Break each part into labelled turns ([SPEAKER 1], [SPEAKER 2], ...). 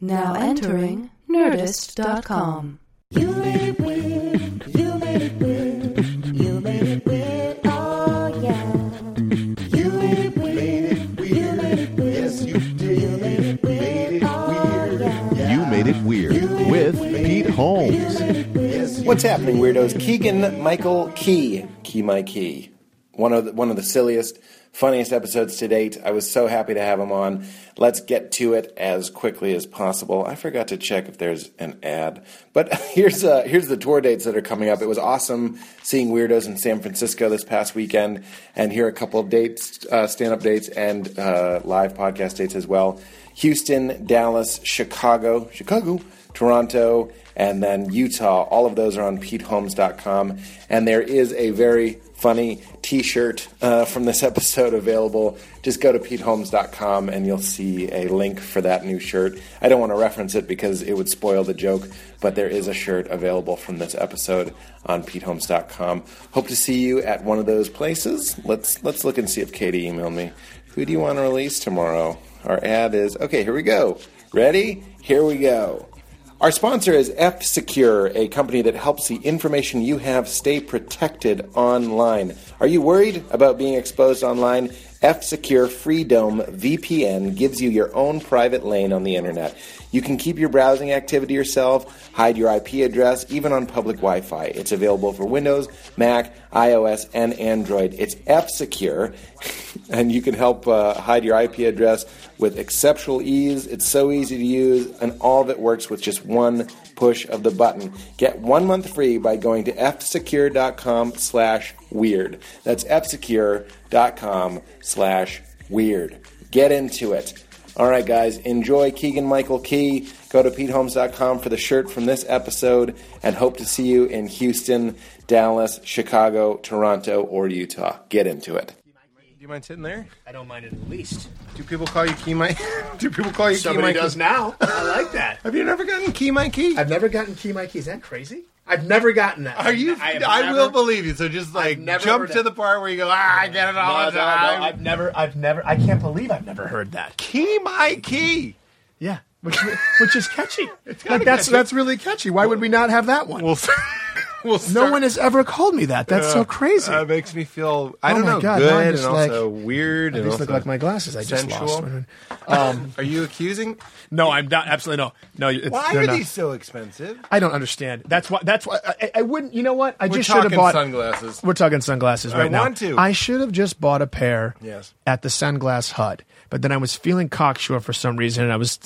[SPEAKER 1] Now entering Nerdist.com.
[SPEAKER 2] You made it weird. You made it weird. You made it weird. Oh yeah. You made it weird. You made it weird. Yes, you did. You made it weird. Oh yeah.
[SPEAKER 3] You Made It Weird with Pete Holmes.
[SPEAKER 4] What's happening, weirdos? Keegan Michael Key, Key My Key, one of the, one of the silliest, funniest episodes to date. I was so happy to have him on. Let's get to it as quickly as possible. I forgot to check if there's an ad, but here's uh, here's the tour dates that are coming up. It was awesome seeing weirdos in San Francisco this past weekend, and here are a couple of dates, uh, stand up dates, and uh, live podcast dates as well. Houston, Dallas, Chicago, Chicago, Toronto, and then Utah. All of those are on PeteHolmes.com. And there is a very funny t shirt uh, from this episode available. Just go to PeteHolmes.com and you'll see a link for that new shirt. I don't want to reference it because it would spoil the joke, but there is a shirt available from this episode on PeteHolmes.com. Hope to see you at one of those places. Let's, let's look and see if Katie emailed me. Who do you want to release tomorrow? Our ad is okay, here we go. Ready? Here we go. Our sponsor is F Secure, a company that helps the information you have stay protected online. Are you worried about being exposed online? F Secure Freedome VPN gives you your own private lane on the internet. You can keep your browsing activity yourself, hide your IP address, even on public Wi Fi. It's available for Windows, Mac, iOS, and Android. It's F Secure, and you can help uh, hide your IP address with exceptional ease. It's so easy to use, and all of it works with just one push of the button. Get one month free by going to fsecure.com slash weird. That's fsecure.com slash weird. Get into it. All right, guys, enjoy Keegan Michael Key. Go to PeteHolmes.com for the shirt from this episode and hope to see you in Houston, Dallas, Chicago, Toronto, or Utah. Get into it. Do you mind sitting there?
[SPEAKER 5] I don't mind it in the least.
[SPEAKER 4] Do people call you Key Mike? Do people call you
[SPEAKER 5] Somebody does now. I like that.
[SPEAKER 4] Have you never gotten Key Mike Key?
[SPEAKER 5] I've never gotten key Mikey. Is that crazy? I've never gotten that.
[SPEAKER 4] Are you? I,
[SPEAKER 5] have
[SPEAKER 4] will
[SPEAKER 5] never-
[SPEAKER 4] believe you. So just like
[SPEAKER 5] never
[SPEAKER 4] jump
[SPEAKER 5] heard
[SPEAKER 4] to
[SPEAKER 5] it.
[SPEAKER 4] the part where you go, ah, I get it
[SPEAKER 5] No,
[SPEAKER 4] all
[SPEAKER 5] no,
[SPEAKER 4] the
[SPEAKER 5] no,
[SPEAKER 4] time.
[SPEAKER 5] I've never. I've never. I can't believe I've never heard that.
[SPEAKER 4] key my key.
[SPEAKER 5] Yeah, which which is catchy.
[SPEAKER 4] kinda
[SPEAKER 5] like that's
[SPEAKER 4] catchy.
[SPEAKER 5] that's really catchy. Why would we not have that one?
[SPEAKER 4] We'll. s- we'll
[SPEAKER 5] no
[SPEAKER 4] start-
[SPEAKER 5] one has ever called me that. That's so crazy.
[SPEAKER 4] Uh, it makes me feel. I
[SPEAKER 5] Oh
[SPEAKER 4] don't
[SPEAKER 5] my
[SPEAKER 4] know.
[SPEAKER 5] God, now I'm
[SPEAKER 4] good and
[SPEAKER 5] just like-
[SPEAKER 4] also weird.
[SPEAKER 5] These
[SPEAKER 4] and also
[SPEAKER 5] look like my glasses. I just
[SPEAKER 4] sensual.
[SPEAKER 5] lost.
[SPEAKER 4] Are you accusing?
[SPEAKER 5] No, I'm not. Absolutely no. No, it's,
[SPEAKER 4] Why
[SPEAKER 5] they're
[SPEAKER 4] are
[SPEAKER 5] not.
[SPEAKER 4] these so expensive?
[SPEAKER 5] I don't understand. That's why. That's why. I, I- I wouldn't. You know what? I
[SPEAKER 4] We're
[SPEAKER 5] just should have
[SPEAKER 4] talking
[SPEAKER 5] bought
[SPEAKER 4] sunglasses.
[SPEAKER 5] We're talking sunglasses
[SPEAKER 4] I
[SPEAKER 5] right now.
[SPEAKER 4] want to.
[SPEAKER 5] I should have just bought a pair.
[SPEAKER 4] Yes.
[SPEAKER 5] At the Sunglass Hut, but then I was fealing cocksure for some reason, and I was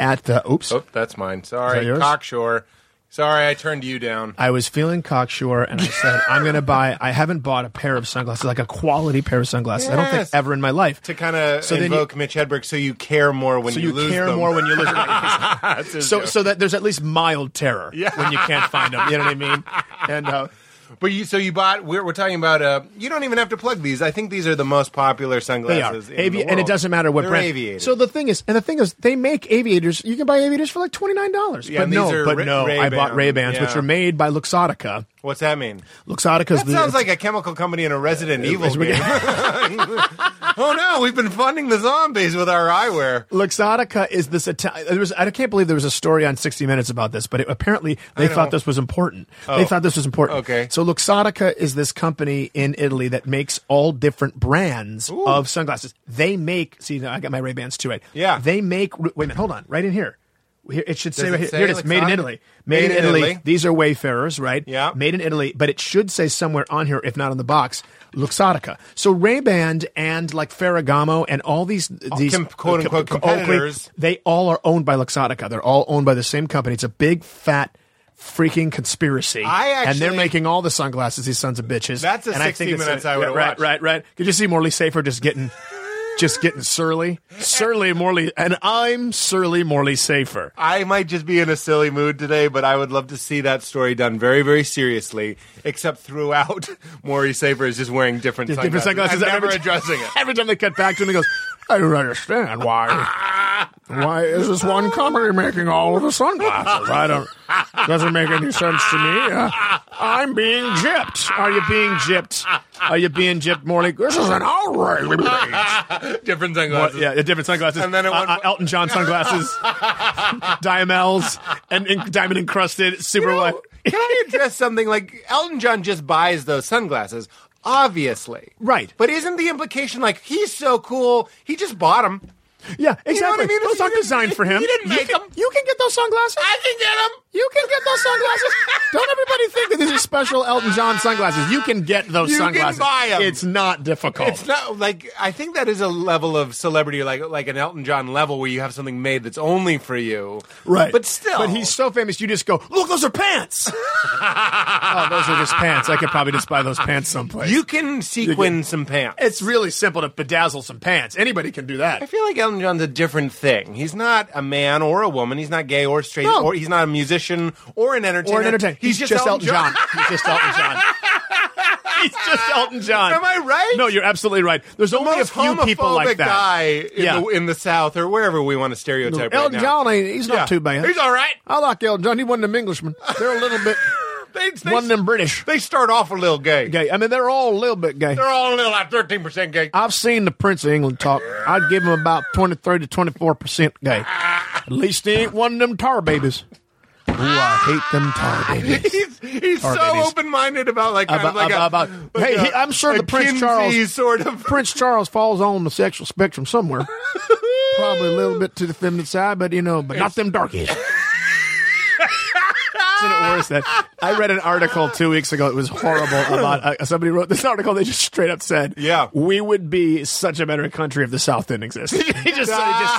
[SPEAKER 5] at the oops.
[SPEAKER 4] Oh, that's mine.
[SPEAKER 5] Is that
[SPEAKER 4] Sorry,
[SPEAKER 5] yours?
[SPEAKER 4] cockshore. Sorry, I turned you down.
[SPEAKER 5] I was feeling cocksure, and I said, "I'm going to buy." I haven't bought a pair of sunglasses, like a quality pair of sunglasses. I don't
[SPEAKER 4] Yes.
[SPEAKER 5] think ever in my life.
[SPEAKER 4] To kind of
[SPEAKER 5] So then you-
[SPEAKER 4] invoke Mitch Hedberg, so you care more when
[SPEAKER 5] so
[SPEAKER 4] you,
[SPEAKER 5] you,
[SPEAKER 4] lose
[SPEAKER 5] care
[SPEAKER 4] them.
[SPEAKER 5] more when you lose.
[SPEAKER 4] That's his
[SPEAKER 5] so
[SPEAKER 4] joke.
[SPEAKER 5] so that there's at least mild terror
[SPEAKER 4] Yeah.
[SPEAKER 5] when you can't find them. You know what I mean? And uh,
[SPEAKER 4] But you, so you bought. We're, we're talking about. Uh, you don't even have to plug these. I think these are the most popular
[SPEAKER 5] They are.
[SPEAKER 4] sunglasses. in
[SPEAKER 5] Avi-
[SPEAKER 4] the world.
[SPEAKER 5] and it doesn't matter what
[SPEAKER 4] They're
[SPEAKER 5] brand.
[SPEAKER 4] Aviators.
[SPEAKER 5] So the thing is, and the thing is, they make aviators. You can buy aviators for like twenty nine dollars.
[SPEAKER 4] Yeah,
[SPEAKER 5] but
[SPEAKER 4] and these
[SPEAKER 5] no,
[SPEAKER 4] are
[SPEAKER 5] but
[SPEAKER 4] Ray-
[SPEAKER 5] no, I bought Ray
[SPEAKER 4] Ray-Bans,
[SPEAKER 5] Bans, which
[SPEAKER 4] yeah.
[SPEAKER 5] were made by Luxottica.
[SPEAKER 4] what's that mean?
[SPEAKER 5] Luxottica's
[SPEAKER 4] That
[SPEAKER 5] the,
[SPEAKER 4] sounds like a chemical company in a Resident Evil
[SPEAKER 5] it's-
[SPEAKER 4] game. oh no, we've been funding the zombies with our eyewear.
[SPEAKER 5] Luxottica is this Italian. There was I can't believe there was a story on 60 Minutes about this, but it, apparently
[SPEAKER 4] I
[SPEAKER 5] they
[SPEAKER 4] know.
[SPEAKER 5] thought this was important.
[SPEAKER 4] Oh.
[SPEAKER 5] They thought this was important.
[SPEAKER 4] Okay.
[SPEAKER 5] So Luxottica is this company in Italy that makes all different brands
[SPEAKER 4] Ooh.
[SPEAKER 5] of sunglasses. They make. See, now I got my Ray Bans too. Right.
[SPEAKER 4] Yeah.
[SPEAKER 5] They make. Wait a minute. Hold on. Right in here. Here it should say
[SPEAKER 4] Does
[SPEAKER 5] right
[SPEAKER 4] it
[SPEAKER 5] here.
[SPEAKER 4] say
[SPEAKER 5] here it is. Made in
[SPEAKER 4] Luxottica?
[SPEAKER 5] Italy. Made, in, Italy. These are Wayfarers, right?
[SPEAKER 4] Yeah.
[SPEAKER 5] Made in Italy, but it should say somewhere on here, if not on the box, Luxottica. So Ray Ban and like Ferragamo and all these these
[SPEAKER 4] com- quote, unquote,
[SPEAKER 5] co- co-
[SPEAKER 4] competitors.
[SPEAKER 5] Oakley, they all are owned by Luxottica. They're all owned by the same company. It's a big fat freaking conspiracy.
[SPEAKER 4] I
[SPEAKER 5] and they're
[SPEAKER 4] actually-
[SPEAKER 5] making all the sunglasses. These sons of bitches.
[SPEAKER 4] That's a
[SPEAKER 5] and
[SPEAKER 4] 60 minutes I would've
[SPEAKER 5] right,
[SPEAKER 4] watched.
[SPEAKER 5] Right, right, Could you see Morley Safer just getting. Just getting surly, surly Morley, and I'm surly Morley Safer.
[SPEAKER 4] I might just be in a silly mood today, but I would love to see that story done very, very seriously. Except throughout, Maury Saber is just wearing different
[SPEAKER 5] Just
[SPEAKER 4] sunglasses.
[SPEAKER 5] different sunglasses.
[SPEAKER 4] I'm never
[SPEAKER 5] every ti-
[SPEAKER 4] addressing it.
[SPEAKER 5] Every time they cut back to him, he goes, I don't understand why.
[SPEAKER 4] Ah,
[SPEAKER 5] Why is this one company making all of the sunglasses? I don't. Doesn't make any sense to me. Uh, I'm being gypped. Are you being gypped? Are you being gypped, Morley? This is an outrage.
[SPEAKER 6] Different
[SPEAKER 5] What-
[SPEAKER 6] sunglasses.
[SPEAKER 5] yeah, yeah, different sunglasses.
[SPEAKER 6] And then at
[SPEAKER 5] Uh,
[SPEAKER 6] one
[SPEAKER 5] uh,
[SPEAKER 6] point-
[SPEAKER 5] Elton John sunglasses, diamels, and in- diamond encrusted, super
[SPEAKER 6] know,
[SPEAKER 5] white.
[SPEAKER 6] Can I address something like Elton John just buys those sunglasses, obviously.
[SPEAKER 5] Right.
[SPEAKER 6] But isn't the implication like he's so cool, he just bought them?
[SPEAKER 5] Yeah, exactly.
[SPEAKER 6] You know what I mean?
[SPEAKER 5] Those
[SPEAKER 6] He
[SPEAKER 5] aren't
[SPEAKER 6] didn't-
[SPEAKER 5] designed for him.
[SPEAKER 6] he didn't make
[SPEAKER 5] can,
[SPEAKER 6] 'em.
[SPEAKER 5] You can get those sunglasses.
[SPEAKER 6] I can get 'em.
[SPEAKER 5] You can get those sunglasses. Don't everybody think that these are special Elton John sunglasses? You can get those
[SPEAKER 6] You can
[SPEAKER 5] sunglasses.
[SPEAKER 6] buy 'em.
[SPEAKER 5] It's not difficult.
[SPEAKER 6] It's not like I think that is a level of celebrity, like like an Elton John level, where you have something made that's only for you.
[SPEAKER 5] Right.
[SPEAKER 6] But still,
[SPEAKER 5] But he's so famous, you just go, look, those are pants. oh, those are just pants. I could probably just buy those pants someplace.
[SPEAKER 6] you can sequin some pants.
[SPEAKER 5] it's really simple to bedazzle some pants. Anybody can do
[SPEAKER 6] I
[SPEAKER 5] that.
[SPEAKER 6] feel like Elton John's a different thing. He's not a man or a woman. He's not gay or straight.
[SPEAKER 5] No.
[SPEAKER 6] Or he's not a musician or an entertainer.
[SPEAKER 5] Or an entertainer. He's, just, Elton John. He's just Elton John. He's just Elton John.
[SPEAKER 6] Am I right?
[SPEAKER 5] No, you're absolutely right. There's only a
[SPEAKER 6] Most
[SPEAKER 5] few people
[SPEAKER 6] homophobic
[SPEAKER 5] like that.
[SPEAKER 6] guy in,
[SPEAKER 5] Yeah.
[SPEAKER 6] the, in the South or wherever we want to stereotype. right
[SPEAKER 5] Elton
[SPEAKER 6] now.
[SPEAKER 5] John, ain't, he's not
[SPEAKER 6] Yeah.
[SPEAKER 5] too bad.
[SPEAKER 6] He's all right.
[SPEAKER 5] I like Elton John. He wasn't an Englishman. They're a little bit,
[SPEAKER 6] They, they,
[SPEAKER 5] one of them British.
[SPEAKER 6] They start off a little gay.
[SPEAKER 5] Gay. I mean, they're all a little bit gay.
[SPEAKER 6] They're all a little like thirteen percent gay.
[SPEAKER 5] I've seen the Prince of England talk. I'd give him about 23 to 24% gay. At least he ain't one of them tar babies. Ooh, I hate them tar babies.
[SPEAKER 6] He's he's
[SPEAKER 5] Or
[SPEAKER 6] so
[SPEAKER 5] babies.
[SPEAKER 6] open minded about like kind
[SPEAKER 5] About,
[SPEAKER 6] of like
[SPEAKER 5] about,
[SPEAKER 6] a,
[SPEAKER 5] about-
[SPEAKER 6] like
[SPEAKER 5] hey,
[SPEAKER 6] a-
[SPEAKER 5] he, I'm sure
[SPEAKER 6] a
[SPEAKER 5] the Prince
[SPEAKER 6] Kinsey
[SPEAKER 5] Charles
[SPEAKER 6] sort of.
[SPEAKER 5] Prince Charles falls on the sexual spectrum somewhere. Probably a little bit to the feminine side, but you know, but not them darkies. Isn't it worse that I read an article two weeks ago? It was horrible about uh, somebody wrote this article. They just straight up said,
[SPEAKER 6] Yeah.
[SPEAKER 5] we would be such a better country if the South didn't exist." he just, he just, said- it's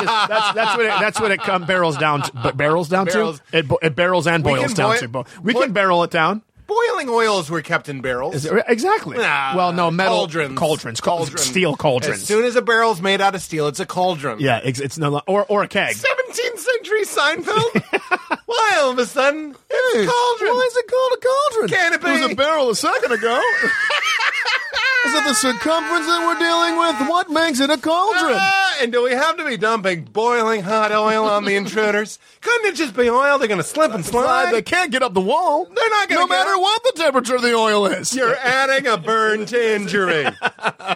[SPEAKER 5] just- that's, that's what it, that's what it come barrels down, to, but barrels down
[SPEAKER 6] Barrels.
[SPEAKER 5] to it, bo- it barrels and
[SPEAKER 6] We can
[SPEAKER 5] boils down
[SPEAKER 6] boi-
[SPEAKER 5] to. Bo- we
[SPEAKER 6] boi-
[SPEAKER 5] can barrel it down.
[SPEAKER 6] Boiling oils were kept in barrels.
[SPEAKER 5] Is it- exactly.
[SPEAKER 6] Nah,
[SPEAKER 5] well, no, metal
[SPEAKER 6] cauldrons.
[SPEAKER 5] cauldrons,
[SPEAKER 6] Cauldron.
[SPEAKER 5] steel cauldrons.
[SPEAKER 6] As soon as a barrel's made out of steel, it's a cauldron.
[SPEAKER 5] yeah, it's, it's no lo- or or a keg.
[SPEAKER 6] 17th century Seinfeld? Why, all of a sudden, it's a cauldron.
[SPEAKER 5] it called a cauldron?
[SPEAKER 6] Can it be?
[SPEAKER 5] barrel a second ago. is it the circumference that we're dealing with? What makes it a cauldron?
[SPEAKER 6] Ah, and do we have to be dumping boiling hot oil on the intruders? Couldn't it just be oil? They're going to slip and slide.
[SPEAKER 5] They can't get up the wall.
[SPEAKER 6] They're not gonna
[SPEAKER 5] No
[SPEAKER 6] get
[SPEAKER 5] matter
[SPEAKER 6] up.
[SPEAKER 5] what the temperature of the oil is.
[SPEAKER 6] You're adding a burn to injury.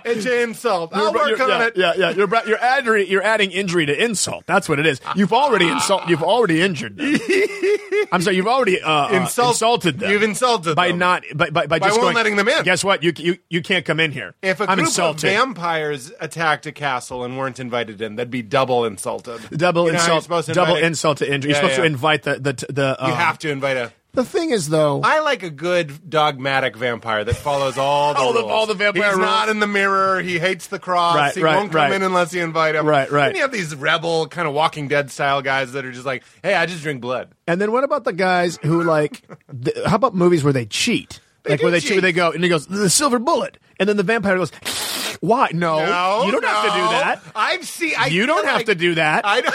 [SPEAKER 6] It's insult. I'll
[SPEAKER 5] You're-
[SPEAKER 6] work
[SPEAKER 5] you're-
[SPEAKER 6] on
[SPEAKER 5] yeah,
[SPEAKER 6] it.
[SPEAKER 5] Yeah, yeah. You're, bra- you're, adding, you're adding injury to insult. That's what it is. You've already insulted. You've already injured them. I'm sorry. You've already uh, uh,
[SPEAKER 6] Insult-
[SPEAKER 5] insulted them.
[SPEAKER 6] you've insulted
[SPEAKER 5] by
[SPEAKER 6] them.
[SPEAKER 5] not by by, by,
[SPEAKER 6] By
[SPEAKER 5] just
[SPEAKER 6] won't
[SPEAKER 5] going,
[SPEAKER 6] letting them in.
[SPEAKER 5] Guess what? You you you can't come in here.
[SPEAKER 6] If a
[SPEAKER 5] I'm
[SPEAKER 6] group of
[SPEAKER 5] insulted.
[SPEAKER 6] vampires attacked a castle and weren't invited in, that'd be double insulted.
[SPEAKER 5] double
[SPEAKER 6] You know how you're
[SPEAKER 5] insult.
[SPEAKER 6] supposed to
[SPEAKER 5] double
[SPEAKER 6] invite a-
[SPEAKER 5] insult to injury.
[SPEAKER 6] Yeah,
[SPEAKER 5] you're supposed
[SPEAKER 6] yeah.
[SPEAKER 5] to invite the the t- the.
[SPEAKER 6] You
[SPEAKER 5] um,
[SPEAKER 6] have to invite a.
[SPEAKER 5] The thing is, though,
[SPEAKER 6] I like a good dogmatic vampire that follows all the
[SPEAKER 5] All the-
[SPEAKER 6] rules.
[SPEAKER 5] all the vampire
[SPEAKER 6] He's not
[SPEAKER 5] rules.
[SPEAKER 6] in the mirror. He hates the cross.
[SPEAKER 5] Right,
[SPEAKER 6] he
[SPEAKER 5] right,
[SPEAKER 6] won't come
[SPEAKER 5] right.
[SPEAKER 6] in unless you invite him.
[SPEAKER 5] Right, right.
[SPEAKER 6] Then you have these rebel kind of Walking Dead style guys that are just like, "Hey, I just drink blood."
[SPEAKER 5] And then what about the guys who like? th- how about movies where they cheat? like
[SPEAKER 6] do
[SPEAKER 5] where they
[SPEAKER 6] cheat.
[SPEAKER 5] where they go and he goes the silver bullet, and then the vampire goes, "Why? No,
[SPEAKER 6] No,
[SPEAKER 5] you don't have to do
[SPEAKER 6] no.
[SPEAKER 5] that.
[SPEAKER 6] I've seen. I
[SPEAKER 5] you
[SPEAKER 6] feel
[SPEAKER 5] don't have
[SPEAKER 6] like-
[SPEAKER 5] to do that.
[SPEAKER 6] I don't.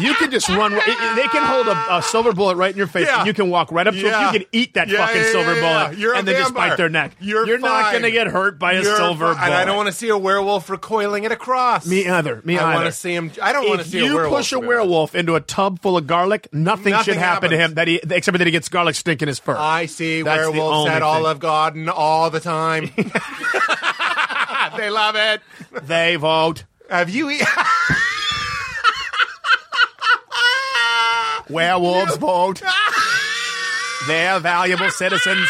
[SPEAKER 5] you can just run. It, it- they can hold a, a silver bullet right in your face,
[SPEAKER 6] Yeah.
[SPEAKER 5] and you can walk right up to
[SPEAKER 6] Yeah.
[SPEAKER 5] them. You can eat that
[SPEAKER 6] Yeah,
[SPEAKER 5] fucking
[SPEAKER 6] yeah, yeah,
[SPEAKER 5] silver
[SPEAKER 6] yeah.
[SPEAKER 5] bullet,
[SPEAKER 6] You're a
[SPEAKER 5] and then just
[SPEAKER 6] vampire.
[SPEAKER 5] bite their neck.
[SPEAKER 6] You're,
[SPEAKER 5] not
[SPEAKER 6] fine.
[SPEAKER 5] going to get hurt by a
[SPEAKER 6] You're
[SPEAKER 5] silver
[SPEAKER 6] fi-
[SPEAKER 5] bullet.
[SPEAKER 6] And I don't want to see a werewolf recoiling at a cross.
[SPEAKER 5] Me either. Me
[SPEAKER 6] I want
[SPEAKER 5] either.
[SPEAKER 6] to see him. I don't want
[SPEAKER 5] if
[SPEAKER 6] to see
[SPEAKER 5] you
[SPEAKER 6] a werewolf.
[SPEAKER 5] push a
[SPEAKER 6] to be honest.
[SPEAKER 5] werewolf into a tub full of garlic, nothing,
[SPEAKER 6] Nothing
[SPEAKER 5] should happen to
[SPEAKER 6] happens.
[SPEAKER 5] him. That he except that he gets garlic stink in his fur.
[SPEAKER 6] I see
[SPEAKER 5] That's the
[SPEAKER 6] werewolves
[SPEAKER 5] only
[SPEAKER 6] at
[SPEAKER 5] thing.
[SPEAKER 6] Olive Garden all the time. they love it.
[SPEAKER 5] they vote.
[SPEAKER 6] Have you e- eaten?
[SPEAKER 5] Werewolves vote. They're valuable citizens.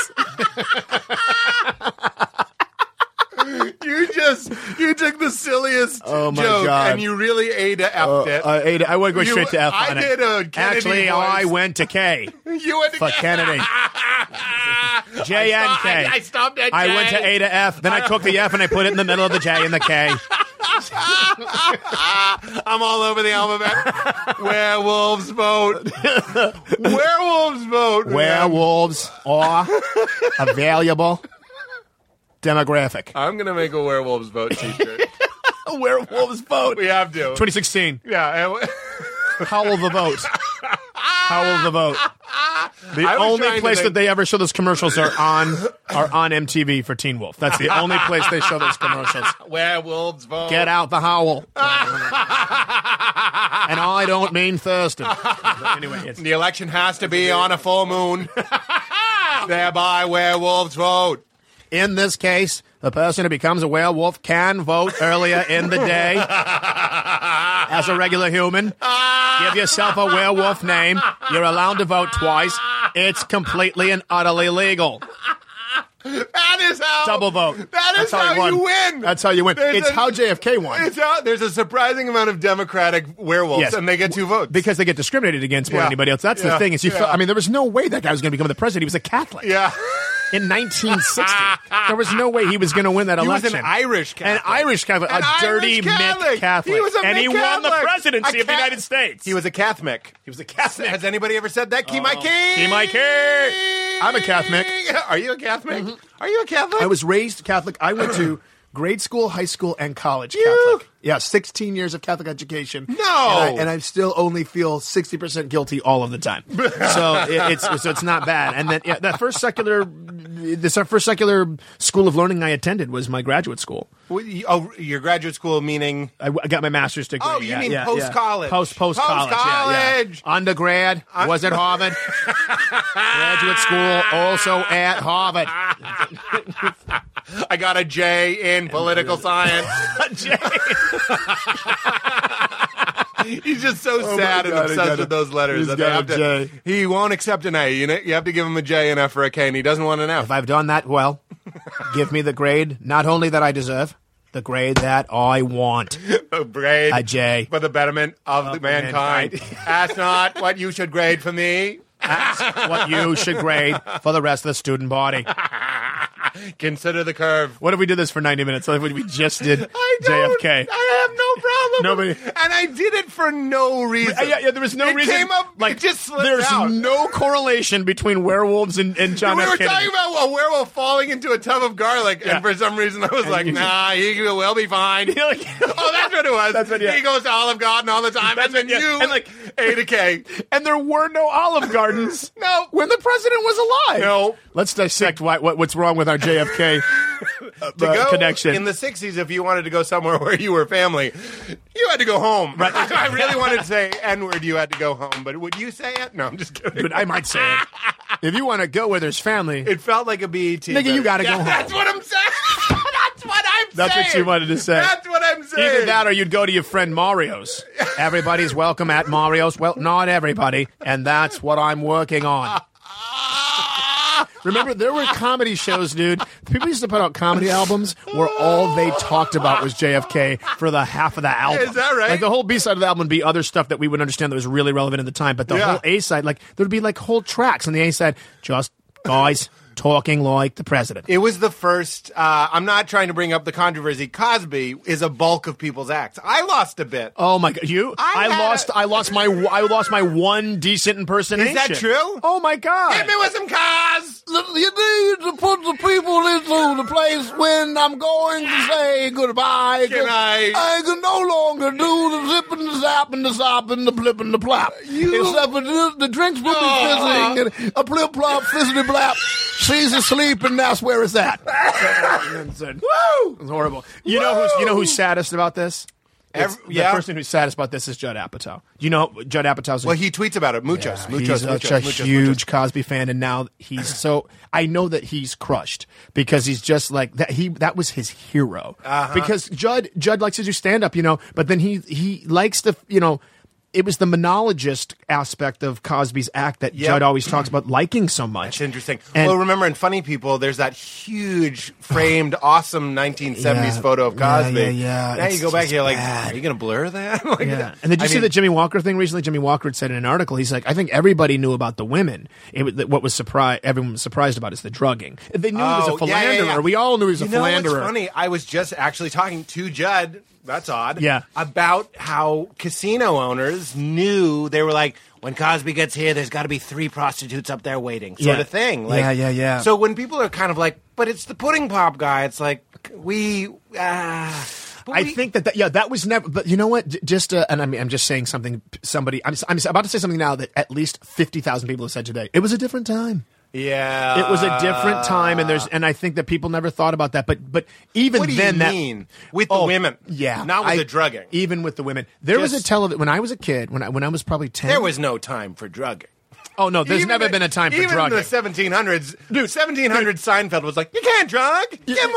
[SPEAKER 6] you just you took the silliest
[SPEAKER 5] Oh, my
[SPEAKER 6] joke
[SPEAKER 5] God.
[SPEAKER 6] and you really ate a
[SPEAKER 5] Uh,
[SPEAKER 6] effed it.
[SPEAKER 5] I, ate- I went
[SPEAKER 6] You-
[SPEAKER 5] straight to F.
[SPEAKER 6] I
[SPEAKER 5] on
[SPEAKER 6] did
[SPEAKER 5] it.
[SPEAKER 6] a Kennedy
[SPEAKER 5] Actually,
[SPEAKER 6] voice.
[SPEAKER 5] I went to K
[SPEAKER 6] you went to
[SPEAKER 5] for Kennedy. J and K.
[SPEAKER 6] I, I stopped at
[SPEAKER 5] I
[SPEAKER 6] J.
[SPEAKER 5] went to A to F. Then I took the F and I put it in the middle of the J and the K.
[SPEAKER 6] I'm all over the alphabet. Werewolves vote. Werewolves vote.
[SPEAKER 5] Werewolves are a valuable demographic.
[SPEAKER 6] I'm gonna make a werewolves vote T-shirt.
[SPEAKER 5] Werewolves vote.
[SPEAKER 6] we have to.
[SPEAKER 5] 2016.
[SPEAKER 6] yeah. and-
[SPEAKER 5] Howl the vote. Howl the vote. The
[SPEAKER 6] I was trying
[SPEAKER 5] only
[SPEAKER 6] to
[SPEAKER 5] place
[SPEAKER 6] think-
[SPEAKER 5] that they ever show those commercials are on are on MTV for Teen Wolf. That's the only place they show those commercials.
[SPEAKER 6] Werewolves vote.
[SPEAKER 5] Get out the howl. and I don't mean Thurston. Anyway, it's
[SPEAKER 6] The election has to be on a full moon. thereby werewolves vote.
[SPEAKER 5] In this case, the person who becomes a werewolf can vote earlier in the day as a regular human. Give yourself a werewolf name. You're allowed to vote twice. It's completely and utterly legal.
[SPEAKER 6] That is how
[SPEAKER 5] Double vote.
[SPEAKER 6] That is
[SPEAKER 5] That's how
[SPEAKER 6] how,
[SPEAKER 5] he won.
[SPEAKER 6] you win.
[SPEAKER 5] That's how you win. It's how JFK won.
[SPEAKER 6] It's how there's a surprising amount of Democratic werewolves,
[SPEAKER 5] Yes.
[SPEAKER 6] and they get two votes
[SPEAKER 5] Because they get discriminated against more
[SPEAKER 6] Yeah.
[SPEAKER 5] than anybody else. That's
[SPEAKER 6] Yeah.
[SPEAKER 5] the thing. Is you
[SPEAKER 6] Yeah.
[SPEAKER 5] felt, I mean, there was no way that guy was going to become the president. He was a Catholic.
[SPEAKER 6] yeah.
[SPEAKER 5] in 1960. there was no way he was going to win that
[SPEAKER 6] He was
[SPEAKER 5] election.
[SPEAKER 6] an Irish Catholic.
[SPEAKER 5] An Irish Catholic.
[SPEAKER 6] An
[SPEAKER 5] a
[SPEAKER 6] Irish
[SPEAKER 5] dirty
[SPEAKER 6] Catholic.
[SPEAKER 5] Mick Catholic.
[SPEAKER 6] He was a
[SPEAKER 5] and
[SPEAKER 6] Mick
[SPEAKER 5] he won the
[SPEAKER 6] Catholic.
[SPEAKER 5] presidency
[SPEAKER 6] A
[SPEAKER 5] of the
[SPEAKER 6] Cath-
[SPEAKER 5] United States.
[SPEAKER 6] He was a Catholic.
[SPEAKER 5] He was a Catholic.
[SPEAKER 6] Has anybody ever said that? Key Mike
[SPEAKER 5] Key Mike here. I'm a Catholic.
[SPEAKER 6] Are you a Catholic? Are you a Catholic?
[SPEAKER 5] I was raised Catholic. I went to grade school, high school, and college
[SPEAKER 6] You-
[SPEAKER 5] Catholic. Yeah, 16 years of Catholic education. No, and
[SPEAKER 6] No.
[SPEAKER 5] I, and I still only feel 60 percent guilty all of the time. So it, it's so it's not bad. And then yeah, that first secular, this our first secular school of learning I attended was my graduate school.
[SPEAKER 6] Well, you- Oh, your graduate school meaning
[SPEAKER 5] I, I got my master's degree.
[SPEAKER 6] Oh, you
[SPEAKER 5] yeah,
[SPEAKER 6] mean
[SPEAKER 5] yeah, yeah.
[SPEAKER 6] post-college.
[SPEAKER 5] Post post college. Yeah, yeah.
[SPEAKER 6] Post-college.
[SPEAKER 5] Undergrad was at Harvard. Graduate school also at Harvard.
[SPEAKER 6] I got a J in political science. He's just so sad and
[SPEAKER 5] Oh God, he got
[SPEAKER 6] obsessed
[SPEAKER 5] a-
[SPEAKER 6] with those letters.
[SPEAKER 5] he's
[SPEAKER 6] that they
[SPEAKER 5] got a
[SPEAKER 6] have to,
[SPEAKER 5] J.
[SPEAKER 6] He won't accept an A. You, know, you have to give him a J and F for a K, and he doesn't want an F.
[SPEAKER 5] If I've done that well, give me the grade not only that I deserve, the grade that I want.
[SPEAKER 6] A Oh, grade
[SPEAKER 5] A J.
[SPEAKER 6] for the betterment of, the mankind.
[SPEAKER 5] mankind.
[SPEAKER 6] That's not what you should grade for me.
[SPEAKER 5] That's what you should grade for the rest of the student body.
[SPEAKER 6] Consider the curve.
[SPEAKER 5] What if we did this for 90 minutes? What if we just did
[SPEAKER 6] I don't,
[SPEAKER 5] JFK?
[SPEAKER 6] I have no problem. with-
[SPEAKER 5] Nobody-
[SPEAKER 6] And I did it for no reason.
[SPEAKER 5] Uh, yeah, yeah, there was no
[SPEAKER 6] it
[SPEAKER 5] reason.
[SPEAKER 6] Came up,
[SPEAKER 5] like
[SPEAKER 6] it just slipped
[SPEAKER 5] there's
[SPEAKER 6] out.
[SPEAKER 5] no correlation between werewolves and, and John
[SPEAKER 6] we
[SPEAKER 5] F.
[SPEAKER 6] were
[SPEAKER 5] Kennedy.
[SPEAKER 6] talking about a werewolf falling into a tub of garlic,
[SPEAKER 5] Yeah.
[SPEAKER 6] and for some reason I was like, nah, he will be fine.
[SPEAKER 5] You're like-
[SPEAKER 6] oh, that's what it was.
[SPEAKER 5] That's what, yeah.
[SPEAKER 6] He goes to Olive Garden all the time, and then
[SPEAKER 5] yeah.
[SPEAKER 6] you
[SPEAKER 5] And, like-
[SPEAKER 6] A to K.
[SPEAKER 5] and there were no Olive Gardens.
[SPEAKER 6] No.
[SPEAKER 5] when the president was alive.
[SPEAKER 6] No.
[SPEAKER 5] Let's dissect why, what, what's wrong with our JFK uh,
[SPEAKER 6] To go
[SPEAKER 5] connection.
[SPEAKER 6] in the '60s, if you wanted to go somewhere where you were family, you had to go home. Right. I really wanted to say N-word. You had to go home, but would you say it? No, I'm just kidding.
[SPEAKER 5] but I might say it. If you want to go where there's family,
[SPEAKER 6] It felt like a BET.
[SPEAKER 5] Nigga, you
[SPEAKER 6] but-
[SPEAKER 5] gotta go
[SPEAKER 6] Yeah,
[SPEAKER 5] home.
[SPEAKER 6] That's what I'm saying. that's what I'm saying.
[SPEAKER 5] That's what you wanted to say.
[SPEAKER 6] That's what I'm saying.
[SPEAKER 5] either that or you'd go to your friend Mario's. Everybody's welcome at Mario's. Well, not everybody, and that's what I'm working on.
[SPEAKER 6] Ah.
[SPEAKER 5] Remember, there were comedy shows, dude. People used to put out comedy albums where all they talked about was JFK for the half of the album.
[SPEAKER 6] Is that right?
[SPEAKER 5] Like the whole B side of the album would be other stuff that we would understand that was really relevant at the time, but the
[SPEAKER 6] Yeah.
[SPEAKER 5] whole A side, like there'd be like whole tracks on the A side, just guys talking like the president.
[SPEAKER 6] It was the first. Uh, I'm not trying to bring up the controversy. Cosby is a bulk of people's acts. I lost a bit.
[SPEAKER 5] Oh my god, you!
[SPEAKER 6] I
[SPEAKER 5] I,
[SPEAKER 6] had
[SPEAKER 5] lost.
[SPEAKER 6] a-
[SPEAKER 5] I lost my. I lost my one decent impersonation.
[SPEAKER 6] Is that true?
[SPEAKER 5] Oh my god!
[SPEAKER 6] Hit me with some cars.
[SPEAKER 5] You need to put the people into the place when I'm going to say goodbye.
[SPEAKER 6] Can I-
[SPEAKER 5] can no longer do the zip and the zap and the zop and the blip and the plop. Except for the, the drinks will be
[SPEAKER 6] Aw.
[SPEAKER 5] fizzing and a plip plop, fizzly blap. She's asleep and that's where it's at. Woo! It's horrible. You know who's you know who's saddest about this? It's-
[SPEAKER 6] Every- yeah.
[SPEAKER 5] The person who's saddest about this is Judd Apatow. You know Judd Apatow's a
[SPEAKER 6] Well, he tweets about it. Muchos, muchos,
[SPEAKER 5] he's
[SPEAKER 6] muchos,
[SPEAKER 5] such a
[SPEAKER 6] muchos,
[SPEAKER 5] huge
[SPEAKER 6] muchos.
[SPEAKER 5] Cosby fan, and now he's so. I know that he's crushed because he's just like that. He that was his hero
[SPEAKER 6] Uh-huh.
[SPEAKER 5] because Judd Judd likes to do stand up, you know, but then he he likes to you know. It was the monologist aspect of Cosby's act that
[SPEAKER 6] Yep.
[SPEAKER 5] Judd always talks about liking so much.
[SPEAKER 6] It's interesting.
[SPEAKER 5] And-
[SPEAKER 6] well, remember in Funny People, there's that huge framed, awesome 1970s
[SPEAKER 5] Yeah.
[SPEAKER 6] photo of
[SPEAKER 5] Yeah,
[SPEAKER 6] Cosby.
[SPEAKER 5] yeah, yeah.
[SPEAKER 6] Now you
[SPEAKER 5] It's
[SPEAKER 6] go back,
[SPEAKER 5] just
[SPEAKER 6] you're like,
[SPEAKER 5] bad.
[SPEAKER 6] are you going to blur that? like,
[SPEAKER 5] Yeah. And did you
[SPEAKER 6] I
[SPEAKER 5] see
[SPEAKER 6] mean,
[SPEAKER 5] the Jimmy Walker thing recently? Jimmy Walker had said in an article, he's like, I think everybody knew about the women. It, was- that what was surprised, everyone was surprised about is the drugging. They knew he was a
[SPEAKER 6] Oh, yeah, yeah,
[SPEAKER 5] philanderer.
[SPEAKER 6] yeah.
[SPEAKER 5] We all knew he was a
[SPEAKER 6] you know what's
[SPEAKER 5] philanderer.
[SPEAKER 6] funny? I was just actually talking to Judd. That's odd.
[SPEAKER 5] Yeah.
[SPEAKER 6] About how casino owners knew they were like, when Cosby gets here, there's got to be three prostitutes up there waiting, sort
[SPEAKER 5] Yeah.
[SPEAKER 6] of thing. Like,
[SPEAKER 5] Yeah, yeah, yeah.
[SPEAKER 6] So when people are kind of like, but it's the pudding pop guy, it's like we. Uh,
[SPEAKER 5] I think that, that yeah, that was never. But you know what? J- Just uh, and I mean, I'm just saying something. Somebody, I'm, s- I'm s- about to say something now that at least fifty thousand people have said today. It was a different time.
[SPEAKER 6] Yeah.
[SPEAKER 5] It was a
[SPEAKER 6] Uh,
[SPEAKER 5] different time, and there's and I think that people never thought about that. But but even
[SPEAKER 6] What do you
[SPEAKER 5] then, that Oh,
[SPEAKER 6] mean? With the women.
[SPEAKER 5] yeah,
[SPEAKER 6] Not with
[SPEAKER 5] I- e-
[SPEAKER 6] the drugging.
[SPEAKER 5] Even with the women, there was
[SPEAKER 6] Just-
[SPEAKER 5] a television when I was a kid. When I when I was probably ten,
[SPEAKER 6] There was no time for drugging.
[SPEAKER 5] Oh, no, there's
[SPEAKER 6] Even
[SPEAKER 5] never
[SPEAKER 6] in-
[SPEAKER 5] been a time for
[SPEAKER 6] even
[SPEAKER 5] drugging.
[SPEAKER 6] in the 1700s. Dude, 1700 Seinfeld was like, you can't drug.
[SPEAKER 5] You-
[SPEAKER 6] Come
[SPEAKER 5] you can't-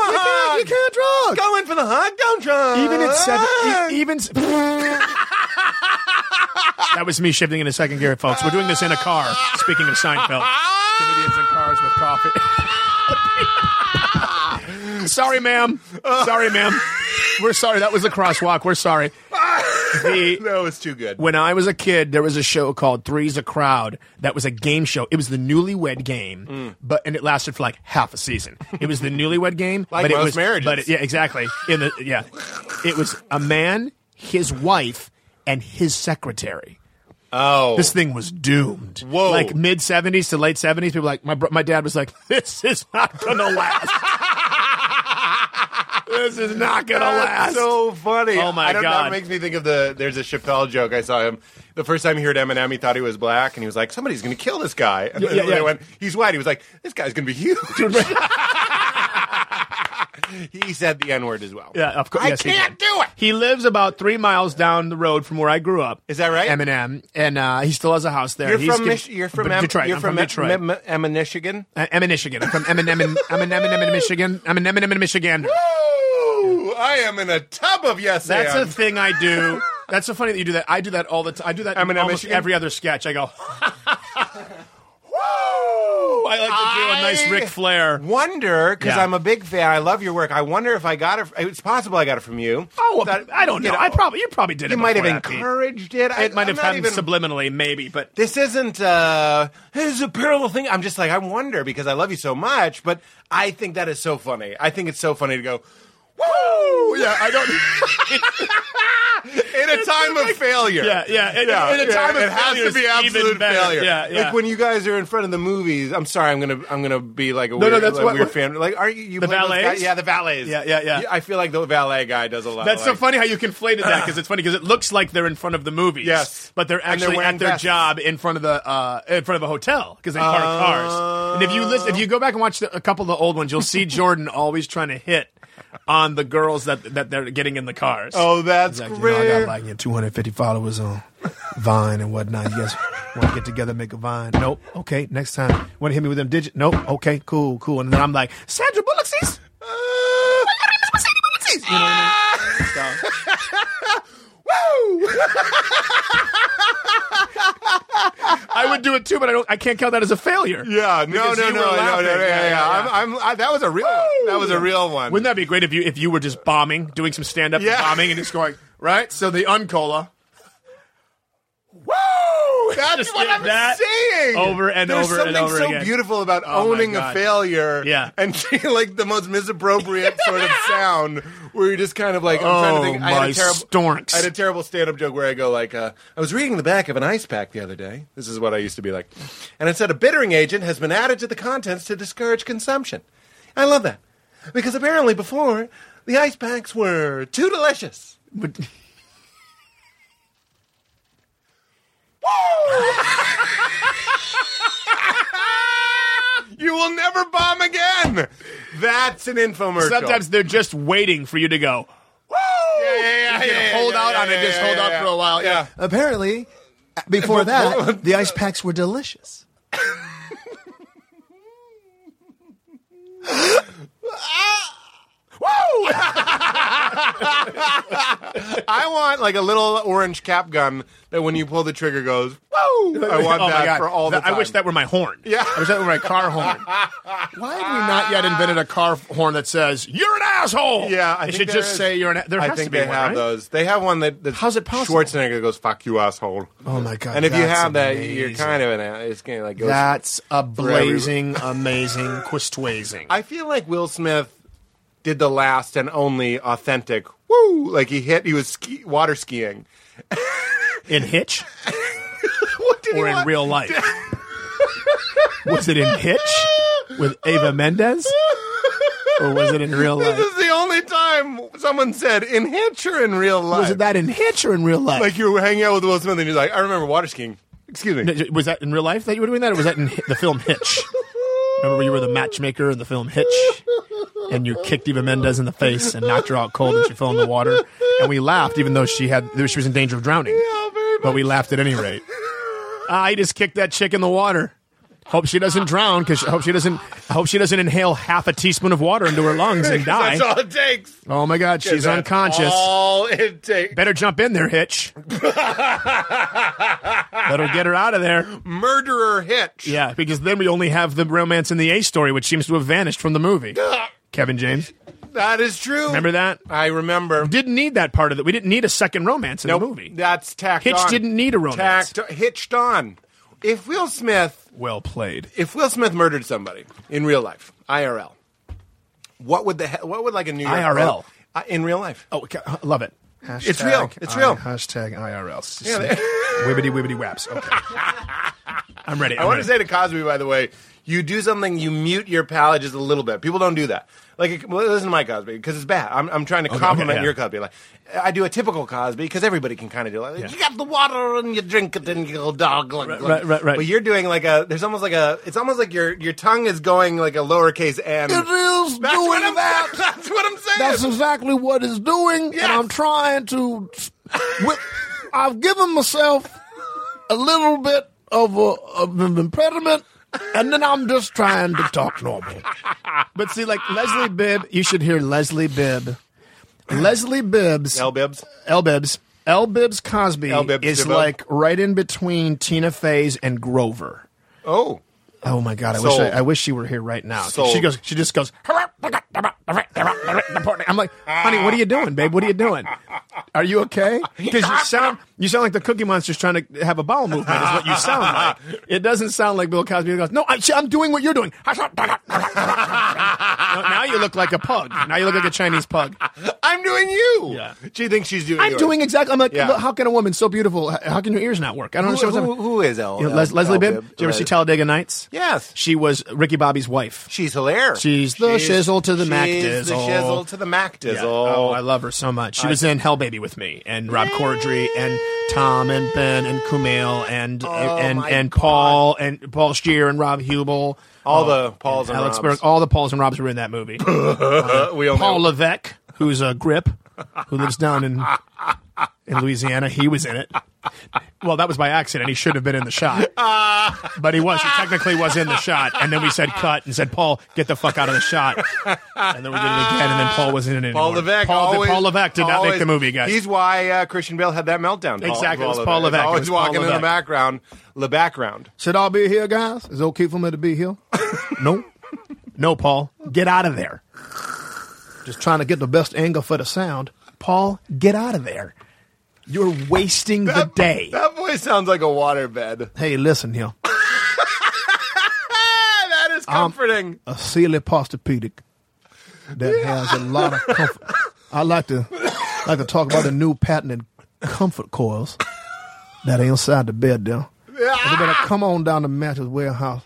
[SPEAKER 6] on,
[SPEAKER 5] you can't drug."
[SPEAKER 6] Go in for the hug. Don't drug.
[SPEAKER 5] Even at seven, e- even. s- that was me shifting into second gear, folks. We're doing this in a car. Speaking of Seinfeld,
[SPEAKER 6] Ah!
[SPEAKER 5] comedians in cars with coffee. sorry, ma'am. Sorry, ma'am. We're sorry. That was a crosswalk. We're sorry. The-
[SPEAKER 6] No, it's too good.
[SPEAKER 5] when I was a kid, there was a show called Three's a Crowd that was a game show. It was the newlywed game,
[SPEAKER 6] Mm.
[SPEAKER 5] but and it lasted for like half a season. It was the newlywed game,
[SPEAKER 6] Like
[SPEAKER 5] but it
[SPEAKER 6] most
[SPEAKER 5] was
[SPEAKER 6] marriages.
[SPEAKER 5] But it- yeah, exactly. In the yeah, it was a man, his wife, and his secretary.
[SPEAKER 6] Oh.
[SPEAKER 5] This thing was doomed.
[SPEAKER 6] Whoa.
[SPEAKER 5] Like mid seventies to late seventies, people were like my bro- my dad was like, this is not gonna last. this is not gonna
[SPEAKER 6] That's
[SPEAKER 5] last.
[SPEAKER 6] so funny.
[SPEAKER 5] Oh, my
[SPEAKER 6] I don't,
[SPEAKER 5] God.
[SPEAKER 6] That makes me think of the. There's a Chappelle joke. I saw him the first time he heard Eminem. He thought he was black, and he was like, "Somebody's going to kill this guy." And then
[SPEAKER 5] yeah,
[SPEAKER 6] when they
[SPEAKER 5] yeah.
[SPEAKER 6] went, "He's white." He was like, "This guy's going to be huge." he said the N word as well.
[SPEAKER 5] Yeah, of course.
[SPEAKER 6] I
[SPEAKER 5] yes, he
[SPEAKER 6] can't
[SPEAKER 5] did.
[SPEAKER 6] do it.
[SPEAKER 5] He lives about three miles down the road from where I grew up.
[SPEAKER 6] Is that right?
[SPEAKER 5] Eminem, and uh, he still has a house there.
[SPEAKER 6] You're
[SPEAKER 5] He's
[SPEAKER 6] from,
[SPEAKER 5] giv-
[SPEAKER 6] Mich- you're from
[SPEAKER 5] but
[SPEAKER 6] Em-
[SPEAKER 5] Detroit.
[SPEAKER 6] You're
[SPEAKER 5] I'm
[SPEAKER 6] from,
[SPEAKER 5] from,
[SPEAKER 6] Mi-
[SPEAKER 5] Detroit.
[SPEAKER 6] Mi- Mi- Emma, Michigan.
[SPEAKER 5] Uh, Em- Michigan. I'm from Eminem, Eminem, Michigan. I'm in Eminem, Michigan.
[SPEAKER 6] Woo! I am in a tub of yes
[SPEAKER 5] That's a
[SPEAKER 6] and.
[SPEAKER 5] thing I do. That's so funny that you do that. I do that all the time. I do that in
[SPEAKER 6] Eminem,
[SPEAKER 5] almost
[SPEAKER 6] Michigan?
[SPEAKER 5] every other sketch. I go, "Oh,
[SPEAKER 6] Woo!
[SPEAKER 5] I like to do a nice Ric Flair.
[SPEAKER 6] Wonder because
[SPEAKER 5] Yeah.
[SPEAKER 6] I'm a big fan. I love your work. I wonder if I got it. It's possible I got it from you.
[SPEAKER 5] Oh,
[SPEAKER 6] That-
[SPEAKER 5] I don't know.
[SPEAKER 6] you
[SPEAKER 5] I probably you probably did
[SPEAKER 6] You
[SPEAKER 5] it.
[SPEAKER 6] might have
[SPEAKER 5] before that, Pete.
[SPEAKER 6] encouraged it. I,
[SPEAKER 5] It might
[SPEAKER 6] I'm
[SPEAKER 5] have
[SPEAKER 6] not
[SPEAKER 5] happened
[SPEAKER 6] even-
[SPEAKER 5] subliminally, maybe, but
[SPEAKER 6] This isn't uh, this is a parallel thing. I'm just like I wonder because I love you so much, but I think that is so funny. I think it's so funny to go. Woo! Yeah, I don't. in a time of failure.
[SPEAKER 5] Yeah, yeah, in- in a time of
[SPEAKER 6] it has
[SPEAKER 5] failure
[SPEAKER 6] to be
[SPEAKER 5] is even
[SPEAKER 6] absolute
[SPEAKER 5] better.
[SPEAKER 6] failure.
[SPEAKER 5] Yeah, yeah.
[SPEAKER 6] Like when you guys are in front of the movies. I'm sorry, I'm gonna I'm gonna be like a
[SPEAKER 5] no,
[SPEAKER 6] weird,
[SPEAKER 5] that's
[SPEAKER 6] a
[SPEAKER 5] what-
[SPEAKER 6] weird fan. Like, aren't you, you
[SPEAKER 5] The
[SPEAKER 6] play those
[SPEAKER 5] valets?
[SPEAKER 6] guys- Yeah, the valets.
[SPEAKER 5] Yeah, yeah, yeah.
[SPEAKER 6] I feel like the valet guy does a lot.
[SPEAKER 5] That's
[SPEAKER 6] of,
[SPEAKER 5] so
[SPEAKER 6] like-
[SPEAKER 5] funny how you conflated that because it's funny because it looks like they're in front of the movies,
[SPEAKER 6] Yes.
[SPEAKER 5] but they're
[SPEAKER 6] And they're
[SPEAKER 5] actually
[SPEAKER 6] wearing
[SPEAKER 5] at their
[SPEAKER 6] vests.
[SPEAKER 5] job in front of the uh, in front of a hotel because they park cars. And if you listen, if you go back and watch the, a couple of the old ones, you'll see Jordan always trying to hit on the girls that that they're getting in the cars.
[SPEAKER 6] Oh, that's
[SPEAKER 5] He's like,
[SPEAKER 6] great.
[SPEAKER 5] You know, I got like you know, 250 followers on Vine and whatnot. You guys want to get together, make a Vine? Nope. Okay, next time. Want to hit me with them digit? Nope. Okay, cool, cool. And then I'm like, Sandra Bullock's. You know what I mean? So- I would do it too, but I don't. I can't count that as a failure.
[SPEAKER 6] Yeah, no,
[SPEAKER 5] Because
[SPEAKER 6] no, no,
[SPEAKER 5] you were
[SPEAKER 6] no, no,
[SPEAKER 5] laughing.
[SPEAKER 6] no, yeah,
[SPEAKER 5] Yeah,
[SPEAKER 6] yeah.
[SPEAKER 5] yeah, yeah.
[SPEAKER 6] I'm, I'm, I, that was a real, one. that was a real one.
[SPEAKER 5] Wouldn't that be great if you if you were just bombing, doing some stand up
[SPEAKER 6] Yeah.
[SPEAKER 5] bombing, and just going right? So the uncola.
[SPEAKER 6] Woo! That's
[SPEAKER 5] Just
[SPEAKER 6] what
[SPEAKER 5] did
[SPEAKER 6] I'm
[SPEAKER 5] that
[SPEAKER 6] saying.
[SPEAKER 5] over and
[SPEAKER 6] There's
[SPEAKER 5] over and
[SPEAKER 6] something
[SPEAKER 5] over
[SPEAKER 6] so
[SPEAKER 5] again.
[SPEAKER 6] beautiful about
[SPEAKER 5] Oh my
[SPEAKER 6] owning a
[SPEAKER 5] God.
[SPEAKER 6] failure.
[SPEAKER 5] Yeah.
[SPEAKER 6] and like the most misappropriate sort of sound, where you're just kind of like, I'm trying to think.
[SPEAKER 5] Oh,
[SPEAKER 6] I had
[SPEAKER 5] my
[SPEAKER 6] a terrible,
[SPEAKER 5] storks.
[SPEAKER 6] I had a terrible stand-up joke where I go like, uh, I was reading the back of an ice pack the other day. This is what I used to be like, and it said a bittering agent has been added to the contents to discourage consumption. I love that because apparently before the ice packs were too delicious. You will never bomb again. That's an infomercial.
[SPEAKER 5] Sometimes they're just waiting for you to go. Woo!
[SPEAKER 6] Yeah, yeah, yeah,
[SPEAKER 5] You
[SPEAKER 6] yeah,
[SPEAKER 5] can hold
[SPEAKER 6] yeah,
[SPEAKER 5] out
[SPEAKER 6] yeah,
[SPEAKER 5] on it.
[SPEAKER 6] yeah,
[SPEAKER 5] Just
[SPEAKER 6] yeah,
[SPEAKER 5] hold
[SPEAKER 6] yeah,
[SPEAKER 5] out
[SPEAKER 6] yeah.
[SPEAKER 5] for a while.
[SPEAKER 6] Yeah.
[SPEAKER 5] Apparently, before
[SPEAKER 6] that,
[SPEAKER 5] the ice packs were delicious.
[SPEAKER 6] I want like a little orange cap gun that when you pull the trigger goes, whoa! I want
[SPEAKER 5] oh my
[SPEAKER 6] that
[SPEAKER 5] God.
[SPEAKER 6] for all the
[SPEAKER 5] That-
[SPEAKER 6] time.
[SPEAKER 5] I wish that were my horn.
[SPEAKER 6] Yeah.
[SPEAKER 5] I wish that were my car horn. Why have we not yet invented a car horn that says "You're an asshole"?
[SPEAKER 6] Yeah, I
[SPEAKER 5] it
[SPEAKER 6] think
[SPEAKER 5] should
[SPEAKER 6] there
[SPEAKER 5] just
[SPEAKER 6] is.
[SPEAKER 5] say "You're an." a- There
[SPEAKER 6] I
[SPEAKER 5] has
[SPEAKER 6] think
[SPEAKER 5] to be
[SPEAKER 6] they
[SPEAKER 5] one,
[SPEAKER 6] have
[SPEAKER 5] right?
[SPEAKER 6] those. They have one that that's
[SPEAKER 5] How's it possible?
[SPEAKER 6] Schwarzenegger goes, "Fuck you, asshole."
[SPEAKER 5] Oh my God,
[SPEAKER 6] And if you
[SPEAKER 5] that's
[SPEAKER 6] have that,
[SPEAKER 5] amazing.
[SPEAKER 6] you're kind of an. a- It's kind of like goes,
[SPEAKER 5] That's a blazing, amazing quistwazing.
[SPEAKER 6] I feel like Will Smith did the last and only authentic woo. Like he hit, he was ski, water skiing.
[SPEAKER 5] In Hitch
[SPEAKER 6] What did he
[SPEAKER 5] or in
[SPEAKER 6] want?
[SPEAKER 5] real life? was it in Hitch with Ava Mendez? Or was it in real
[SPEAKER 6] This
[SPEAKER 5] life?
[SPEAKER 6] is the only time someone said in Hitch or in real life.
[SPEAKER 5] Was it that in Hitch or in real life?
[SPEAKER 6] Like you were hanging out with Will Smith and he's like, I remember water skiing. Excuse me.
[SPEAKER 5] N- was that in real life that you were doing that, or was that in hi- the film Hitch? Remember, where you were the matchmaker in the film Hitch, and you kicked Eva Mendes in the face and knocked her out cold, and she fell in the water. And we laughed, even though she had she was in danger of drowning.
[SPEAKER 6] Yeah, very
[SPEAKER 5] But
[SPEAKER 6] much.
[SPEAKER 5] we laughed at any rate. I just kicked that chick in the water. Hope she doesn't drown because hope she doesn't hope she doesn't inhale half a teaspoon of water into her lungs and die.
[SPEAKER 6] That's all it takes.
[SPEAKER 5] Oh my God, she's
[SPEAKER 6] That's
[SPEAKER 5] unconscious.
[SPEAKER 6] All it takes.
[SPEAKER 5] Better jump in there, Hitch. That'll get her out of there.
[SPEAKER 6] Murderer hitch.
[SPEAKER 5] Yeah, because then we only have the romance in the A story, which seems to have vanished from the movie. Kevin James,
[SPEAKER 6] That is true.
[SPEAKER 5] remember that?
[SPEAKER 6] I remember.
[SPEAKER 5] Didn't need that part of it. We didn't need a second romance in
[SPEAKER 6] Nope,
[SPEAKER 5] the movie.
[SPEAKER 6] That's tacked
[SPEAKER 5] Hitch
[SPEAKER 6] on.
[SPEAKER 5] didn't need a romance.
[SPEAKER 6] Tacked, hitched on. If Will Smith,
[SPEAKER 5] Well played.
[SPEAKER 6] if Will Smith murdered somebody in real life, IRL, what would the he- what would like a New York
[SPEAKER 5] IRL?
[SPEAKER 6] Uh, in real life?
[SPEAKER 5] Oh, okay, I love it.
[SPEAKER 6] It's real. It's real.
[SPEAKER 5] hashtag IRL.
[SPEAKER 6] Yeah, they-
[SPEAKER 5] wibbity wibbity waps. Okay. I'm ready.
[SPEAKER 6] I want to say to Cosby, by the way, you do something, you mute your palate just a little bit. People don't do that. Like, well, listen to my Cosby because it's bad. I'm, I'm trying to
[SPEAKER 5] Oh, Okay,
[SPEAKER 6] compliment
[SPEAKER 5] okay, yeah.
[SPEAKER 6] your Cosby. Like, I do a typical Cosby because everybody can kind of do it. Like,
[SPEAKER 5] Yeah.
[SPEAKER 6] You got the water and you drink it and you go dog. Like,
[SPEAKER 5] Right, right, right, right.
[SPEAKER 6] But you're doing like a. There's almost like a. It's almost like your your tongue is going like a lowercase n.
[SPEAKER 7] It is
[SPEAKER 6] That's
[SPEAKER 7] doing
[SPEAKER 6] what I'm,
[SPEAKER 7] that.
[SPEAKER 6] That's what I'm saying.
[SPEAKER 7] That's exactly what it's doing,
[SPEAKER 6] Yes.
[SPEAKER 7] and I'm trying to. wi- I've given myself a little bit of, a, of an impediment, and then I'm just trying to talk normal.
[SPEAKER 5] But see, like Leslie Bibb, you should hear Leslie Bibb. Leslie Bibb's
[SPEAKER 6] L bibs.
[SPEAKER 5] L Bibbs. L Bibbs Cosby
[SPEAKER 6] L. Bibbs
[SPEAKER 5] is
[SPEAKER 6] DeVoe.
[SPEAKER 5] like right in between Tina Fey's and Grover.
[SPEAKER 6] Oh,
[SPEAKER 5] Oh my God! I
[SPEAKER 6] Sold.
[SPEAKER 5] wish I, I wish she were here right now. She
[SPEAKER 6] Sold.
[SPEAKER 5] goes. She just goes. I'm like, honey, what are you doing, babe? What are you doing? Are you okay? Because you sound you sound like the Cookie Monster's trying to have a bowel movement. Is what you sound like. It doesn't sound like Bill Cosby. He goes, no, I, I'm doing what you're doing. No, now you look like a pug. Now you look like a Chinese pug.
[SPEAKER 6] I'm doing you.
[SPEAKER 5] Yeah.
[SPEAKER 6] She thinks she's doing.
[SPEAKER 5] I'm
[SPEAKER 6] yours.
[SPEAKER 5] doing exactly. I'm like,
[SPEAKER 6] Yeah.
[SPEAKER 5] look, how can a woman so beautiful? h- How can your ears not work? I
[SPEAKER 6] Who,
[SPEAKER 5] don't understand what's
[SPEAKER 6] who,
[SPEAKER 5] happening.
[SPEAKER 6] who is L?
[SPEAKER 5] You know,
[SPEAKER 6] L-
[SPEAKER 5] Les- Leslie
[SPEAKER 6] L
[SPEAKER 5] Bibb.
[SPEAKER 6] Bibb?
[SPEAKER 5] Did you ever see
[SPEAKER 6] Right.
[SPEAKER 5] Talladega Nights?
[SPEAKER 6] Yes.
[SPEAKER 5] She was Ricky Bobby's wife.
[SPEAKER 6] She's hilarious.
[SPEAKER 5] She's the shizzle to the Mac
[SPEAKER 6] She's the
[SPEAKER 5] dizzle.
[SPEAKER 6] shizzle to the Mac dizzle.
[SPEAKER 5] Yeah. Oh, I love her so much. She was in Hell Baby with me, and Rob Corddry, and Tom, and Ben, and Kumail, and and
[SPEAKER 6] Oh my
[SPEAKER 5] and Paul, and Paul Shear, and Rob Hubel.
[SPEAKER 6] All the Pauls and
[SPEAKER 5] Alex
[SPEAKER 6] Robs.
[SPEAKER 5] Berg. All the Pauls and Robs were in that movie.
[SPEAKER 6] Uh, we only
[SPEAKER 5] Paul Levesque, who's a grip, who lives down in in Louisiana, he was in it. Well, that was by accident. He should have been in the shot, but he was. He technically was in the shot, and then we said cut and said, "Paul, get the fuck out of the shot." And then we did it again, and then Paul wasn't in it.
[SPEAKER 6] Paul
[SPEAKER 5] anymore.
[SPEAKER 6] Levesque.
[SPEAKER 5] Paul,
[SPEAKER 6] always,
[SPEAKER 5] Paul Levesque did not make
[SPEAKER 6] always-
[SPEAKER 5] the movie, guys.
[SPEAKER 6] He's why uh, Christian Bale had that meltdown. Paul-
[SPEAKER 5] Exactly, it was Paul
[SPEAKER 6] He's
[SPEAKER 5] Levesque. It
[SPEAKER 6] Always
[SPEAKER 5] was Paul
[SPEAKER 6] walking in the
[SPEAKER 5] Levesque.
[SPEAKER 6] background. The background.
[SPEAKER 7] Should I be here, guys? Is it okay for me to be here?
[SPEAKER 5] no, no, Paul, get out of there.
[SPEAKER 7] Just trying to get the best angle for the sound.
[SPEAKER 5] Paul, get out of there. You're wasting the day.
[SPEAKER 6] That voice sounds like a waterbed.
[SPEAKER 7] Hey, listen here.
[SPEAKER 6] Ah, that is
[SPEAKER 5] Um,
[SPEAKER 6] comforting.
[SPEAKER 7] A silly posturpedic that has a lot of comfort. I like to like to talk about the new patented comfort coils that are inside the bed there.
[SPEAKER 6] Ah!
[SPEAKER 7] Everybody come on down to Mattress Warehouse.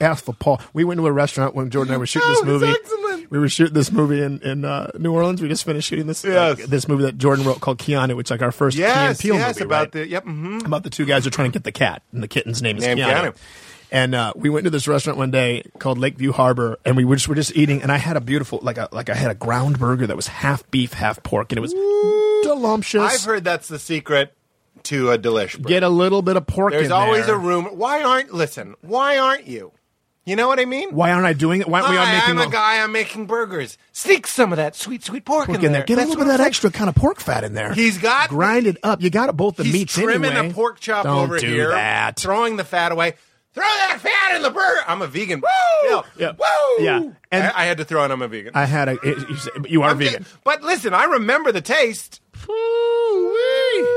[SPEAKER 5] asked for Paul. We went to a restaurant when Jordan and I were shooting this
[SPEAKER 6] That was
[SPEAKER 5] movie.
[SPEAKER 6] excellent.
[SPEAKER 5] We were shooting this movie in in uh, New Orleans. We just finished shooting this uh,
[SPEAKER 6] Yes.
[SPEAKER 5] this movie that Jordan wrote called Keanu, which is like our first Key and
[SPEAKER 6] yes,
[SPEAKER 5] Peele
[SPEAKER 6] yes,
[SPEAKER 5] movie,
[SPEAKER 6] about
[SPEAKER 5] right?
[SPEAKER 6] the yep. Mm-hmm.
[SPEAKER 5] about the two guys who are trying to get the cat, and the kitten's name is
[SPEAKER 6] Named
[SPEAKER 5] Keanu.
[SPEAKER 6] Keanu.
[SPEAKER 5] And uh, we went to this restaurant one day called Lakeview Harbor, and we were just, were just eating. And I had a beautiful, like a like I had a ground burger that was half beef, half pork, and it was
[SPEAKER 6] I've
[SPEAKER 5] delicious.
[SPEAKER 6] heard that's the secret to a delish. burger.
[SPEAKER 5] Get a little bit of pork.
[SPEAKER 6] There's
[SPEAKER 5] in
[SPEAKER 6] always
[SPEAKER 5] there.
[SPEAKER 6] a room. Why aren't listen? Why aren't you? You know what I mean?
[SPEAKER 5] Why aren't I doing it? Why aren't we on
[SPEAKER 6] Hi,
[SPEAKER 5] making
[SPEAKER 6] I'm
[SPEAKER 5] all-
[SPEAKER 6] a guy. I'm making burgers. Sneak some of that sweet, sweet pork,
[SPEAKER 5] pork in there? Get
[SPEAKER 6] That's
[SPEAKER 5] a little
[SPEAKER 6] what
[SPEAKER 5] bit of
[SPEAKER 6] I'm
[SPEAKER 5] that
[SPEAKER 6] saying.
[SPEAKER 5] extra kind of pork fat in there.
[SPEAKER 6] He's got-
[SPEAKER 5] grind it up. You got it both the
[SPEAKER 6] He's
[SPEAKER 5] meats
[SPEAKER 6] trimming
[SPEAKER 5] anyway.
[SPEAKER 6] a pork chop
[SPEAKER 5] Don't
[SPEAKER 6] over
[SPEAKER 5] do
[SPEAKER 6] here,
[SPEAKER 5] That.
[SPEAKER 6] throwing the fat away. Throw that fat in the burger. I'm a vegan. Woo!
[SPEAKER 5] Yeah. Yeah.
[SPEAKER 6] Woo!
[SPEAKER 5] Yeah. And-
[SPEAKER 6] I, I had to throw in. I'm a vegan.
[SPEAKER 5] I had a. It, you, say- you are
[SPEAKER 6] I'm ve-
[SPEAKER 5] vegan.
[SPEAKER 6] but listen, I remember the taste.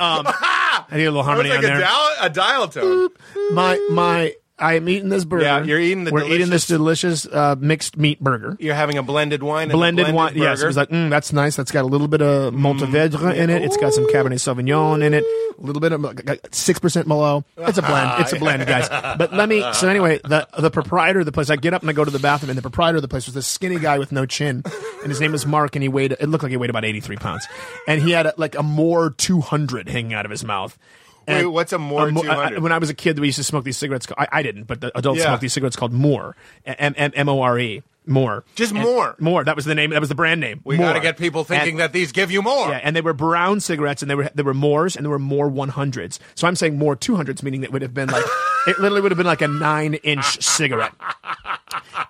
[SPEAKER 5] Um, I need a little
[SPEAKER 6] That was
[SPEAKER 5] harmony
[SPEAKER 6] like
[SPEAKER 5] on
[SPEAKER 6] a
[SPEAKER 5] there.
[SPEAKER 6] dial, a dial tone.
[SPEAKER 5] my my. I am eating this burger.
[SPEAKER 6] Yeah, you're eating the
[SPEAKER 5] We're eating this delicious uh, mixed meat burger.
[SPEAKER 6] You're having a blended wine. and a
[SPEAKER 5] blended, wine. Yes, it
[SPEAKER 6] burger. Mm-hmm.
[SPEAKER 5] was like, mm, that's nice. That's got a little bit of Montevedra in it. It's got some Cabernet Sauvignon in it. A little bit of six percent Merlot. It's a blend. It's a blend, guys. But let me. So anyway, the the proprietor of the place. I get up and I go to the bathroom, and the proprietor of the place was this skinny guy with no chin, and his name was Mark, and he weighed. It looked like he weighed about eighty three pounds, and he had a, like a Moore two hundred hanging out of his mouth.
[SPEAKER 6] Wait,
[SPEAKER 5] And-
[SPEAKER 6] what's a Moore
[SPEAKER 5] Mo- I-
[SPEAKER 6] 200?
[SPEAKER 5] When I was a kid, we used to smoke these cigarettes. ca- I, I didn't, but the adults
[SPEAKER 6] Yeah.
[SPEAKER 5] smoked these cigarettes called Moore, M M M O R E. More.
[SPEAKER 6] Just
[SPEAKER 5] And-
[SPEAKER 6] more.
[SPEAKER 5] More. That was the name. That was the brand name.
[SPEAKER 6] We
[SPEAKER 5] More.
[SPEAKER 6] got to get people thinking
[SPEAKER 5] And-
[SPEAKER 6] that these give you more.
[SPEAKER 5] Yeah, and they were brown cigarettes, and they were there were Moors, and there were more 100s. So I'm saying more 200s, meaning that would have been like it literally would have been like a nine inch cigarette.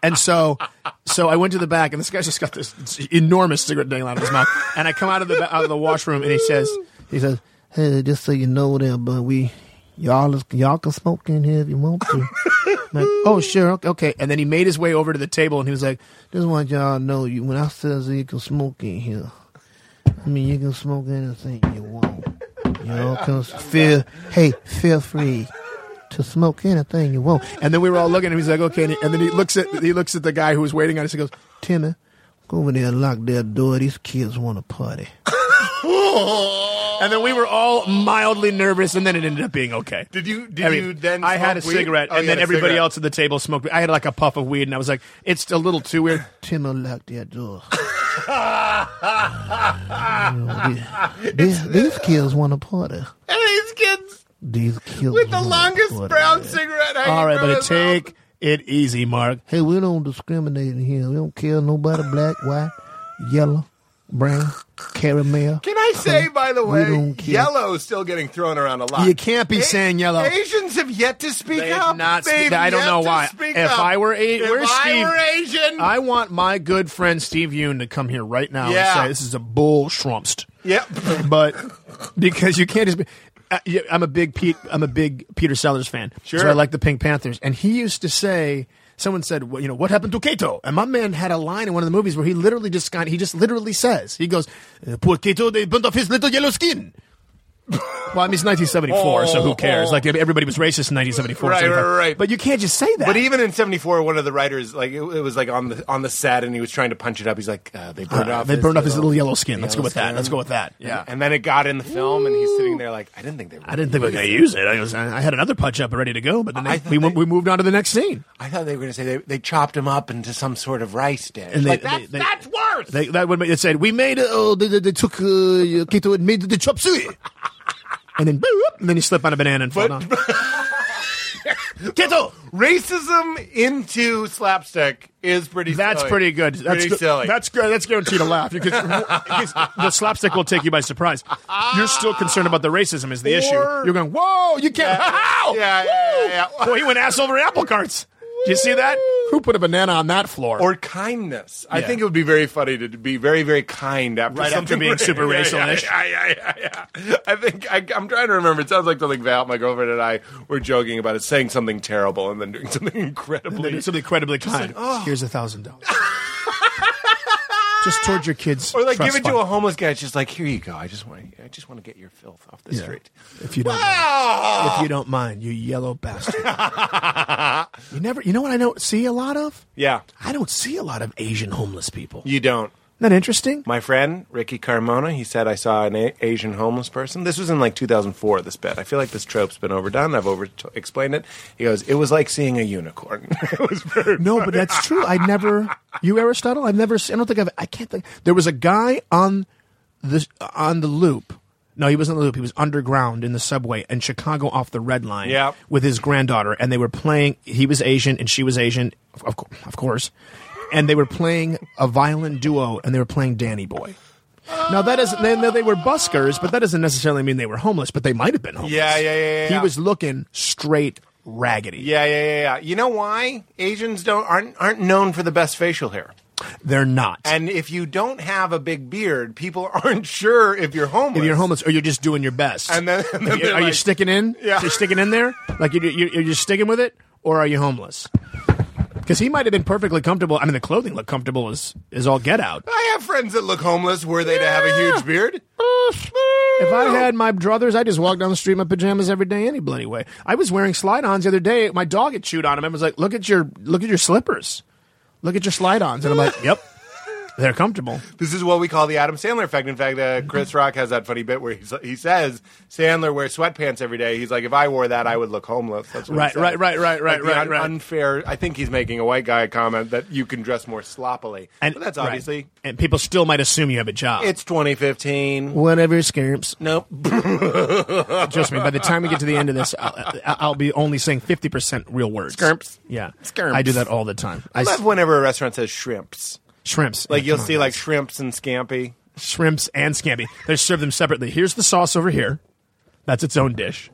[SPEAKER 5] And so, so I went to the back, and this guy's just got this enormous cigarette dangling out of his mouth. And I come out of the ba- out of the washroom, and he says,
[SPEAKER 8] He says, "Hey, just so you know, there, but we y'all is, y'all can smoke in here if you want to." like, oh sure, okay, okay.
[SPEAKER 5] "Okay." And then he made his way over to the table, and he was like,
[SPEAKER 8] Just want y'all to know you when I says you can smoke in here. I mean you can smoke anything you want. You know, cause feel hey, feel free to smoke anything you want.
[SPEAKER 5] and then we were all looking, and he's like, "Okay." And, and then he looks at he looks at the guy who was waiting on us, and goes,
[SPEAKER 8] Timmy, go over there and lock that door. These kids want to party.
[SPEAKER 5] and then we were all mildly nervous, and then it ended up being okay.
[SPEAKER 6] Did you? Did
[SPEAKER 5] I mean,
[SPEAKER 6] you then?
[SPEAKER 5] I had a
[SPEAKER 6] smoke weed?
[SPEAKER 5] cigarette,
[SPEAKER 6] Oh, you
[SPEAKER 5] and then
[SPEAKER 6] had a
[SPEAKER 5] everybody
[SPEAKER 6] cigarette.
[SPEAKER 5] else at the table smoked. I had like a puff of weed, and I was like, "It's a little too weird."
[SPEAKER 8] Timmy, lock that door. You know, these, these- uh, these kids want to party.
[SPEAKER 6] And these kids
[SPEAKER 8] These kids
[SPEAKER 6] with
[SPEAKER 5] Oh,
[SPEAKER 6] the
[SPEAKER 8] wanna
[SPEAKER 6] longest
[SPEAKER 8] party.
[SPEAKER 6] brown cigarette. hanging
[SPEAKER 5] all right,
[SPEAKER 6] from
[SPEAKER 5] but
[SPEAKER 6] his mouth.
[SPEAKER 5] take it easy, Mark.
[SPEAKER 8] Hey, we don't discriminate in here. We don't care nobody black, white, yellow, brown, caramel.
[SPEAKER 6] Can I say, by the way,
[SPEAKER 8] don't care.
[SPEAKER 6] yellow is still getting thrown around a lot.
[SPEAKER 5] You can't be saying yellow.
[SPEAKER 6] Asians have yet to speak
[SPEAKER 5] They have
[SPEAKER 6] up.
[SPEAKER 5] not spe-
[SPEAKER 6] They've
[SPEAKER 5] I don't
[SPEAKER 6] yet
[SPEAKER 5] know
[SPEAKER 6] to
[SPEAKER 5] why.
[SPEAKER 6] speak
[SPEAKER 5] If
[SPEAKER 6] up.
[SPEAKER 5] I were A-
[SPEAKER 6] if
[SPEAKER 5] where's
[SPEAKER 6] I
[SPEAKER 5] Steve?
[SPEAKER 6] were Asian,
[SPEAKER 5] I want my good friend Steve Yoon to come here right now
[SPEAKER 6] Yeah.
[SPEAKER 5] and say this is a bull schrumpst.
[SPEAKER 6] yep.
[SPEAKER 5] but because you can't just be. Uh, yeah, I'm a big Pete. I'm a big Peter Sellers fan.
[SPEAKER 6] Sure.
[SPEAKER 5] so I like the Pink Panthers, and he used to say. Someone said, well, you know, what happened to Cato? And my man had a line in one of the movies where he literally just kind he just literally says, he goes, "Uh, poor Cato, they burnt off his little yellow skin. well, I mean, it's 1974, so who cares?
[SPEAKER 6] Oh.
[SPEAKER 5] Like, everybody was racist in 1974.
[SPEAKER 6] Right,
[SPEAKER 5] 75.
[SPEAKER 6] right, right.
[SPEAKER 5] But you can't just say that.
[SPEAKER 6] But even in '74, one of the writers, like it, it was like on the on the set, and he was trying to punch it up. He's like, uh, "They burned
[SPEAKER 5] Uh,
[SPEAKER 6] off.
[SPEAKER 5] they
[SPEAKER 6] his
[SPEAKER 5] burned off his little yellow skin. Let's go
[SPEAKER 6] yellow
[SPEAKER 5] with that.
[SPEAKER 6] skin.
[SPEAKER 5] Let's go with that. Yeah.
[SPEAKER 6] Yeah. And then it got in the film, and he's sitting there like, "I didn't think they. Were
[SPEAKER 5] I didn't think we were going to use it. I, was, I I had another punch up ready to go, but then
[SPEAKER 6] I
[SPEAKER 5] they,
[SPEAKER 6] thought
[SPEAKER 5] we, went
[SPEAKER 6] they-
[SPEAKER 5] we moved on to the next scene.
[SPEAKER 6] I thought they were going to say they, they chopped him up into some sort of rice dish.
[SPEAKER 5] And they-
[SPEAKER 6] like that's,
[SPEAKER 5] they- they-
[SPEAKER 6] that's worse.
[SPEAKER 5] They, that would make, it said, we made, uh, oh, they, they, they took, uh, Keto and made the chop suey. And then, boop, and then you slip on a banana and fall down. Keto!
[SPEAKER 6] Racism into slapstick is pretty.
[SPEAKER 5] That's
[SPEAKER 6] silly.
[SPEAKER 5] pretty good. That's
[SPEAKER 6] pretty
[SPEAKER 5] good.
[SPEAKER 6] silly.
[SPEAKER 5] That's good. That's guaranteed to laugh because, because the slapstick will take you by surprise. You're still concerned about the racism is the issue.
[SPEAKER 6] Or-
[SPEAKER 5] You're going, whoa, you can't.
[SPEAKER 6] Yeah,
[SPEAKER 5] Ow!
[SPEAKER 6] yeah, yeah,
[SPEAKER 5] Woo!
[SPEAKER 6] yeah, yeah.
[SPEAKER 5] Boy, he went ass over apple carts. Do you see that? Who put a banana on that floor?
[SPEAKER 6] or kindness. I
[SPEAKER 5] Yeah.
[SPEAKER 6] think it would be very funny to be very, very kind after
[SPEAKER 5] Right after
[SPEAKER 6] something
[SPEAKER 5] being
[SPEAKER 6] ra-
[SPEAKER 5] super
[SPEAKER 6] Yeah,
[SPEAKER 5] racial-ish.
[SPEAKER 6] Yeah, yeah, yeah, yeah, yeah. I think I, I'm trying to remember. It sounds like something Val, my girlfriend, and I were joking about it, saying something terrible and then doing something
[SPEAKER 5] They do
[SPEAKER 6] incredibly.
[SPEAKER 5] something incredibly kind.
[SPEAKER 6] "Oh."
[SPEAKER 5] Here's a thousand dollars. Just toward your kids.
[SPEAKER 6] Or like
[SPEAKER 5] trust
[SPEAKER 6] give it to
[SPEAKER 5] fund.
[SPEAKER 6] a homeless guy. It's just like, here you go. I just want, I just want to get your filth off the
[SPEAKER 5] Yeah.
[SPEAKER 6] street.
[SPEAKER 5] If you don't,
[SPEAKER 6] Wow.
[SPEAKER 5] mind. if you don't mind, you yellow bastard. you never. You know what I don't see a lot of?
[SPEAKER 6] Yeah,
[SPEAKER 5] I don't see a lot of Asian homeless people. Isn't
[SPEAKER 6] you don't.
[SPEAKER 5] that interesting?
[SPEAKER 6] My friend Ricky Carmona, he said I saw an a- Asian homeless person. This was in like 2004. This bit, I feel like this trope's been overdone. I've over explained it. He goes, "It was like seeing a unicorn." it was very
[SPEAKER 5] No, but that's true. I never. You Aristotle? I've never. se- I don't think I've. I can't think. There was a guy on the on the loop. No, he wasn't on the loop. He was underground in the subway in Chicago off the Red Line.
[SPEAKER 6] Yeah.
[SPEAKER 5] with his granddaughter, and they were playing. He was Asian, and she was Asian, of, cour- of course. And they were playing a violin duo, and they were playing Danny Boy. Now that isn't. They, now they were buskers, but that doesn't necessarily mean they were homeless. But they might have been homeless.
[SPEAKER 6] Yeah, yeah, yeah, yeah.
[SPEAKER 5] He was looking straight raggedy.
[SPEAKER 6] Yeah, yeah, yeah, yeah. You know why Asians don't aren't aren't known for the best facial hair.
[SPEAKER 5] they're not.
[SPEAKER 6] And if you don't have a big beard, people aren't sure if you're homeless.
[SPEAKER 5] If you're homeless, or you're just doing your best.
[SPEAKER 6] And then- and then
[SPEAKER 5] If you-
[SPEAKER 6] they're
[SPEAKER 5] are you
[SPEAKER 6] like-
[SPEAKER 5] sticking in?
[SPEAKER 6] Yeah.
[SPEAKER 5] You're sticking in there? Like you, you, you're just sticking with it, or are you homeless? Because he might have been perfectly comfortable. I mean, the clothing looked comfortable as is all get out.
[SPEAKER 6] I have friends that look homeless. Were they to have a huge beard?
[SPEAKER 5] If I had my druthers, I just walk down the street in my pajamas every day, any bloody way. I was wearing slide-ons the other day. My dog had chewed on him and was like, "Look at your look at your slippers, look at your slide-ons," and I'm like, "Yep." They're comfortable.
[SPEAKER 6] This is what we call the Adam Sandler effect. In fact, uh, Chris Rock has that funny bit where he's, he says Sandler wears sweatpants every day. He's like, if I wore that, I would look homeless. That's what he
[SPEAKER 5] Right,
[SPEAKER 6] said.
[SPEAKER 5] right, right, right,
[SPEAKER 6] Like
[SPEAKER 5] right,
[SPEAKER 6] the
[SPEAKER 5] right,
[SPEAKER 6] un-
[SPEAKER 5] right.
[SPEAKER 6] Unfair. I think he's making a white guy comment that you can dress more sloppily, but that's
[SPEAKER 5] right.
[SPEAKER 6] obviously
[SPEAKER 5] And people still might assume you have a job.
[SPEAKER 6] it's 2015.
[SPEAKER 5] Whatever, scamps.
[SPEAKER 6] Nope.
[SPEAKER 5] Trust me, by the time we get to the end of this, I'll, I'll be only saying 50% real words.
[SPEAKER 6] Skirps.
[SPEAKER 5] Yeah.
[SPEAKER 6] Skirps.
[SPEAKER 5] I do that all the time. I,
[SPEAKER 6] I
[SPEAKER 5] s-
[SPEAKER 6] love whenever a restaurant says shrimps.
[SPEAKER 5] shrimps.
[SPEAKER 6] Like
[SPEAKER 5] Yeah,
[SPEAKER 6] you'll
[SPEAKER 5] come on,
[SPEAKER 6] see like
[SPEAKER 5] guys.
[SPEAKER 6] shrimps and scampi.
[SPEAKER 5] shrimps and scampi. They serve them separately. Here's the sauce over here. That's its own dish.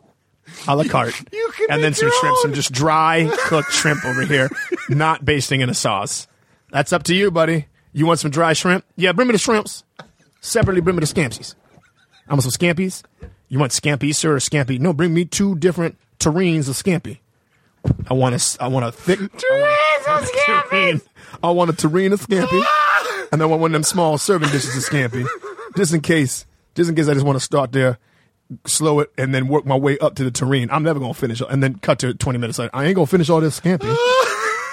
[SPEAKER 5] A la carte.
[SPEAKER 6] you can
[SPEAKER 5] and then
[SPEAKER 6] make
[SPEAKER 5] some
[SPEAKER 6] your
[SPEAKER 5] shrimps
[SPEAKER 6] own.
[SPEAKER 5] and just dry cooked shrimp over here, not basting in a sauce. That's up to you, buddy. You want some dry shrimp? Yeah, bring me the shrimps. Separately, bring me the scampsies. I want some scampies. You want scampi, sir, or scampi? No, bring me two different terrines of scampi. I want a, s- I want a thick. Terrines of scampi! I want a terrine of scampi.
[SPEAKER 6] Ah!
[SPEAKER 5] And I want one of them small serving dishes of scampi, just in case. Just in case I just want to start there, slow it, and then work my way up to the terrain. I'm never gonna finish, and then cut to 20 minutes later. I ain't gonna finish all this scampi.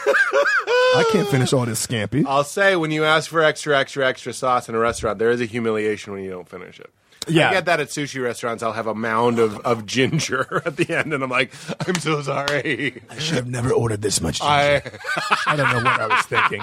[SPEAKER 5] I can't finish all this scampi.
[SPEAKER 6] I'll say when you ask for extra, extra, extra sauce in a restaurant, there is a humiliation when you don't finish it.
[SPEAKER 5] Yeah.
[SPEAKER 6] I get that at sushi restaurants. I'll have a mound of, of ginger at the end, and I'm like, I'm so sorry.
[SPEAKER 5] I should have never ordered this much.
[SPEAKER 6] I,
[SPEAKER 5] I don't know what I was thinking.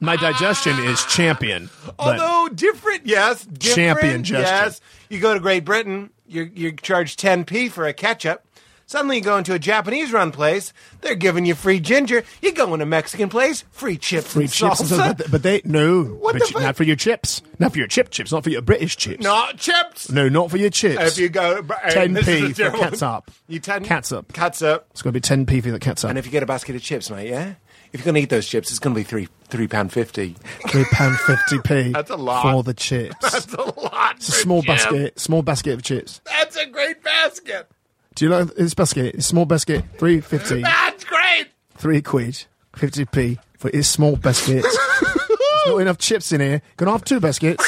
[SPEAKER 5] My digestion is champion. but-
[SPEAKER 6] although different, yes, different,
[SPEAKER 5] Champion gesture.
[SPEAKER 6] Yes, you go to Great Britain, you're you're charged 10p for a ketchup. Suddenly, you go into a Japanese-run place, they're giving you free ginger. You go in a Mexican place, free chips,
[SPEAKER 5] free
[SPEAKER 6] and
[SPEAKER 5] chips, and
[SPEAKER 6] salsa.
[SPEAKER 5] stuff, but, but they no,
[SPEAKER 6] What
[SPEAKER 5] but
[SPEAKER 6] the
[SPEAKER 5] you-
[SPEAKER 6] fuck?
[SPEAKER 5] not for your chips, not for your chip chips, not for your British chips.
[SPEAKER 6] not chips.
[SPEAKER 5] no, not for your chips.
[SPEAKER 6] If you go, and this is a
[SPEAKER 5] 10p for
[SPEAKER 6] terrible-
[SPEAKER 5] catsup.
[SPEAKER 6] You ten
[SPEAKER 5] Catsup.
[SPEAKER 6] Catsup.
[SPEAKER 5] it's gonna be 10p for the catsup.
[SPEAKER 6] And if you get a basket of chips, mate, yeah? If you're going to eat those chips, it's going to be three three pound fifty.
[SPEAKER 5] three pound fifty p.
[SPEAKER 6] That's a lot.
[SPEAKER 5] for the chips.
[SPEAKER 6] That's a lot.
[SPEAKER 5] it's a small basket, small basket of chips.
[SPEAKER 6] That's a great basket.
[SPEAKER 5] Do you like this basket? It's small basket, three fifty,
[SPEAKER 6] That's great.
[SPEAKER 5] three quid, fifty p for his small basket. There's not enough chips in here. Gonna have two baskets.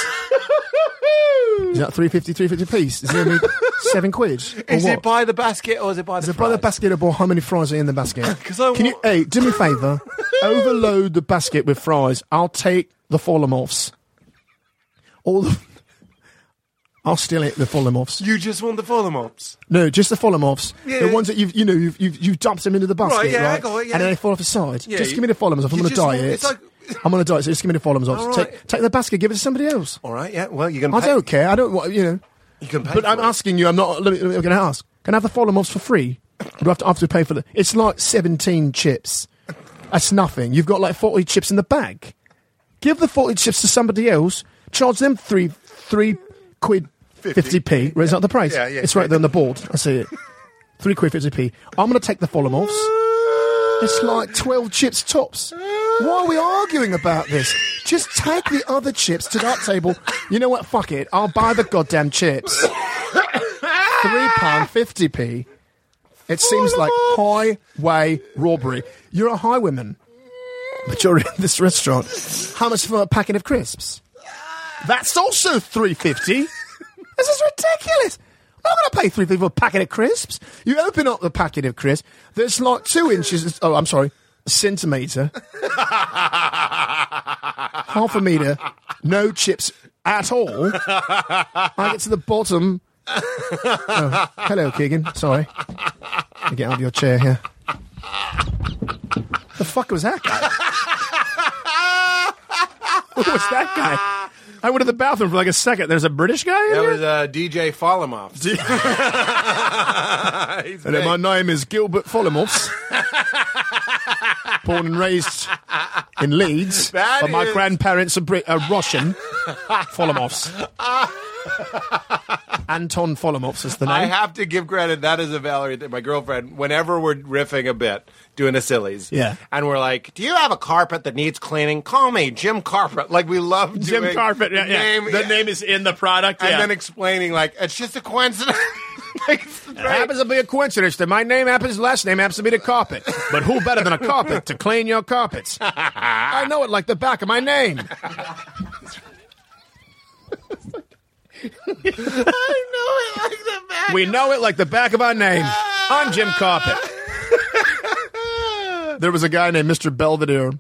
[SPEAKER 5] Is that 350, 350 piece? Is it gonna be seven quid? Or
[SPEAKER 6] Is
[SPEAKER 5] what?
[SPEAKER 6] it by the basket or is it by the
[SPEAKER 5] Is it by the
[SPEAKER 6] fries?
[SPEAKER 5] basket or how many fries are in the basket?
[SPEAKER 6] 'Cause I
[SPEAKER 5] Can you,
[SPEAKER 6] want-
[SPEAKER 5] hey, do me a favour. Overload the basket with fries. I'll take the Folomoffs. All the. I'll still eat the Folomoffs.
[SPEAKER 6] You just want the follow ups.
[SPEAKER 5] No, just the Folomoffs.
[SPEAKER 6] Yeah.
[SPEAKER 5] The ones that you've, you know, you've, you've, you've dumped them into the basket,
[SPEAKER 6] Right,
[SPEAKER 5] right?
[SPEAKER 6] yeah, I got it, yeah.
[SPEAKER 5] And then they fall off the side.
[SPEAKER 6] Yeah,
[SPEAKER 5] just
[SPEAKER 6] you-
[SPEAKER 5] give me the Folomoffs. I'm
[SPEAKER 6] you
[SPEAKER 5] on a
[SPEAKER 6] just want-
[SPEAKER 5] diet.
[SPEAKER 6] it's like-
[SPEAKER 5] I'm on a diet, so just give me the
[SPEAKER 6] All
[SPEAKER 5] Folomoffs.
[SPEAKER 6] right.
[SPEAKER 5] Take, take the basket, give it to somebody else.
[SPEAKER 6] All right, yeah. Well, you can.
[SPEAKER 5] I
[SPEAKER 6] pay-
[SPEAKER 5] don't care. I don't, want- you know.
[SPEAKER 6] You can pay.
[SPEAKER 5] But
[SPEAKER 6] for
[SPEAKER 5] I'm
[SPEAKER 6] it.
[SPEAKER 5] asking you. I'm not. Let me, let me- I'm going to ask. Can I have the Folomoffs for free? Do I have to, I have to pay for the? It's like 17 chips. That's nothing. You've got like 40 chips in the bag. Give the 40 chips to somebody else. Charge them three three quid 50. p. Raise up the price.
[SPEAKER 6] Yeah, yeah,
[SPEAKER 5] it's right there on the board. I see it. Three quid 50 p. I'm going to take the Folomoffs. It's like 12 chips tops. Why are we arguing about this? Just take the other chips to that table. You know what? Fuck it. I'll buy the goddamn chips. Three pound fifty p. It seems like highway robbery. You're a highwayman, but you're in this restaurant. How much for a packet of crisps? That's also three fifty. This is ridiculous. I'm not going to pay three fifty for a packet of crisps. You open up the packet of crisps. There's like two inches. Oh, I'm sorry, a centimeter, half a meter. No chips at all. I get to the bottom. Oh, hello, Keegan. Sorry, You get out of your chair here. The fuck was that guy? Who was that guy? I went to the bathroom for like a second. There's a British guy. In
[SPEAKER 6] That
[SPEAKER 5] here?
[SPEAKER 6] was uh, DJ Follomoffs. He's
[SPEAKER 5] Hello,
[SPEAKER 6] big.
[SPEAKER 5] my name is Gilbert Folomoffs. Born and raised in Leeds.
[SPEAKER 6] That
[SPEAKER 5] but my
[SPEAKER 6] is-
[SPEAKER 5] grandparents are, Brit- are Russian. Folomoffs. Anton Folomoffs is the name.
[SPEAKER 6] I have to give credit. That is a Valerie, thing. my girlfriend. Whenever we're riffing a bit, doing the sillies,
[SPEAKER 5] Yeah.
[SPEAKER 6] and we're like, "Do you have a carpet that needs cleaning? Call me Jim Carpet." Like we love
[SPEAKER 5] Jim
[SPEAKER 6] doing
[SPEAKER 5] Carpet. Yeah,
[SPEAKER 6] the
[SPEAKER 5] yeah.
[SPEAKER 6] name-
[SPEAKER 5] the name is in the product.
[SPEAKER 6] and
[SPEAKER 5] yeah.
[SPEAKER 6] then explaining like it's just a coincidence. like, it's
[SPEAKER 5] It happens to be a coincidence that my name happens, last name happens to be the carpet. But who better than a carpet to clean your carpets? I know it like the back of my name.
[SPEAKER 6] I know it like the back.
[SPEAKER 5] We know it like the back of our name. I'm Jim Carpet. There was a guy named Mr. Belvedere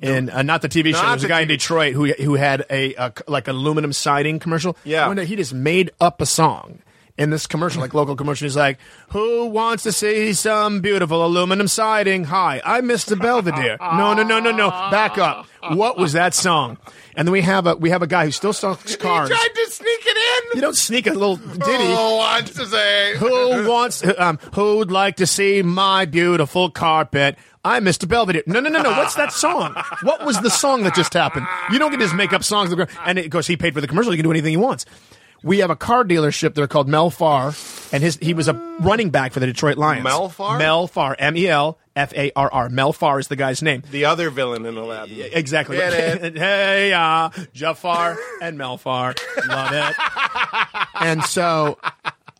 [SPEAKER 5] in uh, not the TV show.
[SPEAKER 6] Not
[SPEAKER 5] There was a
[SPEAKER 6] the
[SPEAKER 5] guy in
[SPEAKER 6] TV
[SPEAKER 5] Detroit who who had a, a c- like aluminum siding commercial.
[SPEAKER 6] Yeah.
[SPEAKER 5] One day he just made up a song in this commercial, like local commercial. He's like, "Who wants to see some beautiful aluminum siding? Hi, I'm Mr. Belvedere. No, no, no, no, no. Back up. What was that song? And then we have a we have a guy who still stalks cars.
[SPEAKER 6] He tried to sneak it in.
[SPEAKER 5] You don't sneak a little ditty.
[SPEAKER 6] Oh, wants to say.
[SPEAKER 5] Who wants? Um, who would like to see my beautiful carpet? I'm Mr. Belvedere. No, no, no, no. What's that song? What was the song that just happened? You don't get to just make up songs. And of course, he paid for the commercial. He can do anything he wants. We have a car dealership there called Mel Farr, and his he was a running back for the Detroit Lions.
[SPEAKER 6] Mel Farr?
[SPEAKER 5] Mel Farr. M E L F A R R. Mel Farr is the guy's name.
[SPEAKER 6] The other villain in Aladdin.
[SPEAKER 5] Yeah, Exactly.
[SPEAKER 6] Get it.
[SPEAKER 5] hey, uh, Jafar and Melfar. Love it. and so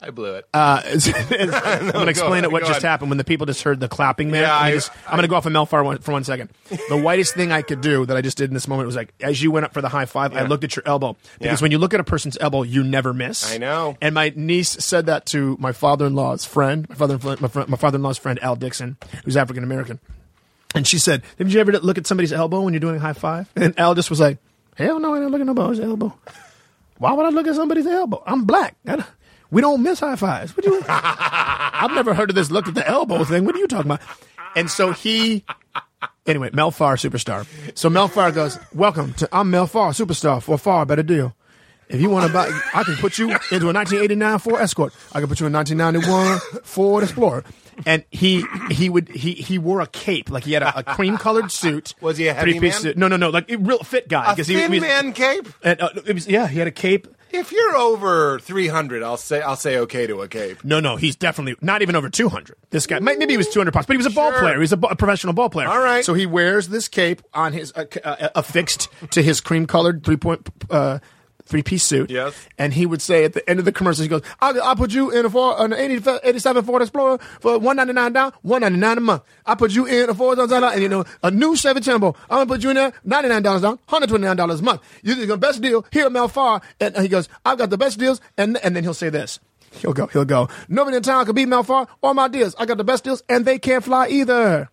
[SPEAKER 6] I blew it.
[SPEAKER 5] uh, it's- it's- I'm going to explain
[SPEAKER 6] ahead,
[SPEAKER 5] it what
[SPEAKER 6] go
[SPEAKER 5] just
[SPEAKER 6] ahead.
[SPEAKER 5] happened when the people just heard the clapping there.
[SPEAKER 6] Yeah,
[SPEAKER 5] and they
[SPEAKER 6] I-
[SPEAKER 5] just- I'm going to go off of Melfar one, for one second. The whitest thing I could do that I just did in this moment was like, as you went up for the high five, I looked at your elbow. Because
[SPEAKER 6] Yeah.
[SPEAKER 5] when you look at a person's elbow, you never miss.
[SPEAKER 6] I know.
[SPEAKER 5] And my niece said that to my father in law's friend, my father my, fr- my father in law's friend, Al Dixon, who's African American. And she said, Did you ever look at somebody's elbow when you're doing a high five? And Al just was like, Hell no, I didn't look at nobody's elbow. Why would I look at somebody's elbow? I'm black. I don't- we don't miss high fives. What do you? I've never heard of this look at the elbow thing. What are you talking about? And so he, anyway, Mel Farr, superstar. So Mel Farr goes, "Welcome to I'm Mel Farr, superstar for a far better deal. If you want to buy, I can put you into a 1989 Ford Escort. I can put you in a 1991 Ford Explorer." And he he would he he wore a cape like he had a, a cream colored suit.
[SPEAKER 6] Was he a heavy
[SPEAKER 5] three-piece
[SPEAKER 6] man?
[SPEAKER 5] Suit. No, no, no, like a real fit guy.
[SPEAKER 6] a
[SPEAKER 5] 'cause
[SPEAKER 6] thin
[SPEAKER 5] he, he,
[SPEAKER 6] man cape.
[SPEAKER 5] and, uh, it was, yeah, he had a cape.
[SPEAKER 6] If you're over 300, I'll say I'll say okay to a cape.
[SPEAKER 5] No, no, he's definitely not even over 200. This guy, may- maybe he was 200 pounds, but he was a ball
[SPEAKER 6] Sure.
[SPEAKER 5] player. He was a, bo- a professional ball player.
[SPEAKER 6] All right.
[SPEAKER 5] So he wears this cape on his uh, c- uh, affixed to his cream colored three point uh, three piece suit.
[SPEAKER 6] Yes.
[SPEAKER 5] And he would say at the end of the commercial, he goes, "I'll, I'll put you in a four, an 80, 87 Ford Explorer for one ninety nine down, one ninety nine a month. I put you in a Ford Zonzana, and you know a new Chevy Timbo. I'm gonna put you in there, ninety nine dollars down, hundred twenty nine dollars a month. You get the best deal here at Malfar." And he goes, "I've got the best deals," and and then he'll say this. He'll go. He'll go. Nobody in town could beat Malfar or my deals. I got the best deals, and they can't fly either.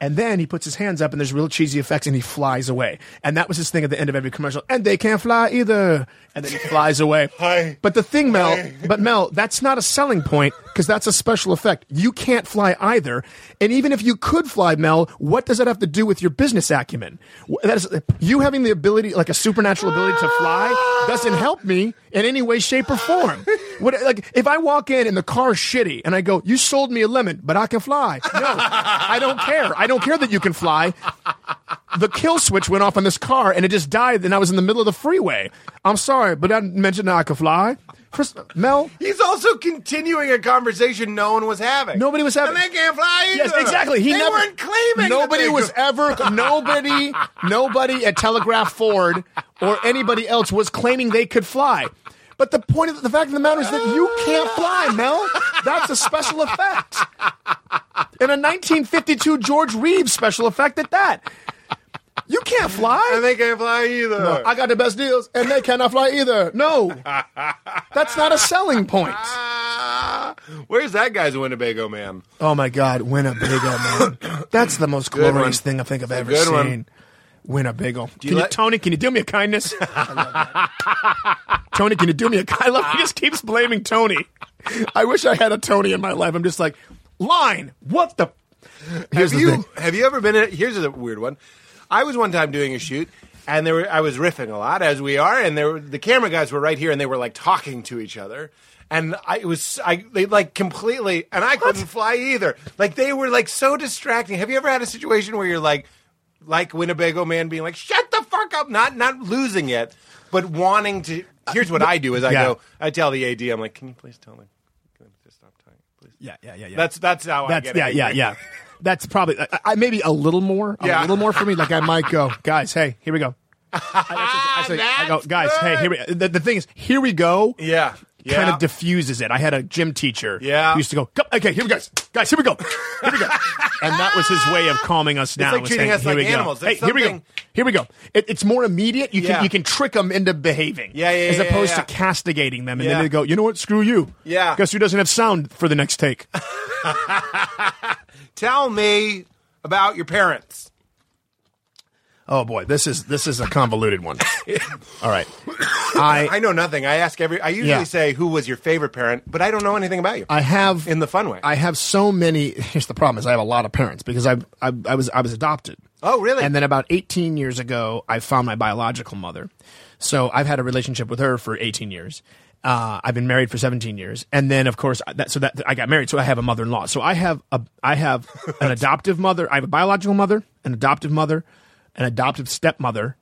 [SPEAKER 5] And then he puts his hands up, and there's real cheesy effects, and he flies away. And that was his thing at the end of every commercial. And they can't fly either. And then he flies away.
[SPEAKER 6] Hi.
[SPEAKER 5] But the thing, Mel, but Mel, that's not a selling point because that's a special effect. You can't fly either. And even if you could fly, Mel, what does that have to do with your business acumen? Wh- That is, you having the ability, like a supernatural ability to fly, doesn't help me in any way, shape, or form. What, like, if I walk in and the car's shitty, and I go, "You sold me a lemon, but I can fly." No, I don't care. I don't care that you can fly the kill switch went off on this car and it just died and I was in the middle of the freeway. I'm sorry, but I mentioned that I could fly. First, Mel,
[SPEAKER 6] He's also continuing a conversation no one was having.
[SPEAKER 5] Nobody was having-
[SPEAKER 6] And they can't fly either.
[SPEAKER 5] yes, exactly. He
[SPEAKER 6] they
[SPEAKER 5] never,
[SPEAKER 6] weren't claiming. that
[SPEAKER 5] Nobody
[SPEAKER 6] they
[SPEAKER 5] was
[SPEAKER 6] could-
[SPEAKER 5] ever nobody nobody at Telegraph Ford or anybody else was claiming they could fly. But the point of the fact of the matter is that you can't fly, Mel. That's a special effect. And a 1952 George Reeves special effect at that. You can't fly.
[SPEAKER 6] And they can't fly either.
[SPEAKER 5] No, I got the best deals, and they cannot fly either. No, that's not a selling point.
[SPEAKER 6] Ah, where's that guy's Winnebago man?
[SPEAKER 5] Oh my God, Winnebago, man! That's the most
[SPEAKER 6] Good one.
[SPEAKER 5] glorious thing I think I've ever
[SPEAKER 6] good
[SPEAKER 5] seen.
[SPEAKER 6] one.
[SPEAKER 5] Winnebago.
[SPEAKER 6] you
[SPEAKER 5] can you,
[SPEAKER 6] like-
[SPEAKER 5] Tony? Can you do me a kindness? I love that. Tony, can you do me a kindness? I love. He just keeps blaming Tony. I wish I had a Tony in my life. I'm just like, line. What the?
[SPEAKER 6] have
[SPEAKER 5] Here's the
[SPEAKER 6] you
[SPEAKER 5] thing.
[SPEAKER 6] have you ever been in? Here's a weird one. I was one time doing a shoot, and there were, I was riffing a lot as we are, and there were, the camera guys were right here, and they were like talking to each other, and I it was I they like completely, and I couldn't fly either. Like they were like so distracting. Have you ever had a situation where you're like like Winnebago man being like shut the fuck up, not not losing it, but wanting to. Here's what I do: is I
[SPEAKER 5] Uh, Yeah.
[SPEAKER 6] go, I tell the AD, I'm like, can you please tell me, can you please stop talking, please.
[SPEAKER 5] Yeah, yeah, yeah, yeah.
[SPEAKER 6] That's that's how I
[SPEAKER 5] That's
[SPEAKER 6] get
[SPEAKER 5] yeah,
[SPEAKER 6] it.
[SPEAKER 5] yeah, yeah. That's probably I, I maybe a little more, a
[SPEAKER 6] Yeah.
[SPEAKER 5] little more for me. Like I might go, guys. Hey, here we go. I, actually- I actually- I go,
[SPEAKER 6] That's
[SPEAKER 5] guys. Hey,
[SPEAKER 6] good.
[SPEAKER 5] here we. The, the thing is, here we go.
[SPEAKER 6] Yeah.
[SPEAKER 5] Kind
[SPEAKER 6] Yeah.
[SPEAKER 5] of diffuses it. I had a gym teacher.
[SPEAKER 6] Yeah.
[SPEAKER 5] who used to go. "Go- Okay, here we go, guys. Here we go. Here we go. and that was his way of calming us down.
[SPEAKER 6] like
[SPEAKER 5] was
[SPEAKER 6] treating
[SPEAKER 5] saying,
[SPEAKER 6] us
[SPEAKER 5] "Here
[SPEAKER 6] like
[SPEAKER 5] we go.
[SPEAKER 6] animals.
[SPEAKER 5] Hey,
[SPEAKER 6] There's
[SPEAKER 5] here we go.
[SPEAKER 6] something-
[SPEAKER 5] Here we go. It, it's more immediate. You
[SPEAKER 6] Yeah.
[SPEAKER 5] can you can trick them into behaving.
[SPEAKER 6] Yeah, yeah,
[SPEAKER 5] As
[SPEAKER 6] yeah,
[SPEAKER 5] opposed
[SPEAKER 6] yeah.
[SPEAKER 5] to castigating them, and
[SPEAKER 6] Yeah.
[SPEAKER 5] then they go, you know what? Screw you.
[SPEAKER 6] Yeah.
[SPEAKER 5] Guess who doesn't have sound for the next take?
[SPEAKER 6] Tell me about your parents.
[SPEAKER 5] Oh boy, this is this is a convoluted one. All right, I
[SPEAKER 6] I know nothing. I ask every. I usually
[SPEAKER 5] Yeah.
[SPEAKER 6] say who was your favorite parent, but I don't know anything about you.
[SPEAKER 5] I have
[SPEAKER 6] in the fun way.
[SPEAKER 5] I have so many. Here's the problem: is I have a lot of parents because I I, I was I was adopted.
[SPEAKER 6] Oh, really?
[SPEAKER 5] And then about 18 years ago, I found my biological mother. So I've had a relationship with her for 18 years. Uh, I've been married for 17 years, and then of course I- that so that I got married. So I have a mother-in-law. So I have a I have an adoptive mother. I have a biological mother, an adoptive mother, an adoptive stepmother,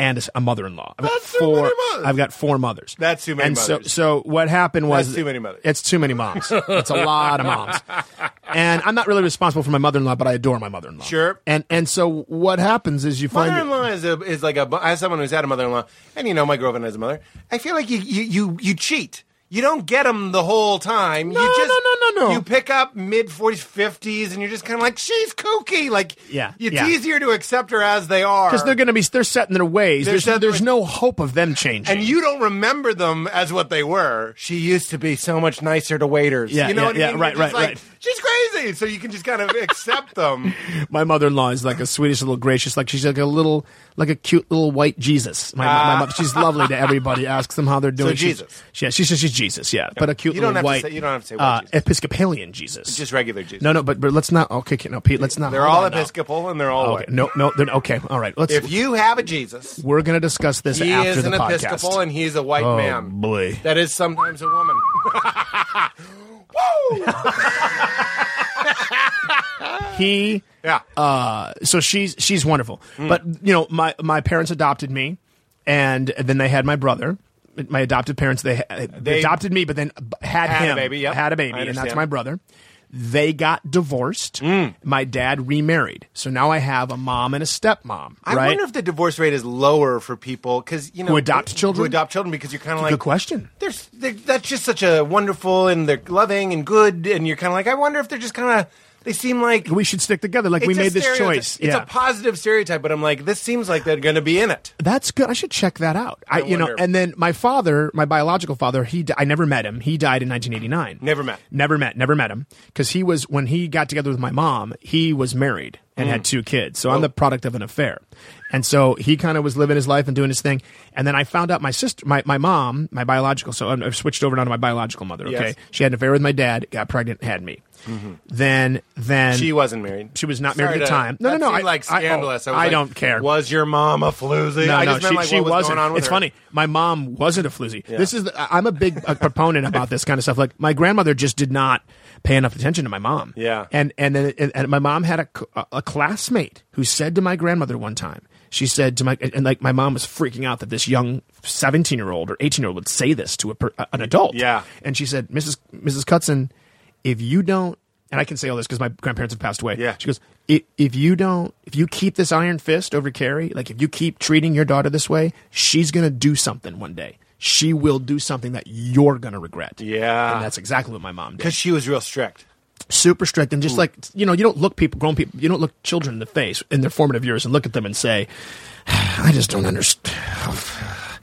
[SPEAKER 5] and a s- a mother-in-law. I've
[SPEAKER 6] That's too
[SPEAKER 5] got four.
[SPEAKER 6] many mothers.
[SPEAKER 5] I've got four mothers.
[SPEAKER 6] That's too many
[SPEAKER 5] And so
[SPEAKER 6] mothers.
[SPEAKER 5] so what happened was
[SPEAKER 6] That's too many mothers.
[SPEAKER 5] It's too many moms. it's a lot of moms. And I'm not really responsible for my mother-in-law, but I adore my mother-in-law.
[SPEAKER 6] Sure.
[SPEAKER 5] And and so what happens is you find
[SPEAKER 6] Mother-in-law is a, is like a as someone who's had a mother-in-law, and you know my girlfriend has a mother. I feel like you you you, you cheat. You don't get them the whole time.
[SPEAKER 5] No,
[SPEAKER 6] you just,
[SPEAKER 5] no, no, no, no.
[SPEAKER 6] You pick up mid forties, fifties, and you're just kind of like she's kooky. Like
[SPEAKER 5] Yeah,
[SPEAKER 6] it's
[SPEAKER 5] yeah.
[SPEAKER 6] easier to accept her as they are
[SPEAKER 5] because they're going to be they're set in their ways.
[SPEAKER 6] They're
[SPEAKER 5] There's
[SPEAKER 6] set in
[SPEAKER 5] there's
[SPEAKER 6] their-
[SPEAKER 5] no hope of them changing.
[SPEAKER 6] And you don't remember them as what they were. She used to be so much nicer to waiters.
[SPEAKER 5] Yeah,
[SPEAKER 6] you know
[SPEAKER 5] yeah,
[SPEAKER 6] what I
[SPEAKER 5] yeah,
[SPEAKER 6] mean?
[SPEAKER 5] right,
[SPEAKER 6] You're just
[SPEAKER 5] right,
[SPEAKER 6] like,
[SPEAKER 5] right.
[SPEAKER 6] She's crazy, so you can just kind of accept them.
[SPEAKER 5] my mother-in-law is like a Swedish little gracious, like she's like a little, like a cute little white Jesus. My, my, my mo- she's lovely to everybody. Asks them how they're doing. She's-
[SPEAKER 6] Jesus.
[SPEAKER 5] yeah, she says she's Jesus. Yeah, but a cute
[SPEAKER 6] You don't
[SPEAKER 5] little
[SPEAKER 6] have to
[SPEAKER 5] white.
[SPEAKER 6] say- you don't have to say white
[SPEAKER 5] uh,
[SPEAKER 6] Jesus.
[SPEAKER 5] Episcopalian Jesus.
[SPEAKER 6] Just regular Jesus.
[SPEAKER 5] No, no, but but let's not. Okay, okay, no, Pete, let's not.
[SPEAKER 6] They're
[SPEAKER 5] hold
[SPEAKER 6] all
[SPEAKER 5] on now.
[SPEAKER 6] Episcopal and they're all
[SPEAKER 5] Okay,
[SPEAKER 6] white.
[SPEAKER 5] no, no, then okay, all right. Let's.
[SPEAKER 6] If you have a Jesus,
[SPEAKER 5] we're gonna discuss this
[SPEAKER 6] he
[SPEAKER 5] after
[SPEAKER 6] is
[SPEAKER 5] the
[SPEAKER 6] an
[SPEAKER 5] podcast.
[SPEAKER 6] Episcopal and he's a white
[SPEAKER 5] oh
[SPEAKER 6] man.
[SPEAKER 5] boy.
[SPEAKER 6] That is sometimes a woman.
[SPEAKER 5] He.
[SPEAKER 6] Yeah.
[SPEAKER 5] Uh, so she's she's wonderful.
[SPEAKER 6] Mm.
[SPEAKER 5] But you know, my my parents adopted me, and then they had my brother. My adopted parents they they,
[SPEAKER 6] They-
[SPEAKER 5] adopted me, but then b- had,
[SPEAKER 6] Had a
[SPEAKER 5] him.
[SPEAKER 6] baby, yep.
[SPEAKER 5] Had a
[SPEAKER 6] I
[SPEAKER 5] baby, and that's
[SPEAKER 6] understand. Mm.
[SPEAKER 5] my brother. They got divorced. My dad remarried, so now I have a mom and a stepmom.
[SPEAKER 6] I
[SPEAKER 5] right?
[SPEAKER 6] wonder if the divorce rate is lower for people because you know
[SPEAKER 5] Who adopt
[SPEAKER 6] Who
[SPEAKER 5] children?
[SPEAKER 6] adopt children because you're kind of like
[SPEAKER 5] good question.
[SPEAKER 6] There's they're, that's just such a wonderful and they're loving and good and you're kind of like I wonder if they're just kind of they seem like
[SPEAKER 5] We should stick together. Like we
[SPEAKER 6] It's a
[SPEAKER 5] made this
[SPEAKER 6] stereotype.
[SPEAKER 5] choice.
[SPEAKER 6] It's
[SPEAKER 5] yeah.
[SPEAKER 6] a positive stereotype, but I'm like, this seems like they're going to be in it.
[SPEAKER 5] That's good. I should check that out. I,
[SPEAKER 6] I
[SPEAKER 5] you know,
[SPEAKER 6] wonder.
[SPEAKER 5] and then my father, my biological father, he di- I never met him. He died in 1989.
[SPEAKER 6] Never met.
[SPEAKER 5] Never met. Never met him because he was when he got together with my mom, he was married and
[SPEAKER 6] Mm.
[SPEAKER 5] had two kids.
[SPEAKER 6] Oh.
[SPEAKER 5] So I'm the product of an affair, and so he kind of was living his life and doing his thing. And then I found out my sister, my, my mom, my biological. So I'm- I've switched over now to my biological mother. Okay,
[SPEAKER 6] Yes. Mm-hmm.
[SPEAKER 5] she had an affair with my dad, got pregnant, had me. Then then
[SPEAKER 6] She wasn't married.
[SPEAKER 5] She was not married at the
[SPEAKER 6] Sorry to-
[SPEAKER 5] time. No, no,
[SPEAKER 6] that
[SPEAKER 5] no,
[SPEAKER 6] seemed
[SPEAKER 5] I-
[SPEAKER 6] like
[SPEAKER 5] I- oh,
[SPEAKER 6] scandalous. was
[SPEAKER 5] I
[SPEAKER 6] like,
[SPEAKER 5] don't care.
[SPEAKER 6] Was your mom a floozy?
[SPEAKER 5] No,
[SPEAKER 6] I
[SPEAKER 5] no,
[SPEAKER 6] just meant,
[SPEAKER 5] she,
[SPEAKER 6] like,
[SPEAKER 5] she
[SPEAKER 6] what was
[SPEAKER 5] wasn't.
[SPEAKER 6] Going on with
[SPEAKER 5] it's
[SPEAKER 6] her.
[SPEAKER 5] funny. My mom wasn't a floozy. This is the, I- I'm a big uh proponent about this kind of stuff. Like my grandmother just did not pay enough attention to my mom.
[SPEAKER 6] Yeah.
[SPEAKER 5] And and then and, and my mom had a, c- a- a classmate who said to my grandmother one time. She said to my and like my mom was freaking out that this young 17 year old or 18 year old would say this to a per, an adult.
[SPEAKER 6] Yeah.
[SPEAKER 5] And she said, Mrs. Mrs. Cutson, if you don't, and I can say all this because my grandparents have passed away.
[SPEAKER 6] Yeah.
[SPEAKER 5] She goes, if, if you don't, if you keep this iron fist over Carrie, like if you keep treating your daughter this way, she's going to do something one day. She will do something that you're going to regret.
[SPEAKER 6] Yeah.
[SPEAKER 5] And that's exactly what my mom did.
[SPEAKER 6] Because she was real strict.
[SPEAKER 5] Super strict and just like, you know, you don't look people, grown people, you don't look children in the face in their formative years and look at them and say, I just don't Oh, understand.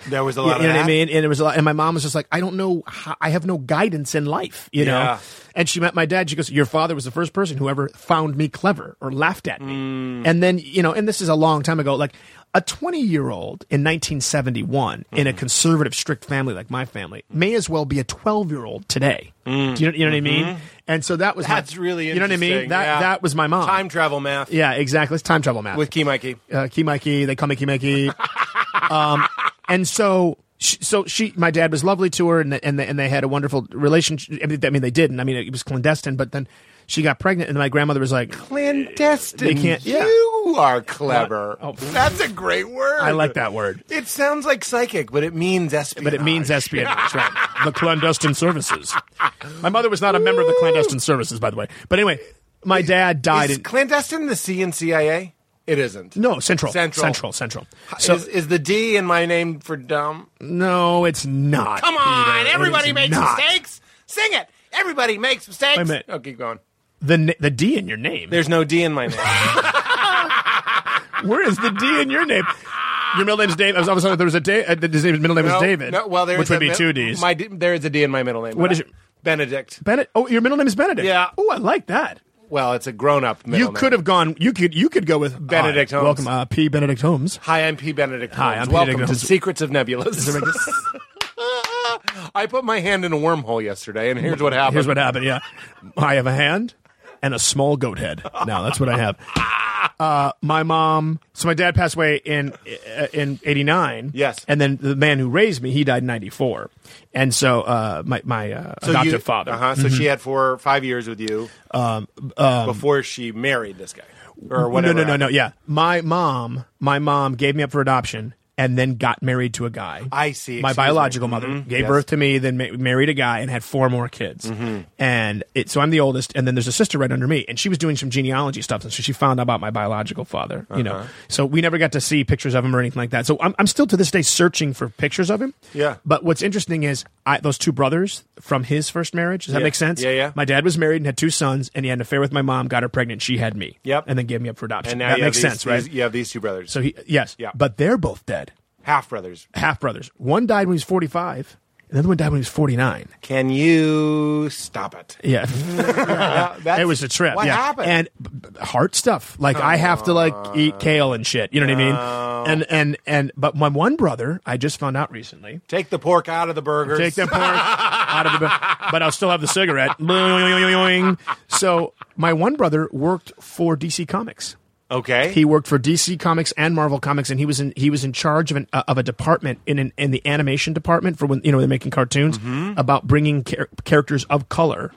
[SPEAKER 6] There was a
[SPEAKER 5] Yeah,
[SPEAKER 6] lot
[SPEAKER 5] you know
[SPEAKER 6] of
[SPEAKER 5] what I
[SPEAKER 6] that.
[SPEAKER 5] mean? And it was a lot, and my mom was just like, I don't know, how, I have no guidance in life, you know.
[SPEAKER 6] Yeah.
[SPEAKER 5] And she met my dad. She goes, "Your father was the first person who ever found me clever or laughed at me." And then you know, and this is a long time ago. Like a twenty-year-old in 1971 in a conservative, strict family like my family may as well be a twelve-year-old today. Do you know, you know what I mean? And so that was my-
[SPEAKER 6] Mm. Mm-hmm. That's really
[SPEAKER 5] you know what I mean.
[SPEAKER 6] interesting,
[SPEAKER 5] That
[SPEAKER 6] yeah.
[SPEAKER 5] that was my mom.
[SPEAKER 6] Time travel math
[SPEAKER 5] yeah, exactly. It's time travel math
[SPEAKER 6] with Key Mikey.
[SPEAKER 5] uh, Kimaki. They call me Kimaki. um, and so, she, so she, my dad was lovely to her, and and they, and they had a wonderful relationship. I mean, I mean, they didn't. I mean, it was clandestine. But then she got pregnant, and my grandmother was like,
[SPEAKER 6] Clandestine.
[SPEAKER 5] They can't- yeah.
[SPEAKER 6] You are clever.
[SPEAKER 5] Oh.
[SPEAKER 6] That's a great word.
[SPEAKER 5] "I like that word."
[SPEAKER 6] It sounds like psychic, but it means espionage.
[SPEAKER 5] But it means espionage, right? The clandestine services. My mother was not a member of the clandestine services, by the way. But anyway, my dad died
[SPEAKER 6] Is
[SPEAKER 5] in
[SPEAKER 6] clandestine the C and CIA? It isn't.
[SPEAKER 5] no central,
[SPEAKER 6] Central.
[SPEAKER 5] central, central. So
[SPEAKER 6] is, is the D in my name for dumb?
[SPEAKER 5] no, it's not.
[SPEAKER 6] Come on,
[SPEAKER 5] Peter. It
[SPEAKER 6] everybody
[SPEAKER 5] is
[SPEAKER 6] makes
[SPEAKER 5] not.
[SPEAKER 6] mistakes. Sing it. Everybody makes mistakes.
[SPEAKER 5] Wait a minute.
[SPEAKER 6] Oh, keep going.
[SPEAKER 5] The na- the D in your name.
[SPEAKER 6] There's no D in my name.
[SPEAKER 5] Where is the D in your name? Your middle name is David. I was always thought there was a da- uh, his name, middle name
[SPEAKER 6] No,
[SPEAKER 5] was David.
[SPEAKER 6] No, well, there's
[SPEAKER 5] which would
[SPEAKER 6] a
[SPEAKER 5] be
[SPEAKER 6] mi-
[SPEAKER 5] two D's.
[SPEAKER 6] My D, there is a D in my middle name.
[SPEAKER 5] What
[SPEAKER 6] but
[SPEAKER 5] is
[SPEAKER 6] I-
[SPEAKER 5] your-
[SPEAKER 6] Benedict?
[SPEAKER 5] Bennett. Oh, your middle name is Benedict.
[SPEAKER 6] Yeah.
[SPEAKER 5] Oh, I like that.
[SPEAKER 6] Well, it's a grown-up. middle
[SPEAKER 5] you
[SPEAKER 6] name.
[SPEAKER 5] could have gone. You could. You could go with
[SPEAKER 6] Benedict
[SPEAKER 5] Hi,
[SPEAKER 6] Holmes.
[SPEAKER 5] Welcome, uh, P. Benedict Holmes.
[SPEAKER 6] Hi, I'm P. Benedict.
[SPEAKER 5] Hi,
[SPEAKER 6] Holmes.
[SPEAKER 5] I'm P.
[SPEAKER 6] Welcome
[SPEAKER 5] Benedict
[SPEAKER 6] to
[SPEAKER 5] Holmes.
[SPEAKER 6] Secrets of Nebulas. I put my hand in a wormhole yesterday, and here's what happened.
[SPEAKER 5] Here's what happened. Yeah, I have a hand and a small goat head. Now that's what I have. Uh, my mom. So my dad passed away in uh, in '89.
[SPEAKER 6] Yes.
[SPEAKER 5] and then the man who raised me, he died in '94, and so uh, my my uh,
[SPEAKER 6] So you-
[SPEAKER 5] adoptive father. Mm-hmm. Um,
[SPEAKER 6] Uh-huh, so she had four, or five years with you before she married this guy, or whatever.
[SPEAKER 5] No, no, no, no. Yeah, my mom, my mom gave me up for adoption and then got married to a guy.
[SPEAKER 6] I see.
[SPEAKER 5] My
[SPEAKER 6] Excuse
[SPEAKER 5] biological
[SPEAKER 6] me.
[SPEAKER 5] mother
[SPEAKER 6] Mhm.
[SPEAKER 5] gave
[SPEAKER 6] Yes. Mm-hmm.
[SPEAKER 5] birth to me, then ma- married a guy and had four more kids. And it, so I'm the oldest, and then there's a sister right under me, and she was doing some genealogy stuff, and so she found out about my biological father. You
[SPEAKER 6] Uh-huh.
[SPEAKER 5] know, so we never got to see pictures of him or anything like that. So I'm, I'm still to this day searching for pictures of him.
[SPEAKER 6] Yeah.
[SPEAKER 5] But what's interesting is I, those two brothers from his first marriage. Does that
[SPEAKER 6] Yeah.
[SPEAKER 5] make sense?
[SPEAKER 6] Yeah, yeah.
[SPEAKER 5] My dad was married and had two sons, and he had an affair with my mom, got her pregnant, she had me.
[SPEAKER 6] Yep.
[SPEAKER 5] And then gave me up for adoption.
[SPEAKER 6] And now
[SPEAKER 5] that
[SPEAKER 6] you have
[SPEAKER 5] makes
[SPEAKER 6] these-
[SPEAKER 5] sense, right?
[SPEAKER 6] these- You have these two brothers,
[SPEAKER 5] So he yes,
[SPEAKER 6] Yeah.
[SPEAKER 5] but they're both dead,
[SPEAKER 6] half brothers.
[SPEAKER 5] half brothers. One died when he was forty five, and the other one died when he was forty nine.
[SPEAKER 6] Can you stop it?
[SPEAKER 5] Yeah,
[SPEAKER 6] Uh, that's-
[SPEAKER 5] it was a trip.
[SPEAKER 6] What
[SPEAKER 5] yeah.
[SPEAKER 6] happened? Uh,
[SPEAKER 5] And b- b- heart stuff. Like I have to like eat kale and shit. You know what I mean? And and and but my one brother, I just found out recently.
[SPEAKER 6] take the pork out of the burgers.
[SPEAKER 5] Take that pork out of the, but I'll still have the cigarette. Boing. so my one brother worked for DC Comics.
[SPEAKER 6] Okay.
[SPEAKER 5] He worked for DC Comics and Marvel Comics, and he was in he was in charge of an uh, of a department in an, in the animation department for when you know they're making cartoons
[SPEAKER 6] Mm-hmm.
[SPEAKER 5] about bringing char- characters of color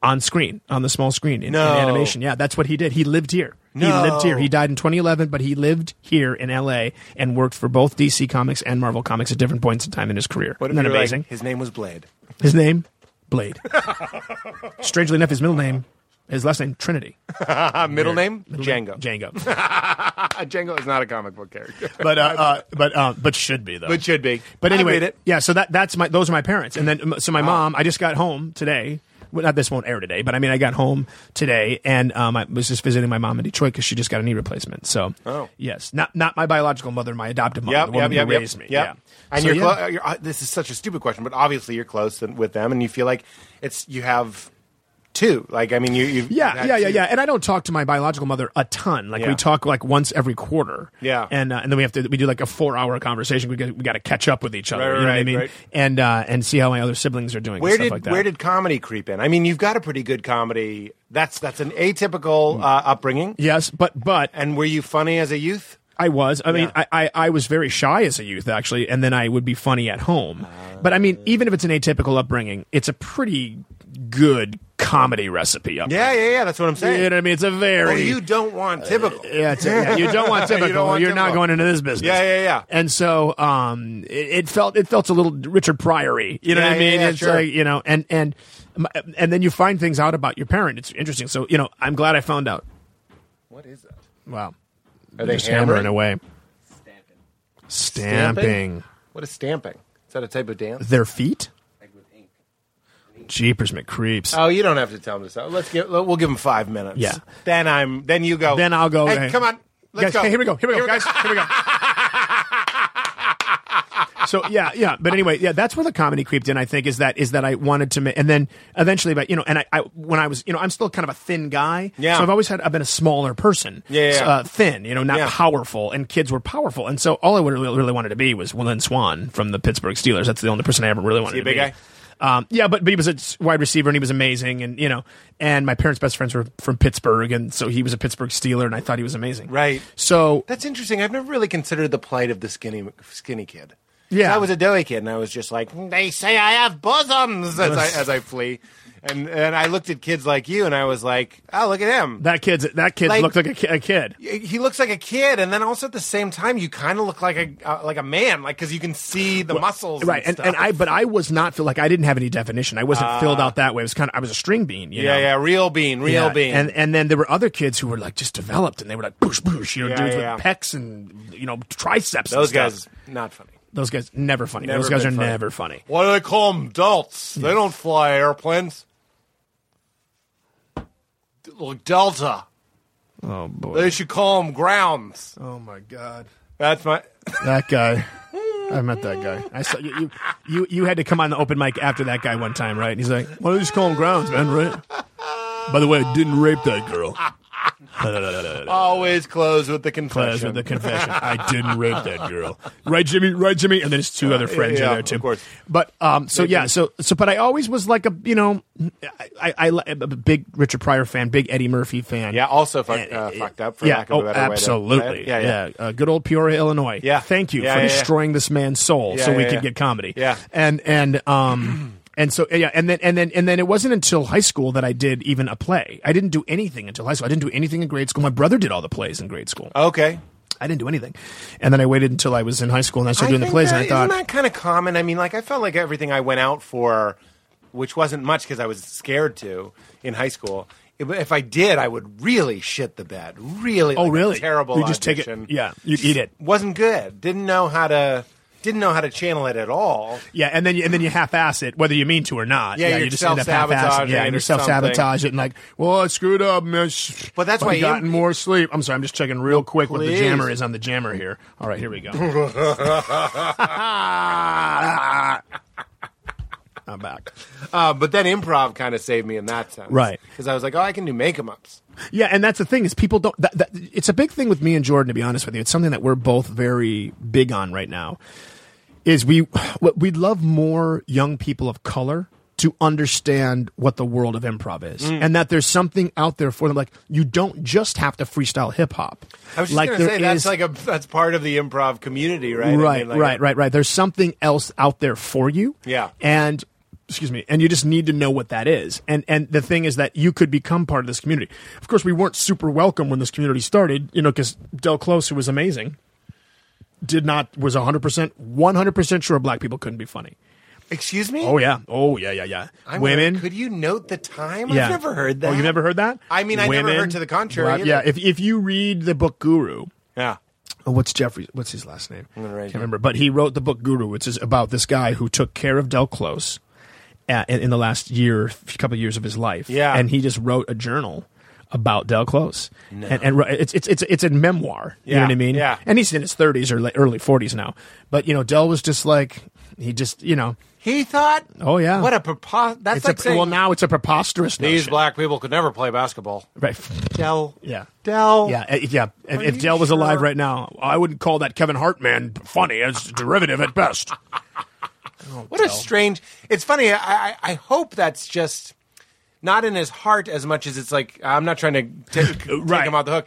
[SPEAKER 5] on screen on the small screen in,
[SPEAKER 6] No.
[SPEAKER 5] in animation. Yeah, that's what he did. He lived here. He lived here. He died in 2011, but he lived here in LA and worked for both DC Comics and Marvel Comics at different points in time in his career.
[SPEAKER 6] What if
[SPEAKER 5] Isn't that
[SPEAKER 6] you were like,
[SPEAKER 5] amazing?
[SPEAKER 6] His name was Blade.
[SPEAKER 5] His name, Blade. Strangely enough, his middle name, his last name, Trinity.
[SPEAKER 6] Uh, middle name Django.
[SPEAKER 5] Django.
[SPEAKER 6] Uh, Django is not a comic book character,
[SPEAKER 5] but uh, uh, but uh, but should be though.
[SPEAKER 6] but should be.
[SPEAKER 5] But
[SPEAKER 6] I
[SPEAKER 5] anyway,
[SPEAKER 6] read it. Ah.
[SPEAKER 5] yeah. So that that's my those are my parents, and then um, so my mom. I just got home today. Well, not this won't air today, but I mean, I got home today, and um, I was just visiting my mom in Detroit because she just got a knee replacement. So,
[SPEAKER 6] Oh.
[SPEAKER 5] yes, not not my biological mother, my adoptive mother,
[SPEAKER 6] Yep,
[SPEAKER 5] the
[SPEAKER 6] yep,
[SPEAKER 5] woman
[SPEAKER 6] yep,
[SPEAKER 5] who
[SPEAKER 6] yep,
[SPEAKER 5] raised me.
[SPEAKER 6] yep.
[SPEAKER 5] Yeah,
[SPEAKER 6] And
[SPEAKER 5] So,
[SPEAKER 6] you're,
[SPEAKER 5] yeah.
[SPEAKER 6] clo- you're uh, this is such a stupid question, but obviously you're close and, with them, and you feel like it's you have two. Like I mean, you you
[SPEAKER 5] Yeah, yeah, yeah, yeah. And I don't talk to my biological mother a ton. Like
[SPEAKER 6] Yeah.
[SPEAKER 5] we talk like once every quarter.
[SPEAKER 6] Yeah.
[SPEAKER 5] and uh, and then we have to we do like a four hour conversation. We got, we got to catch up with each other.
[SPEAKER 6] Right,
[SPEAKER 5] you know what I
[SPEAKER 6] right,
[SPEAKER 5] mean?
[SPEAKER 6] right.
[SPEAKER 5] And uh, and see how my other siblings are doing.
[SPEAKER 6] Where
[SPEAKER 5] and stuff
[SPEAKER 6] did
[SPEAKER 5] like that.
[SPEAKER 6] where did comedy creep in? I mean, you've got a pretty good comedy. That's that's an
[SPEAKER 5] Hmm.
[SPEAKER 6] atypical uh, upbringing.
[SPEAKER 5] yes, but but
[SPEAKER 6] And were you funny as a youth?
[SPEAKER 5] I was. I mean,
[SPEAKER 6] Yeah.
[SPEAKER 5] I, I, I was very shy as a youth, actually, and then I would be funny at home.
[SPEAKER 6] Ah.
[SPEAKER 5] but I mean, even if it's an atypical upbringing, it's a pretty good comedy recipe. Upbringing.
[SPEAKER 6] Yeah, yeah, yeah. That's what I'm saying.
[SPEAKER 5] You know what I mean? It's a very.
[SPEAKER 6] Well, you don't
[SPEAKER 5] Uh,
[SPEAKER 6] want typical.
[SPEAKER 5] yeah, it's a- yeah, you don't want typical.
[SPEAKER 6] You
[SPEAKER 5] you
[SPEAKER 6] don't want
[SPEAKER 5] are not
[SPEAKER 6] typical.
[SPEAKER 5] going into this business.
[SPEAKER 6] Yeah, yeah, yeah.
[SPEAKER 5] And so, um, it, it felt it felt a little Richard Pryory. You know
[SPEAKER 6] Yeah,
[SPEAKER 5] what I
[SPEAKER 6] yeah,
[SPEAKER 5] mean?
[SPEAKER 6] yeah,
[SPEAKER 5] it's
[SPEAKER 6] sure.
[SPEAKER 5] like you know, and and and then you find things out about your parent. It's interesting. So you know, I'm glad I found out.
[SPEAKER 6] What is that?
[SPEAKER 5] Wow,
[SPEAKER 6] Are they
[SPEAKER 5] just hammering,
[SPEAKER 6] hammering?
[SPEAKER 5] away,
[SPEAKER 6] Stamping?
[SPEAKER 5] stamping.
[SPEAKER 6] What is stamping? Is that a type of dance?
[SPEAKER 5] their feet? Jeepers McCreeps.
[SPEAKER 6] Oh, you don't have to tell them this. Let's give. We'll give them five minutes.
[SPEAKER 5] Yeah.
[SPEAKER 6] Then I'm. Then you go.
[SPEAKER 5] Then I'll go,
[SPEAKER 6] Hey,
[SPEAKER 5] hey.
[SPEAKER 6] come on. Let's
[SPEAKER 5] guys,
[SPEAKER 6] go.
[SPEAKER 5] hey, here we go. Here we go, guys. Here we go. so yeah, yeah. But anyway, yeah, that's where the comedy creeped in. I think is that is that I wanted to, ma- and then eventually, but you know, and I, I when I was, you know, I'm still kind of a thin guy.
[SPEAKER 6] Yeah.
[SPEAKER 5] So I've always had, I've been a smaller person.
[SPEAKER 6] Yeah, yeah, yeah.
[SPEAKER 5] Uh, thin, you know, not
[SPEAKER 6] Yeah.
[SPEAKER 5] powerful, and kids were powerful, and so all I would really, really wanted to be was Lynn Swan from the Pittsburgh Steelers. That's the only person I ever really wanted
[SPEAKER 6] he a
[SPEAKER 5] to
[SPEAKER 6] big
[SPEAKER 5] be.
[SPEAKER 6] guy?
[SPEAKER 5] Um, yeah, but, but he was a s- wide receiver and he was amazing, and you know, and my parents' best friends were from Pittsburgh, and so he was a Pittsburgh Steeler, and I thought he was amazing.
[SPEAKER 6] Right.
[SPEAKER 5] So
[SPEAKER 6] That's interesting. I've never really considered the plight of the skinny skinny kid.
[SPEAKER 5] Yeah.
[SPEAKER 6] I was a doughy kid, and I was just like, "They say I have bosoms," as I as I flee, and and I looked at kids like you, and I was like, "Oh, look at him!
[SPEAKER 5] that kid's that kid
[SPEAKER 6] Like-
[SPEAKER 5] looked like a, ki- a kid.
[SPEAKER 6] he looks like a kid." And then also at the same time, you kind of look like a uh, like a man, like because you can see the muscles,
[SPEAKER 5] Right, and,
[SPEAKER 6] stuff. Ah.
[SPEAKER 5] and I, but I was not feel like I didn't have any definition. I wasn't filled out that way. It was kind of I was a string bean. You
[SPEAKER 6] yeah,
[SPEAKER 5] know?
[SPEAKER 6] yeah, real bean, real
[SPEAKER 5] Yeah,
[SPEAKER 6] bean,
[SPEAKER 5] And and then there were other kids who were like just developed, and they were like boosh boosh, you know,
[SPEAKER 6] Yeah,
[SPEAKER 5] dudes
[SPEAKER 6] yeah.
[SPEAKER 5] with pecs and you know triceps. and
[SPEAKER 6] those
[SPEAKER 5] stuff.
[SPEAKER 6] guys not funny.
[SPEAKER 5] those guys, never funny.
[SPEAKER 6] Never
[SPEAKER 5] those guys are
[SPEAKER 6] been funny.
[SPEAKER 5] never funny.
[SPEAKER 6] Why do they call them delts? They don't fly airplanes. Look, Delta.
[SPEAKER 5] Oh boy.
[SPEAKER 6] They should call them grounds.
[SPEAKER 5] Oh my god.
[SPEAKER 6] That's my.
[SPEAKER 5] That guy. I met that guy. I saw you, you. You you had to come on the open mic after that guy one time, right? And he's like, "Why don't you just call him Grounds, man? Right?
[SPEAKER 9] By the way, I didn't rape that girl.
[SPEAKER 6] Always close with the
[SPEAKER 9] Class
[SPEAKER 6] confession.
[SPEAKER 9] with the confession. I didn't rape that girl. Right, Jimmy? Right, Jimmy? And then his two other friends
[SPEAKER 6] yeah,
[SPEAKER 9] are there too.
[SPEAKER 6] of course.
[SPEAKER 5] But um, so yeah, so so but I always was like a you know, I, I, I a big Richard Pryor fan, big Eddie Murphy fan.
[SPEAKER 6] yeah, also fuck,
[SPEAKER 5] And-
[SPEAKER 6] uh, fucked up for
[SPEAKER 5] yeah,
[SPEAKER 6] lack of
[SPEAKER 5] oh,
[SPEAKER 6] a better
[SPEAKER 5] absolutely.
[SPEAKER 6] way. to-
[SPEAKER 5] yeah,
[SPEAKER 6] Yeah, yeah,
[SPEAKER 5] Uh, good old Peoria, Illinois.
[SPEAKER 6] Yeah.
[SPEAKER 5] Thank you
[SPEAKER 6] Yeah,
[SPEAKER 5] for
[SPEAKER 6] yeah, yeah.
[SPEAKER 5] destroying this man's soul
[SPEAKER 6] Yeah,
[SPEAKER 5] so we
[SPEAKER 6] yeah,
[SPEAKER 5] could
[SPEAKER 6] yeah.
[SPEAKER 5] get comedy.
[SPEAKER 6] Yeah.
[SPEAKER 5] and and um. And so yeah, and then and then and then it wasn't until high school that I did even a play. I didn't do anything until high school. I didn't do anything in grade school. My brother did all the plays in grade school.
[SPEAKER 6] Okay.
[SPEAKER 5] I didn't do anything, and then I waited until I was in high school and I started doing the
[SPEAKER 6] think
[SPEAKER 5] plays.
[SPEAKER 6] that-
[SPEAKER 5] and I thought,
[SPEAKER 6] isn't that kind of common? I mean, like I felt like everything I went out for, which wasn't much because I was scared to in high school. If- If I did, I would really shit the bed. Really,
[SPEAKER 5] oh
[SPEAKER 6] like a
[SPEAKER 5] really?
[SPEAKER 6] terrible.
[SPEAKER 5] You just
[SPEAKER 6] audition.
[SPEAKER 5] take it. Yeah, you eat it.
[SPEAKER 6] wasn't good. Didn't know how to. Didn't know how to channel it at all.
[SPEAKER 5] Yeah, and then you, and then you half-ass it, whether you mean to or not.
[SPEAKER 6] Yeah, you're
[SPEAKER 5] you just end up
[SPEAKER 6] self-sabotaging
[SPEAKER 5] half-assing. Yeah,
[SPEAKER 6] it
[SPEAKER 5] and
[SPEAKER 6] or
[SPEAKER 5] you self sabotage it and like, well, I screwed up, man. Sh-
[SPEAKER 6] But that's
[SPEAKER 5] I've
[SPEAKER 6] why you-
[SPEAKER 5] gotten more sleep. I'm sorry, I'm just checking real quick what the
[SPEAKER 6] please.
[SPEAKER 5] jammer is on the jammer here. All right, here we go. I'm back.
[SPEAKER 6] Uh, but then improv kind of saved me in that sense,
[SPEAKER 5] Right.
[SPEAKER 6] Because I was like, oh, I can do make-em-ups.
[SPEAKER 5] Yeah, and that's the thing is people don't. That, that, it's a big thing with me and Jordan, to be honest with you. It's something that we're both very big on right now. Is we what we love more young people of color to understand what the world of improv is,
[SPEAKER 6] Mm.
[SPEAKER 5] and that there's something out there for them. Like you don't just have to freestyle hip hop.
[SPEAKER 6] I was just
[SPEAKER 5] like
[SPEAKER 6] gonna
[SPEAKER 5] there
[SPEAKER 6] say that's
[SPEAKER 5] is-
[SPEAKER 6] like a that's part of the improv community, right? I mean,
[SPEAKER 5] right,
[SPEAKER 6] like,
[SPEAKER 5] right, right, right. There's something else out there for you.
[SPEAKER 6] Yeah.
[SPEAKER 5] And excuse me, and you just need to know what that is. And and the thing is that you could become part of this community. Of course, we weren't super welcome when this community started, you know, because Del Close, who was amazing, did not was 100 percent 100 percent sure black people couldn't be funny.
[SPEAKER 6] Excuse me.
[SPEAKER 5] Oh yeah, oh yeah, yeah, yeah.
[SPEAKER 6] I'm like,
[SPEAKER 5] Women.
[SPEAKER 6] could you note the time?
[SPEAKER 5] yeah.
[SPEAKER 6] I've never heard that.
[SPEAKER 5] Oh, you've never heard that?
[SPEAKER 6] I mean, I never heard to the contrary
[SPEAKER 5] black- yeah,
[SPEAKER 6] either.
[SPEAKER 5] if if you read the book Guru,
[SPEAKER 6] Yeah.
[SPEAKER 5] Oh, what's Jeffrey? What's his last name? I
[SPEAKER 6] gonna write it
[SPEAKER 5] can't
[SPEAKER 6] down.
[SPEAKER 5] remember. But he wrote the book Guru, which is about this guy who took care of Del Close uh in, in the last year, f- couple of years of his life.
[SPEAKER 6] Yeah.
[SPEAKER 5] and he just wrote a journal about Del Close, and, and ri- it's it's it's it's a memoir. You
[SPEAKER 6] Yeah,
[SPEAKER 5] know what I mean?
[SPEAKER 6] yeah.
[SPEAKER 5] And he's in his thirties or like early forties now. But you know, Del was just like he just you know
[SPEAKER 6] He thought.
[SPEAKER 5] Oh, yeah.
[SPEAKER 6] What a preposterous. That's
[SPEAKER 5] it's
[SPEAKER 6] like
[SPEAKER 5] a,
[SPEAKER 6] saying
[SPEAKER 5] well now it's a preposterous
[SPEAKER 6] these
[SPEAKER 5] notion.
[SPEAKER 6] black people could never play basketball.
[SPEAKER 5] right.
[SPEAKER 6] Dell.
[SPEAKER 5] Yeah.
[SPEAKER 6] Dell.
[SPEAKER 5] Yeah, if, yeah. If,
[SPEAKER 6] Are
[SPEAKER 5] if
[SPEAKER 6] you
[SPEAKER 5] Dell was alive
[SPEAKER 6] sure?
[SPEAKER 5] right now, I wouldn't call that Kevin Hart man funny. It's derivative at best.
[SPEAKER 6] What a strange. It's funny. I, I I hope that's just not in his heart as much as it's like I'm not trying to ta-
[SPEAKER 5] Right.
[SPEAKER 6] take him out the hook.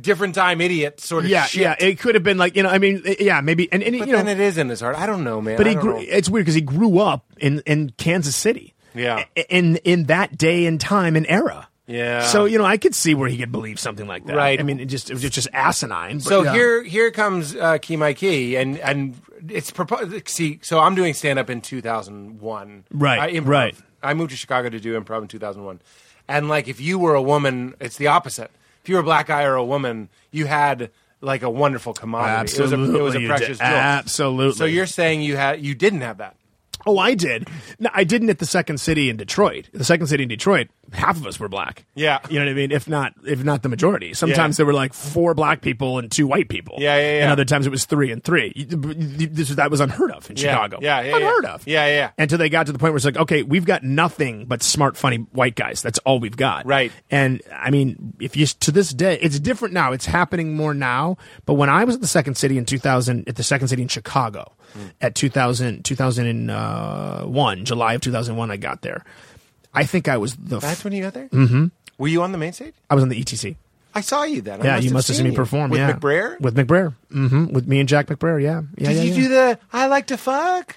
[SPEAKER 6] Different time idiot sort of
[SPEAKER 5] yeah,
[SPEAKER 6] shit.
[SPEAKER 5] yeah. It could have been like you know, I mean, eh, yeah, maybe. And, and
[SPEAKER 6] but
[SPEAKER 5] you know,
[SPEAKER 6] then it is in his heart. I don't know, man.
[SPEAKER 5] but
[SPEAKER 6] I
[SPEAKER 5] he
[SPEAKER 6] don't
[SPEAKER 5] grew.
[SPEAKER 6] know.
[SPEAKER 5] It's weird because he grew up in in Kansas City.
[SPEAKER 6] Yeah.
[SPEAKER 5] I- In in that day and time and era.
[SPEAKER 6] Yeah.
[SPEAKER 5] So you know, I could see where he could believe something like that.
[SPEAKER 6] Right.
[SPEAKER 5] I mean, it just it was just asinine. but
[SPEAKER 6] So
[SPEAKER 5] yeah.
[SPEAKER 6] here, here comes uh, Key My Key, and and it's proposed. See, so I'm doing stand up in 2001.
[SPEAKER 5] Right,
[SPEAKER 6] I, improv.
[SPEAKER 5] right.
[SPEAKER 6] I moved to Chicago to do improv in 2001, and like if you were a woman, it's the opposite. If you were a black guy or a woman, you had like a wonderful commodity.
[SPEAKER 5] Absolutely,
[SPEAKER 6] it was a, it was
[SPEAKER 5] you
[SPEAKER 6] a
[SPEAKER 5] did.
[SPEAKER 6] precious jewel.
[SPEAKER 5] Absolutely.
[SPEAKER 6] So you're saying you had you didn't have that.
[SPEAKER 5] Oh, I did. No, I didn't at the second city in Detroit. The second city in Detroit, half of us were black.
[SPEAKER 6] Yeah.
[SPEAKER 5] you know what I mean. If not, if not the majority. Sometimes
[SPEAKER 6] Yeah.
[SPEAKER 5] there were like four black people and two white people.
[SPEAKER 6] Yeah, yeah, yeah.
[SPEAKER 5] And other times it was three and three. You- you- This that was unheard of in
[SPEAKER 6] Yeah,
[SPEAKER 5] Chicago.
[SPEAKER 6] yeah, yeah, yeah.
[SPEAKER 5] unheard of.
[SPEAKER 6] Yeah, yeah, yeah.
[SPEAKER 5] Until they got to the point where it's like, okay, we've got nothing but smart, funny white guys. That's all we've got.
[SPEAKER 6] Right.
[SPEAKER 5] And I mean, if you to this day, it's different now. It's happening more now. But when I was at the Second City in 2000, at the Second City in Chicago,
[SPEAKER 6] Hmm.
[SPEAKER 5] at 2000, 2001, uh, July of 2001, I got there. I think I was the
[SPEAKER 6] That's
[SPEAKER 5] f-
[SPEAKER 6] when you got there. Mm-hmm. Were you on the main stage?
[SPEAKER 5] I was on the ETC.
[SPEAKER 6] I saw you then. I
[SPEAKER 5] Yeah, you must have seen me
[SPEAKER 6] you.
[SPEAKER 5] perform.
[SPEAKER 6] with
[SPEAKER 5] yeah,
[SPEAKER 6] McBrayer.
[SPEAKER 5] With McBrayer. Mm-hmm. With me and Jack McBrayer. Yeah. yeah
[SPEAKER 6] Did
[SPEAKER 5] yeah,
[SPEAKER 6] you
[SPEAKER 5] yeah.
[SPEAKER 6] do the I like to fuck?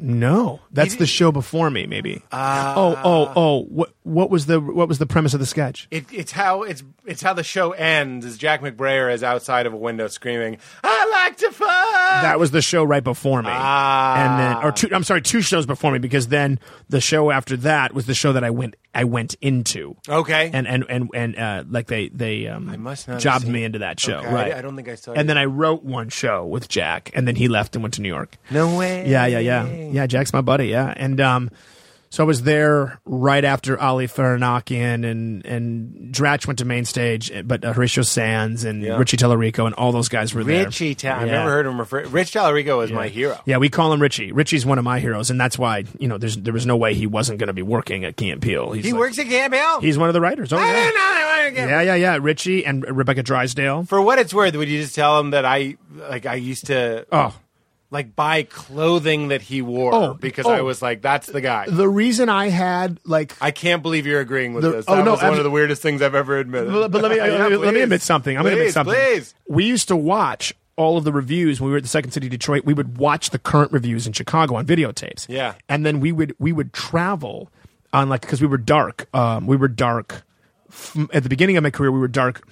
[SPEAKER 5] No, that's the show before me. Maybe.
[SPEAKER 6] Ah.
[SPEAKER 5] oh, oh, oh. What, what was the what was the premise of the sketch?
[SPEAKER 6] It, it's how it's it's how the show ends. Is Jack McBrayer is outside of a window screaming, "I like to fuck."
[SPEAKER 5] That was the show right before me,
[SPEAKER 6] Ah.
[SPEAKER 5] and then or two. I'm sorry, two shows before me because then the show after that was the show that I went I went into.
[SPEAKER 6] okay.
[SPEAKER 5] And and and and uh, like they they um, I
[SPEAKER 6] must not have
[SPEAKER 5] jobbed
[SPEAKER 6] seen-
[SPEAKER 5] me into that show,
[SPEAKER 6] Okay, I-
[SPEAKER 5] right?
[SPEAKER 6] I don't think I saw
[SPEAKER 5] And
[SPEAKER 6] you.
[SPEAKER 5] then I wrote one show with Jack, and then he left and went to New York.
[SPEAKER 6] no way.
[SPEAKER 5] Yeah, yeah, yeah, yeah. Jack's my buddy. Yeah, and um, So I was there right after Ali Faranakian and and Dratch went to main stage, but uh, Horatio Sands and Richie Tellerico and all those guys were there.
[SPEAKER 6] Richie, Ta- I've
[SPEAKER 5] Yeah.
[SPEAKER 6] never heard him refer. Rich Tallarico is my hero.
[SPEAKER 5] Yeah, we call him Richie. Richie's one of my heroes, and that's why you know there's there was no way he wasn't going to be working at Camp Peel. He's
[SPEAKER 6] He
[SPEAKER 5] like-
[SPEAKER 6] works at Camp Hill.
[SPEAKER 5] He's one of the writers. Oh
[SPEAKER 6] I
[SPEAKER 5] yeah.
[SPEAKER 6] didn't know that. I didn't get-
[SPEAKER 5] Yeah, yeah, yeah. Richie and Rebecca Drysdale.
[SPEAKER 6] For what it's worth, would you just tell him that I like I used to
[SPEAKER 5] Oh,
[SPEAKER 6] like buy clothing that he wore
[SPEAKER 5] Oh,
[SPEAKER 6] because
[SPEAKER 5] oh.
[SPEAKER 6] I was like, that's the guy.
[SPEAKER 5] the reason I had like
[SPEAKER 6] I can't believe you're agreeing with
[SPEAKER 5] The-
[SPEAKER 6] this.
[SPEAKER 5] oh,
[SPEAKER 6] That
[SPEAKER 5] no,
[SPEAKER 6] was one
[SPEAKER 5] abso-
[SPEAKER 6] of the weirdest things I've ever admitted.
[SPEAKER 5] But but let me
[SPEAKER 6] Yeah,
[SPEAKER 5] let me- let me
[SPEAKER 6] please.
[SPEAKER 5] admit something. I'm going to admit
[SPEAKER 6] Please,
[SPEAKER 5] something.
[SPEAKER 6] Please.
[SPEAKER 5] We used to watch all of the reviews when we were at the Second City Detroit. We would watch the current reviews in Chicago on videotapes.
[SPEAKER 6] Yeah.
[SPEAKER 5] and then we would we would travel on like because we were dark. Um, we were dark f- at the beginning of my career. We were dark.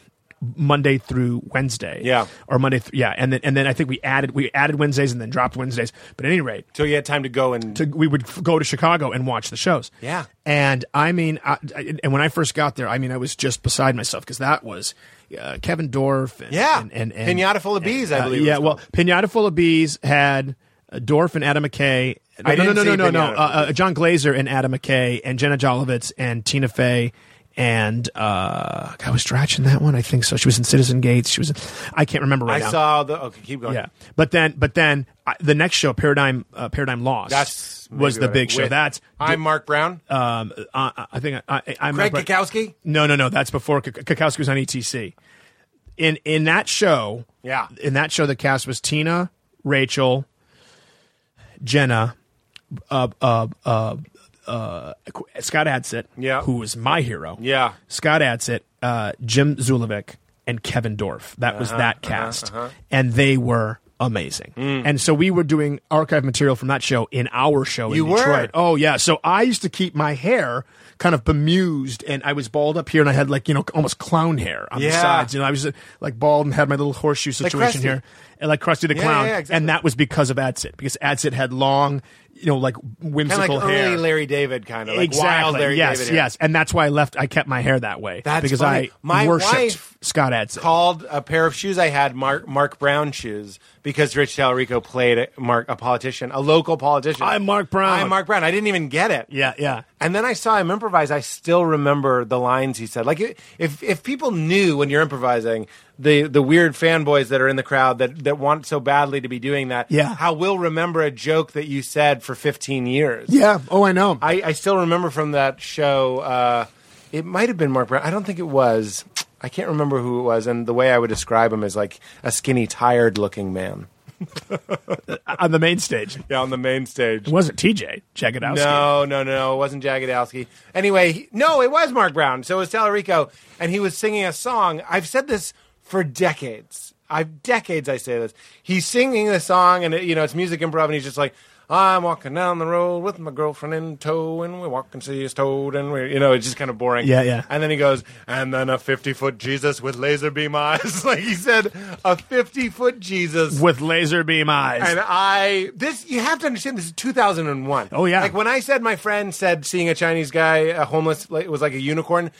[SPEAKER 5] Monday through Wednesday,
[SPEAKER 6] Yeah.
[SPEAKER 5] or Monday, th- yeah, and then and then I think we added we added Wednesdays and then dropped Wednesdays. But at any rate,
[SPEAKER 6] So you had time to go and
[SPEAKER 5] to we would f- go to Chicago and watch the shows.
[SPEAKER 6] Mm. Yeah.
[SPEAKER 5] and I mean, I, I- and when I first got there, I mean, I was just beside myself because that was uh, Kevin Dorff. And,
[SPEAKER 6] Yeah.
[SPEAKER 5] and, and, and
[SPEAKER 6] Pinata Full of
[SPEAKER 5] and,
[SPEAKER 6] Bees, I
[SPEAKER 5] uh,
[SPEAKER 6] believe it
[SPEAKER 5] yeah,
[SPEAKER 6] was
[SPEAKER 5] well,
[SPEAKER 6] called.
[SPEAKER 5] Pinata Full of Bees had uh, Dorff and Adam McKay. No,
[SPEAKER 6] I
[SPEAKER 5] no,
[SPEAKER 6] didn't
[SPEAKER 5] no, no,
[SPEAKER 6] see
[SPEAKER 5] no, no.
[SPEAKER 6] Pinata
[SPEAKER 5] Uh,
[SPEAKER 6] Full of
[SPEAKER 5] uh, John Glazer and Adam McKay and Jenna Jolovitz and Tina Fey. And uh, God, was Dratch in that one? I think so. She was in Citizen Gates. She was. In, I can't remember
[SPEAKER 6] I
[SPEAKER 5] right now.
[SPEAKER 6] saw the okay, keep going.
[SPEAKER 5] Yeah, but then, but then I, the next show, Paradigm, uh, Paradigm Lost,
[SPEAKER 6] That's maybe
[SPEAKER 5] was the
[SPEAKER 6] what I-
[SPEAKER 5] big show.
[SPEAKER 6] with-
[SPEAKER 5] That's
[SPEAKER 6] I'm Mark Brown.
[SPEAKER 5] um, I, I think I, I, I'm
[SPEAKER 6] Greg
[SPEAKER 5] not-
[SPEAKER 6] Kukowski?
[SPEAKER 5] No, no, no. That's before Kuk- Kukowski was on ETC. In in that show,
[SPEAKER 6] Yeah.
[SPEAKER 5] in that show, the cast was Tina, Rachel, Jenna, uh, uh, uh, uh, Qu- Scott Adsit,
[SPEAKER 6] Yeah.
[SPEAKER 5] who was my hero,
[SPEAKER 6] Yeah.
[SPEAKER 5] Scott Adsit, uh, Jim Zulovic, and Kevin Dorff. That was
[SPEAKER 6] Uh-huh,
[SPEAKER 5] that cast, and they were amazing.
[SPEAKER 6] Mm.
[SPEAKER 5] And so we were doing archive material from that show in our show
[SPEAKER 6] You
[SPEAKER 5] in
[SPEAKER 6] were?
[SPEAKER 5] Detroit. Oh yeah. So I used to keep my hair kind of bemused, and I was bald up here, and I had like you know almost clown hair on the
[SPEAKER 6] Yeah.
[SPEAKER 5] sides. You know, I was uh, like bald and had my little horseshoe situation
[SPEAKER 6] Krusty.
[SPEAKER 5] here, and like Krusty the
[SPEAKER 6] Yeah,
[SPEAKER 5] Clown.
[SPEAKER 6] yeah, yeah, exactly.
[SPEAKER 5] And that was because of Adsit, because Adsit had long, you know, like
[SPEAKER 6] Kind of
[SPEAKER 5] whimsical
[SPEAKER 6] like
[SPEAKER 5] hair.
[SPEAKER 6] early Larry David kind of like
[SPEAKER 5] exactly.
[SPEAKER 6] wild Larry
[SPEAKER 5] yes,
[SPEAKER 6] David. hair.
[SPEAKER 5] yes, and that's why I left. I kept my hair that way
[SPEAKER 6] That's
[SPEAKER 5] because
[SPEAKER 6] funny.
[SPEAKER 5] I
[SPEAKER 6] My
[SPEAKER 5] worshipped
[SPEAKER 6] wife
[SPEAKER 5] Scott Adsit.
[SPEAKER 6] Called a pair of shoes I had Mark Mark Brown shoes because Rich Tallarico played a, Mark a politician, a local politician.
[SPEAKER 5] I'm Mark Brown.
[SPEAKER 6] I'm Mark Brown. I didn't even get it.
[SPEAKER 5] yeah, yeah.
[SPEAKER 6] And then I saw him improvise. I still remember the lines he said. Like i- if if people knew when you're improvising the the weird fanboys that are in the crowd that that want so badly to be doing that.
[SPEAKER 5] Yeah.
[SPEAKER 6] How we'll remember a joke that you said for 15 years.
[SPEAKER 5] Yeah. Oh, I know.
[SPEAKER 6] I, I still remember from that show. Uh, it might have been Mark Brown. I don't think it was. I can't remember who it was. And the way I would describe him is like a skinny, tired-looking man.
[SPEAKER 5] on the main stage.
[SPEAKER 6] Yeah, on the main stage.
[SPEAKER 5] It wasn't TJ. Check it out.
[SPEAKER 6] No, no, no, it wasn't Jagodowski. Anyway, he- no, it was Mark Brown. So it was Tallarico, and he was singing a song. I've said this for decades. I've decades I say this. He's singing the song, and it, you know it's music improv, and he's just like, "I'm walking down the road with my girlfriend in tow, and we walk and see us toad, and we, you know it's just kind of boring."
[SPEAKER 5] Yeah, yeah.
[SPEAKER 6] And then he goes, "And then a fifty foot Jesus with laser beam eyes," like he said, a fifty foot Jesus
[SPEAKER 5] With laser beam eyes.
[SPEAKER 6] and I, this, you have to understand, this is 2001.
[SPEAKER 5] Oh, yeah.
[SPEAKER 6] Like when I said my friend said seeing a Chinese guy, a homeless, like, was like a unicorn,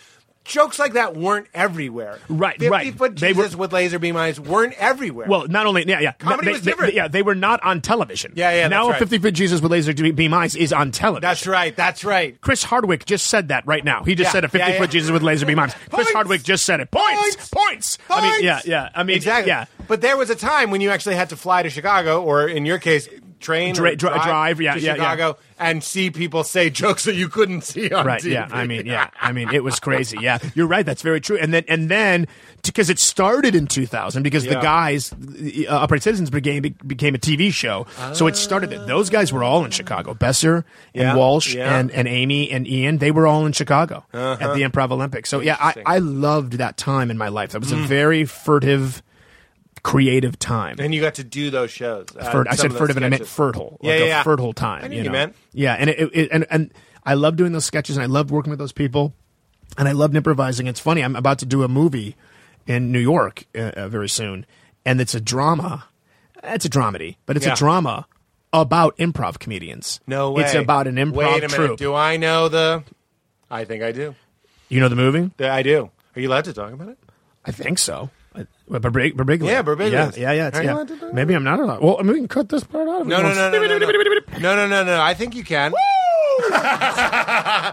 [SPEAKER 6] jokes like that weren't everywhere.
[SPEAKER 5] Right,
[SPEAKER 6] 50
[SPEAKER 5] right.
[SPEAKER 6] foot
[SPEAKER 5] They were-
[SPEAKER 6] Jesus with laser beam eyes weren't everywhere.
[SPEAKER 5] Well, not only yeah, yeah,
[SPEAKER 6] Comedy
[SPEAKER 5] they,
[SPEAKER 6] was
[SPEAKER 5] they-
[SPEAKER 6] different.
[SPEAKER 5] yeah, they were not on television.
[SPEAKER 6] Yeah, yeah,
[SPEAKER 5] Now,
[SPEAKER 6] that's
[SPEAKER 5] a
[SPEAKER 6] right.
[SPEAKER 5] fifty-foot Jesus with laser beam eyes is on television.
[SPEAKER 6] that's right, that's right.
[SPEAKER 5] Chris Hardwick just said that right now. He just
[SPEAKER 6] Yeah,
[SPEAKER 5] said a
[SPEAKER 6] yeah,
[SPEAKER 5] fifty-foot
[SPEAKER 6] yeah.
[SPEAKER 5] Jesus with laser beam eyes. Chris
[SPEAKER 6] Points!
[SPEAKER 5] Hardwick just said it. Points, points,
[SPEAKER 6] Points!
[SPEAKER 5] I mean,
[SPEAKER 6] Points!
[SPEAKER 5] yeah, yeah. I mean,
[SPEAKER 6] exactly.
[SPEAKER 5] yeah.
[SPEAKER 6] But there was a time when you actually had to fly to Chicago, or in your case, train, or
[SPEAKER 5] Dri- dri- drive, yeah,
[SPEAKER 6] to
[SPEAKER 5] yeah, yeah.
[SPEAKER 6] Chicago, and see people say jokes that you couldn't see on
[SPEAKER 5] Right.
[SPEAKER 6] TV.
[SPEAKER 5] Yeah. I mean, yeah. I mean, it was crazy. Yeah. You're right. That's very true. And then, and then, because it started in 2000, because the
[SPEAKER 6] Yeah.
[SPEAKER 5] guys, uh, Upright Citizens Brigade became a TV show. So it started that. Those guys were all in Chicago. Besser and
[SPEAKER 6] Yeah,
[SPEAKER 5] Walsh
[SPEAKER 6] yeah. Uh-huh.
[SPEAKER 5] and, and Amy and Ian, they were all in Chicago at the Improv Olympics. So yeah, I, I loved that time in my life. That was
[SPEAKER 6] Mm.
[SPEAKER 5] a very furtive, creative time.
[SPEAKER 6] And you got to do those shows. Uh,
[SPEAKER 5] Fert- I
[SPEAKER 6] some
[SPEAKER 5] said
[SPEAKER 6] of those
[SPEAKER 5] furtive, and I meant
[SPEAKER 6] sketches.
[SPEAKER 5] fertile.
[SPEAKER 6] Yeah,
[SPEAKER 5] like
[SPEAKER 6] yeah,
[SPEAKER 5] a
[SPEAKER 6] yeah.
[SPEAKER 5] fertile time.
[SPEAKER 6] I knew
[SPEAKER 5] you,
[SPEAKER 6] you
[SPEAKER 5] know?
[SPEAKER 6] meant.
[SPEAKER 5] Yeah, and it, it, and and I love doing those sketches, and I loved working with those people, and I loved improvising. It's funny. I'm about to do a movie in New York uh, uh, very soon, and it's a drama. It's a dramedy, but it's
[SPEAKER 6] Yeah.
[SPEAKER 5] a drama about improv comedians.
[SPEAKER 6] No way.
[SPEAKER 5] It's about an improv
[SPEAKER 6] Wait a minute.
[SPEAKER 5] troupe.
[SPEAKER 6] Do I know the? I think I do.
[SPEAKER 5] you know the movie?
[SPEAKER 6] Th- I do. Are you allowed to talk about it?
[SPEAKER 5] I think so. Uh, Berbig- Berbiglia.
[SPEAKER 6] Yeah, Berbiglia.
[SPEAKER 5] Yeah, yeah, yeah. it's-
[SPEAKER 6] Are you
[SPEAKER 5] yeah.
[SPEAKER 6] allowed to do that?
[SPEAKER 5] Maybe I'm not allowed. Well, I mean, we can cut this part out. if we
[SPEAKER 6] No, no,
[SPEAKER 5] want.
[SPEAKER 6] no, no, no, no, no, no, no, no. I think you can.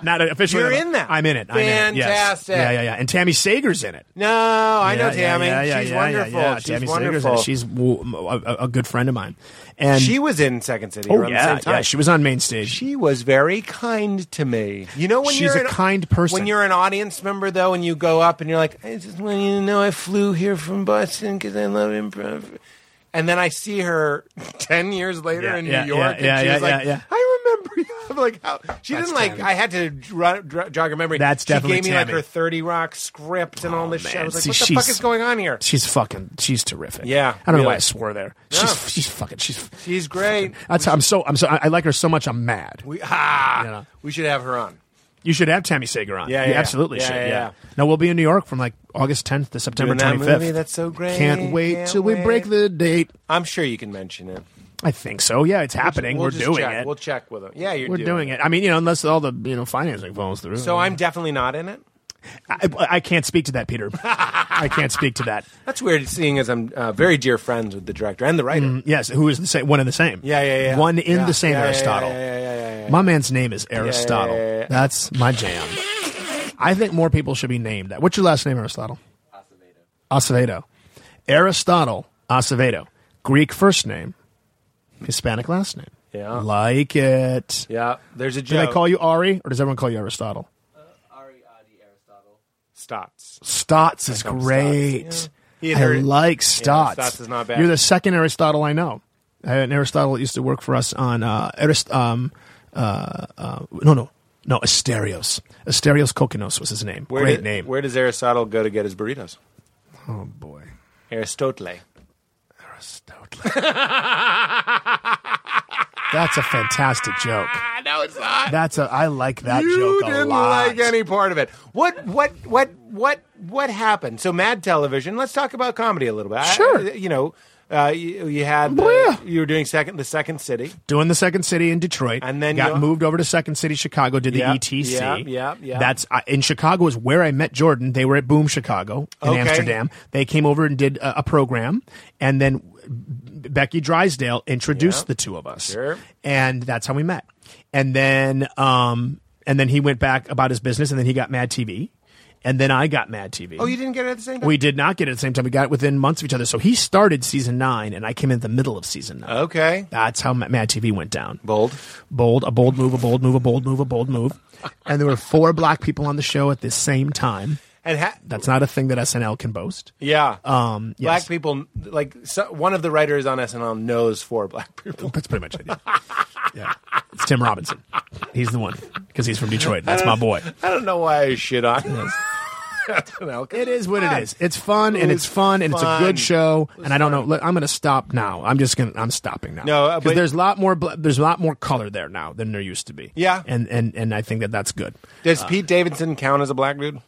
[SPEAKER 5] Not officially.
[SPEAKER 6] You're
[SPEAKER 5] but
[SPEAKER 6] in that.
[SPEAKER 5] I'm in it. I'm in it. yes.
[SPEAKER 6] Fantastic.
[SPEAKER 5] Yeah, yeah, yeah. And Tammy Sager's in it.
[SPEAKER 6] No, I know
[SPEAKER 5] Yeah, yeah,
[SPEAKER 6] Tammy.
[SPEAKER 5] yeah, yeah,
[SPEAKER 6] She's
[SPEAKER 5] yeah,
[SPEAKER 6] wonderful.
[SPEAKER 5] yeah, yeah.
[SPEAKER 6] She's
[SPEAKER 5] Tammy
[SPEAKER 6] wonderful.
[SPEAKER 5] Sager's in it. She's w- a, a- a good friend of mine. And
[SPEAKER 6] she was in Second City
[SPEAKER 5] oh
[SPEAKER 6] around
[SPEAKER 5] yeah,
[SPEAKER 6] the same time.
[SPEAKER 5] yeah, she was on main stage.
[SPEAKER 6] She was very kind to me. You know when
[SPEAKER 5] She's
[SPEAKER 6] you're
[SPEAKER 5] a
[SPEAKER 6] an-
[SPEAKER 5] kind person.
[SPEAKER 6] When you're an audience member though, and you go up and you're like, I just want you to know I flew here from Boston because I love improv. And then I see her ten years later
[SPEAKER 5] Yeah,
[SPEAKER 6] in
[SPEAKER 5] yeah,
[SPEAKER 6] New York,
[SPEAKER 5] yeah,
[SPEAKER 6] and
[SPEAKER 5] yeah,
[SPEAKER 6] she's
[SPEAKER 5] yeah,
[SPEAKER 6] like,
[SPEAKER 5] yeah.
[SPEAKER 6] "I remember you." I'm like, "How?" She
[SPEAKER 5] That's
[SPEAKER 6] didn't like.
[SPEAKER 5] Tammy.
[SPEAKER 6] I had to dr- dr- jog her memory.
[SPEAKER 5] That's
[SPEAKER 6] she
[SPEAKER 5] definitely
[SPEAKER 6] gave me like
[SPEAKER 5] Tammy. Oh,
[SPEAKER 6] her Thirty Rock script and all this shit. I
[SPEAKER 5] man.
[SPEAKER 6] was like,
[SPEAKER 5] See,
[SPEAKER 6] "What the
[SPEAKER 5] she's-
[SPEAKER 6] fuck is going on here?"
[SPEAKER 5] She's fucking. She's terrific.
[SPEAKER 6] Yeah,
[SPEAKER 5] I don't know why
[SPEAKER 6] really.
[SPEAKER 5] I swore there.
[SPEAKER 6] No.
[SPEAKER 5] She's she's fucking. She's.
[SPEAKER 6] She's great.
[SPEAKER 5] That's how I'm so. I'm so. I I like her so much. I'm mad.
[SPEAKER 6] We ah,
[SPEAKER 5] Yeah.
[SPEAKER 6] we should have her on.
[SPEAKER 5] You should have Tammy Sager on.
[SPEAKER 6] Yeah,
[SPEAKER 5] you
[SPEAKER 6] yeah,
[SPEAKER 5] absolutely
[SPEAKER 6] yeah,
[SPEAKER 5] should.
[SPEAKER 6] yeah,
[SPEAKER 5] Yeah,
[SPEAKER 6] yeah.
[SPEAKER 5] No, we'll be in New York from like August 10th to September
[SPEAKER 6] Doing that
[SPEAKER 5] 25th.
[SPEAKER 6] movie, that's so great.
[SPEAKER 5] Can't wait
[SPEAKER 6] Can't
[SPEAKER 5] till we
[SPEAKER 6] wait.
[SPEAKER 5] break the date.
[SPEAKER 6] I'm sure you can mention it.
[SPEAKER 5] I think so. Yeah, it's happening.
[SPEAKER 6] We'll
[SPEAKER 5] are
[SPEAKER 6] just
[SPEAKER 5] doing
[SPEAKER 6] check.
[SPEAKER 5] it.
[SPEAKER 6] We'll check with them. Yeah, you're
[SPEAKER 5] We're doing it. I mean, you know, unless all the you know financing falls through.
[SPEAKER 6] So I'm definitely not in it.
[SPEAKER 5] I, I can't speak to that, Peter. I can't speak to that.
[SPEAKER 6] That's weird, seeing as I'm uh, very dear friends with the director and the writer.
[SPEAKER 5] Mm, Yes, who is the same? One and the same.
[SPEAKER 6] Yeah, yeah, yeah.
[SPEAKER 5] One in
[SPEAKER 6] Yeah.
[SPEAKER 5] the same
[SPEAKER 6] Yeah, yeah,
[SPEAKER 5] Aristotle.
[SPEAKER 6] yeah, yeah, yeah, yeah, yeah.
[SPEAKER 5] My man's name is Aristotle.
[SPEAKER 6] yeah, yeah.
[SPEAKER 5] That's my jam. I think more people should be named that. What's your last name, Aristotle? Acevedo. Aristotle Acevedo. Greek first name, Hispanic last name.
[SPEAKER 6] Yeah.
[SPEAKER 5] Like it.
[SPEAKER 6] Yeah, there's a joke.
[SPEAKER 5] Do they call you Ari or does everyone call you Aristotle?
[SPEAKER 6] Stotts?
[SPEAKER 5] Stotts is
[SPEAKER 6] call him
[SPEAKER 5] great.
[SPEAKER 6] Stotts, yeah. He had
[SPEAKER 5] I
[SPEAKER 6] heard-
[SPEAKER 5] like Stotts.
[SPEAKER 6] Stotts is not bad.
[SPEAKER 5] You're the second Aristotle I know. Uh, And Aristotle used to work for us on uh, Arist- um, uh, uh, no, no, no, Asterios. Asterios Kokinos was his name.
[SPEAKER 6] Where
[SPEAKER 5] great
[SPEAKER 6] did-
[SPEAKER 5] name.
[SPEAKER 6] Where does Aristotle go to get his burritos?
[SPEAKER 5] oh boy,
[SPEAKER 6] Aristotle.
[SPEAKER 5] Aristotle. That's a fantastic joke.
[SPEAKER 6] Ah, no, it's not.
[SPEAKER 5] That's a. I like that
[SPEAKER 6] you
[SPEAKER 5] joke a
[SPEAKER 6] didn't
[SPEAKER 5] lot.
[SPEAKER 6] like any part of it. What? What? What? What? What happened? So Mad Television. Let's talk about comedy a little bit. I-
[SPEAKER 5] Sure.
[SPEAKER 6] you know, uh, you, you had the,
[SPEAKER 5] Yeah.
[SPEAKER 6] you were doing second the Second City.
[SPEAKER 5] doing the Second City in Detroit,
[SPEAKER 6] And then
[SPEAKER 5] got
[SPEAKER 6] you-
[SPEAKER 5] moved over to Second City Chicago. Did the
[SPEAKER 6] Yeah,
[SPEAKER 5] ETC?
[SPEAKER 6] yeah, yeah, yeah.
[SPEAKER 5] That's I in Chicago is where I met Jordan. They were at Boom Chicago in
[SPEAKER 6] Okay.
[SPEAKER 5] Amsterdam. They came over and did a, a program, and then Becky Drysdale introduced
[SPEAKER 6] Yeah.
[SPEAKER 5] the two of us,
[SPEAKER 6] Sure.
[SPEAKER 5] and that's how we met. And then, um, and then he went back about his business, and then he got Mad TV, and then I got Mad TV.
[SPEAKER 6] Oh, you didn't get it at the same time.
[SPEAKER 5] We did not get it at the same time. We got it within months of each other. So he started season nine, and I came in the middle of season
[SPEAKER 6] Uh,
[SPEAKER 5] nine.
[SPEAKER 6] okay.
[SPEAKER 5] That's how Ma- Mad TV went down.
[SPEAKER 6] Bold.
[SPEAKER 5] Bold, a bold move, a bold move, a bold move, a bold move. And there were four black people on the show at the same time.
[SPEAKER 6] And ha-
[SPEAKER 5] That's not a thing that SNL can boast.
[SPEAKER 6] yeah.
[SPEAKER 5] Um, yes.
[SPEAKER 6] Black people, like so, one of the writers on SNL knows four black people.
[SPEAKER 5] That's pretty much it. Yeah. yeah. It's Tim Robinson. He's the one because he's from Detroit. That's my boy.
[SPEAKER 6] I don't know why I shit on SNL.
[SPEAKER 5] It is what it is. It's fun and it's fun and it's a
[SPEAKER 6] fun.
[SPEAKER 5] good show. And I don't know. look, I'm going to stop now. I'm just going. to I'm stopping now.
[SPEAKER 6] No, uh,
[SPEAKER 5] because
[SPEAKER 6] but-
[SPEAKER 5] there's a lot more. bla- There's a lot more color there now than there used to be.
[SPEAKER 6] Yeah.
[SPEAKER 5] And and and I think that that's good.
[SPEAKER 6] Does Pete Davidson count as a black dude?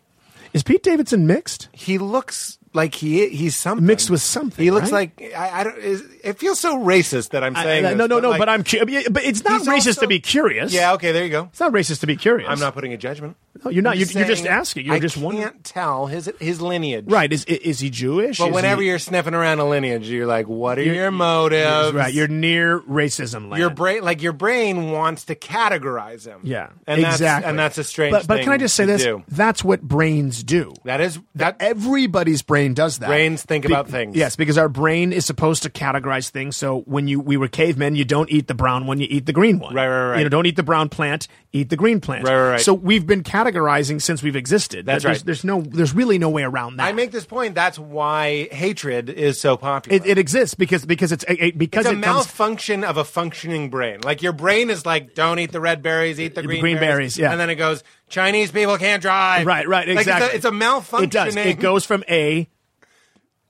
[SPEAKER 5] Is Pete Davidson mixed?
[SPEAKER 6] He looks like he he's something
[SPEAKER 5] Mixed with something.
[SPEAKER 6] He looks
[SPEAKER 5] right?
[SPEAKER 6] like I, I don't. Is, it feels so racist that I'm saying
[SPEAKER 5] I,
[SPEAKER 6] this,
[SPEAKER 5] no, no, no.
[SPEAKER 6] like-
[SPEAKER 5] but I'm, cu- I mean, but it's not
[SPEAKER 6] He's
[SPEAKER 5] racist
[SPEAKER 6] also-
[SPEAKER 5] to be curious.
[SPEAKER 6] yeah. Okay, there you go.
[SPEAKER 5] it's not racist to be curious.
[SPEAKER 6] I'm not putting a judgment.
[SPEAKER 5] No, you're not.
[SPEAKER 6] I'm
[SPEAKER 5] You're- you're just
[SPEAKER 6] saying
[SPEAKER 5] asking. You're
[SPEAKER 6] I
[SPEAKER 5] just wondering.
[SPEAKER 6] can't tell his his lineage.
[SPEAKER 5] Right? Is i- is he Jewish?
[SPEAKER 6] But
[SPEAKER 5] Is
[SPEAKER 6] whenever
[SPEAKER 5] he-
[SPEAKER 6] you're sniffing around a lineage, you're like, what are
[SPEAKER 5] You're-
[SPEAKER 6] your motives?
[SPEAKER 5] right, you're near racism. Land.
[SPEAKER 6] your brain, like your brain, wants to categorize him.
[SPEAKER 5] Yeah,
[SPEAKER 6] and
[SPEAKER 5] exactly.
[SPEAKER 6] That's, and that's a strange.
[SPEAKER 5] But, but
[SPEAKER 6] thing
[SPEAKER 5] can I just say
[SPEAKER 6] to
[SPEAKER 5] this?
[SPEAKER 6] do.
[SPEAKER 5] That's what brains do.
[SPEAKER 6] That is that.
[SPEAKER 5] Everybody's brain does that.
[SPEAKER 6] Brains think about things.
[SPEAKER 5] Yes, because our brain is supposed to categorize things. So when you we were cavemen, you don't eat the brown one, you eat the green one.
[SPEAKER 6] Right, right, right.
[SPEAKER 5] You know, don't eat the brown plant, eat the green plant.
[SPEAKER 6] Right, right, right.
[SPEAKER 5] So we've been categorizing since we've existed.
[SPEAKER 6] That's
[SPEAKER 5] There's-
[SPEAKER 6] right.
[SPEAKER 5] There's no, there's really no way around that.
[SPEAKER 6] I make this point. That's why hatred is so popular.
[SPEAKER 5] It, it exists because because it's it, it- because
[SPEAKER 6] it's a
[SPEAKER 5] it comes
[SPEAKER 6] malfunction of a functioning brain. Like your brain is like, don't eat the red berries, eat the
[SPEAKER 5] The
[SPEAKER 6] green,
[SPEAKER 5] green berries, yeah.
[SPEAKER 6] and then it goes, Chinese people can't drive.
[SPEAKER 5] right right
[SPEAKER 6] Like, it's a-
[SPEAKER 5] exactly.
[SPEAKER 6] it's, a, malfunctioning.
[SPEAKER 5] It does. It goes from A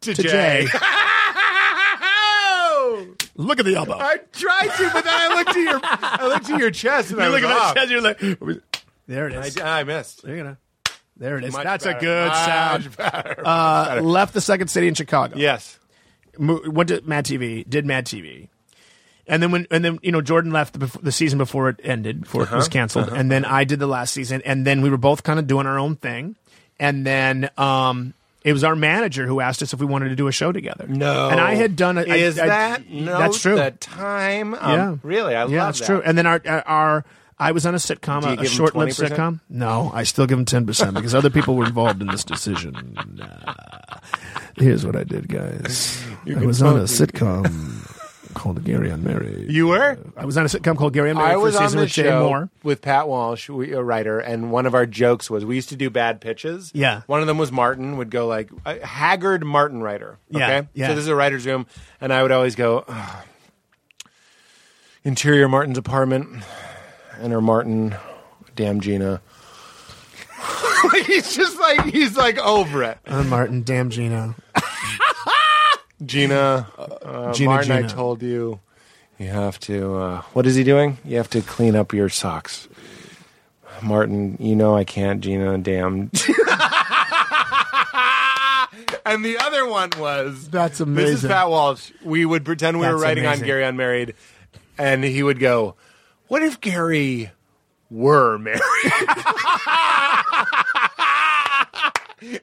[SPEAKER 6] to,
[SPEAKER 5] to J.
[SPEAKER 6] Oh!
[SPEAKER 5] Look at the elbow.
[SPEAKER 6] I tried to, but then I looked to your, I looked to your chest, and I
[SPEAKER 5] You look
[SPEAKER 6] was
[SPEAKER 5] at
[SPEAKER 6] off.
[SPEAKER 5] that chest. You're like, there it is.
[SPEAKER 6] I, I missed.
[SPEAKER 5] You're gonna. There it is.
[SPEAKER 6] Much
[SPEAKER 5] That's
[SPEAKER 6] better.
[SPEAKER 5] a good
[SPEAKER 6] Much
[SPEAKER 5] sound. Uh, Left the second city in Chicago.
[SPEAKER 6] Yes.
[SPEAKER 5] Mo- went to Mad TV. Did Mad TV. And then when and then you know Jordan left the, bef- the season before it ended, before
[SPEAKER 6] Uh-huh.
[SPEAKER 5] it was canceled, and then I did the last season, and then we were both kind of doing our own thing, and then um, it was our manager who asked us if we wanted to do a show together.
[SPEAKER 6] No.
[SPEAKER 5] and I had done it.
[SPEAKER 6] Is
[SPEAKER 5] I,
[SPEAKER 6] that no?
[SPEAKER 5] That's true.
[SPEAKER 6] The time. Um,
[SPEAKER 5] yeah,
[SPEAKER 6] Really, I
[SPEAKER 5] yeah,
[SPEAKER 6] love
[SPEAKER 5] it's
[SPEAKER 6] that.
[SPEAKER 5] true. And then our our I was on a sitcom,
[SPEAKER 6] you
[SPEAKER 5] a,
[SPEAKER 6] give 'em
[SPEAKER 5] short lived
[SPEAKER 6] 20%?
[SPEAKER 5] sitcom. No, I still give him 10% because other people were involved in this decision. Uh, here's what I did, guys. I was on a sitcom called Gary Unmarried.
[SPEAKER 6] You were?
[SPEAKER 5] I was on a sitcom called Gary Unmarried
[SPEAKER 6] I was
[SPEAKER 5] for a
[SPEAKER 6] on
[SPEAKER 5] season
[SPEAKER 6] the
[SPEAKER 5] with Jay
[SPEAKER 6] show
[SPEAKER 5] Moore.
[SPEAKER 6] with Pat Walsh, we, a writer, and one of our jokes was we used to do bad pitches.
[SPEAKER 5] Yeah.
[SPEAKER 6] One of them was Martin would go like uh, haggard Martin writer. Okay.
[SPEAKER 5] Yeah, yeah.
[SPEAKER 6] So this is a writer's room, and I would always go "Ugh. interior Martin's apartment, enter Martin, damn Gina. Like, he's just like he's like over it.
[SPEAKER 5] I'm Martin, damn Gino.
[SPEAKER 6] Gina, uh,
[SPEAKER 5] Gina,
[SPEAKER 6] Martin, I
[SPEAKER 5] Gina.
[SPEAKER 6] told you, you have to. Uh, what is he doing? You have to clean up your socks. Martin, you know I can't. Gina, damn. and the other one was
[SPEAKER 5] That's
[SPEAKER 6] This is
[SPEAKER 5] amazing.
[SPEAKER 6] Pat Walsh. We would pretend we were
[SPEAKER 5] That's
[SPEAKER 6] writing on
[SPEAKER 5] amazing.
[SPEAKER 6] Gary Unmarried, and he would go, "What if Gary were married?"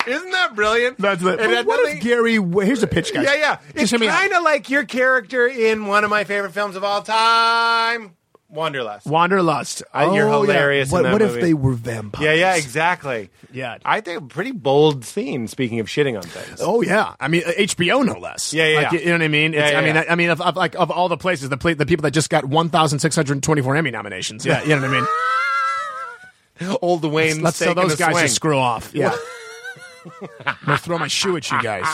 [SPEAKER 6] Isn't that brilliant?
[SPEAKER 5] That's it.
[SPEAKER 6] It had
[SPEAKER 5] what
[SPEAKER 6] nothing-
[SPEAKER 5] if Gary? Here's a pitch, guys.
[SPEAKER 6] yeah, yeah. It's
[SPEAKER 5] Just hit me up.
[SPEAKER 6] kind of like your character in one of my favorite films of all time, Wanderlust.
[SPEAKER 5] Wanderlust. Oh,
[SPEAKER 6] I- you're hilarious in
[SPEAKER 5] What,
[SPEAKER 6] that
[SPEAKER 5] what if
[SPEAKER 6] movie.
[SPEAKER 5] they were vampires?
[SPEAKER 6] yeah, yeah, exactly.
[SPEAKER 5] Yeah.
[SPEAKER 6] I think a pretty bold scene. Speaking of shitting on things,
[SPEAKER 5] Oh yeah, I mean uh, HBO no less.
[SPEAKER 6] Yeah, yeah,
[SPEAKER 5] Like,
[SPEAKER 6] yeah.
[SPEAKER 5] You know what I mean? It's,
[SPEAKER 6] Yeah, yeah,
[SPEAKER 5] I mean,
[SPEAKER 6] yeah.
[SPEAKER 5] I, I mean, of, of like of all the places, the pla- the people that just got one thousand six hundred twenty four Emmy nominations. Yeah, you know what I mean.
[SPEAKER 6] old Wayne.
[SPEAKER 5] Let's tell
[SPEAKER 6] taking
[SPEAKER 5] those
[SPEAKER 6] a
[SPEAKER 5] guys
[SPEAKER 6] swing.
[SPEAKER 5] to screw off. Yeah. I'm gonna throw my shoe at you guys.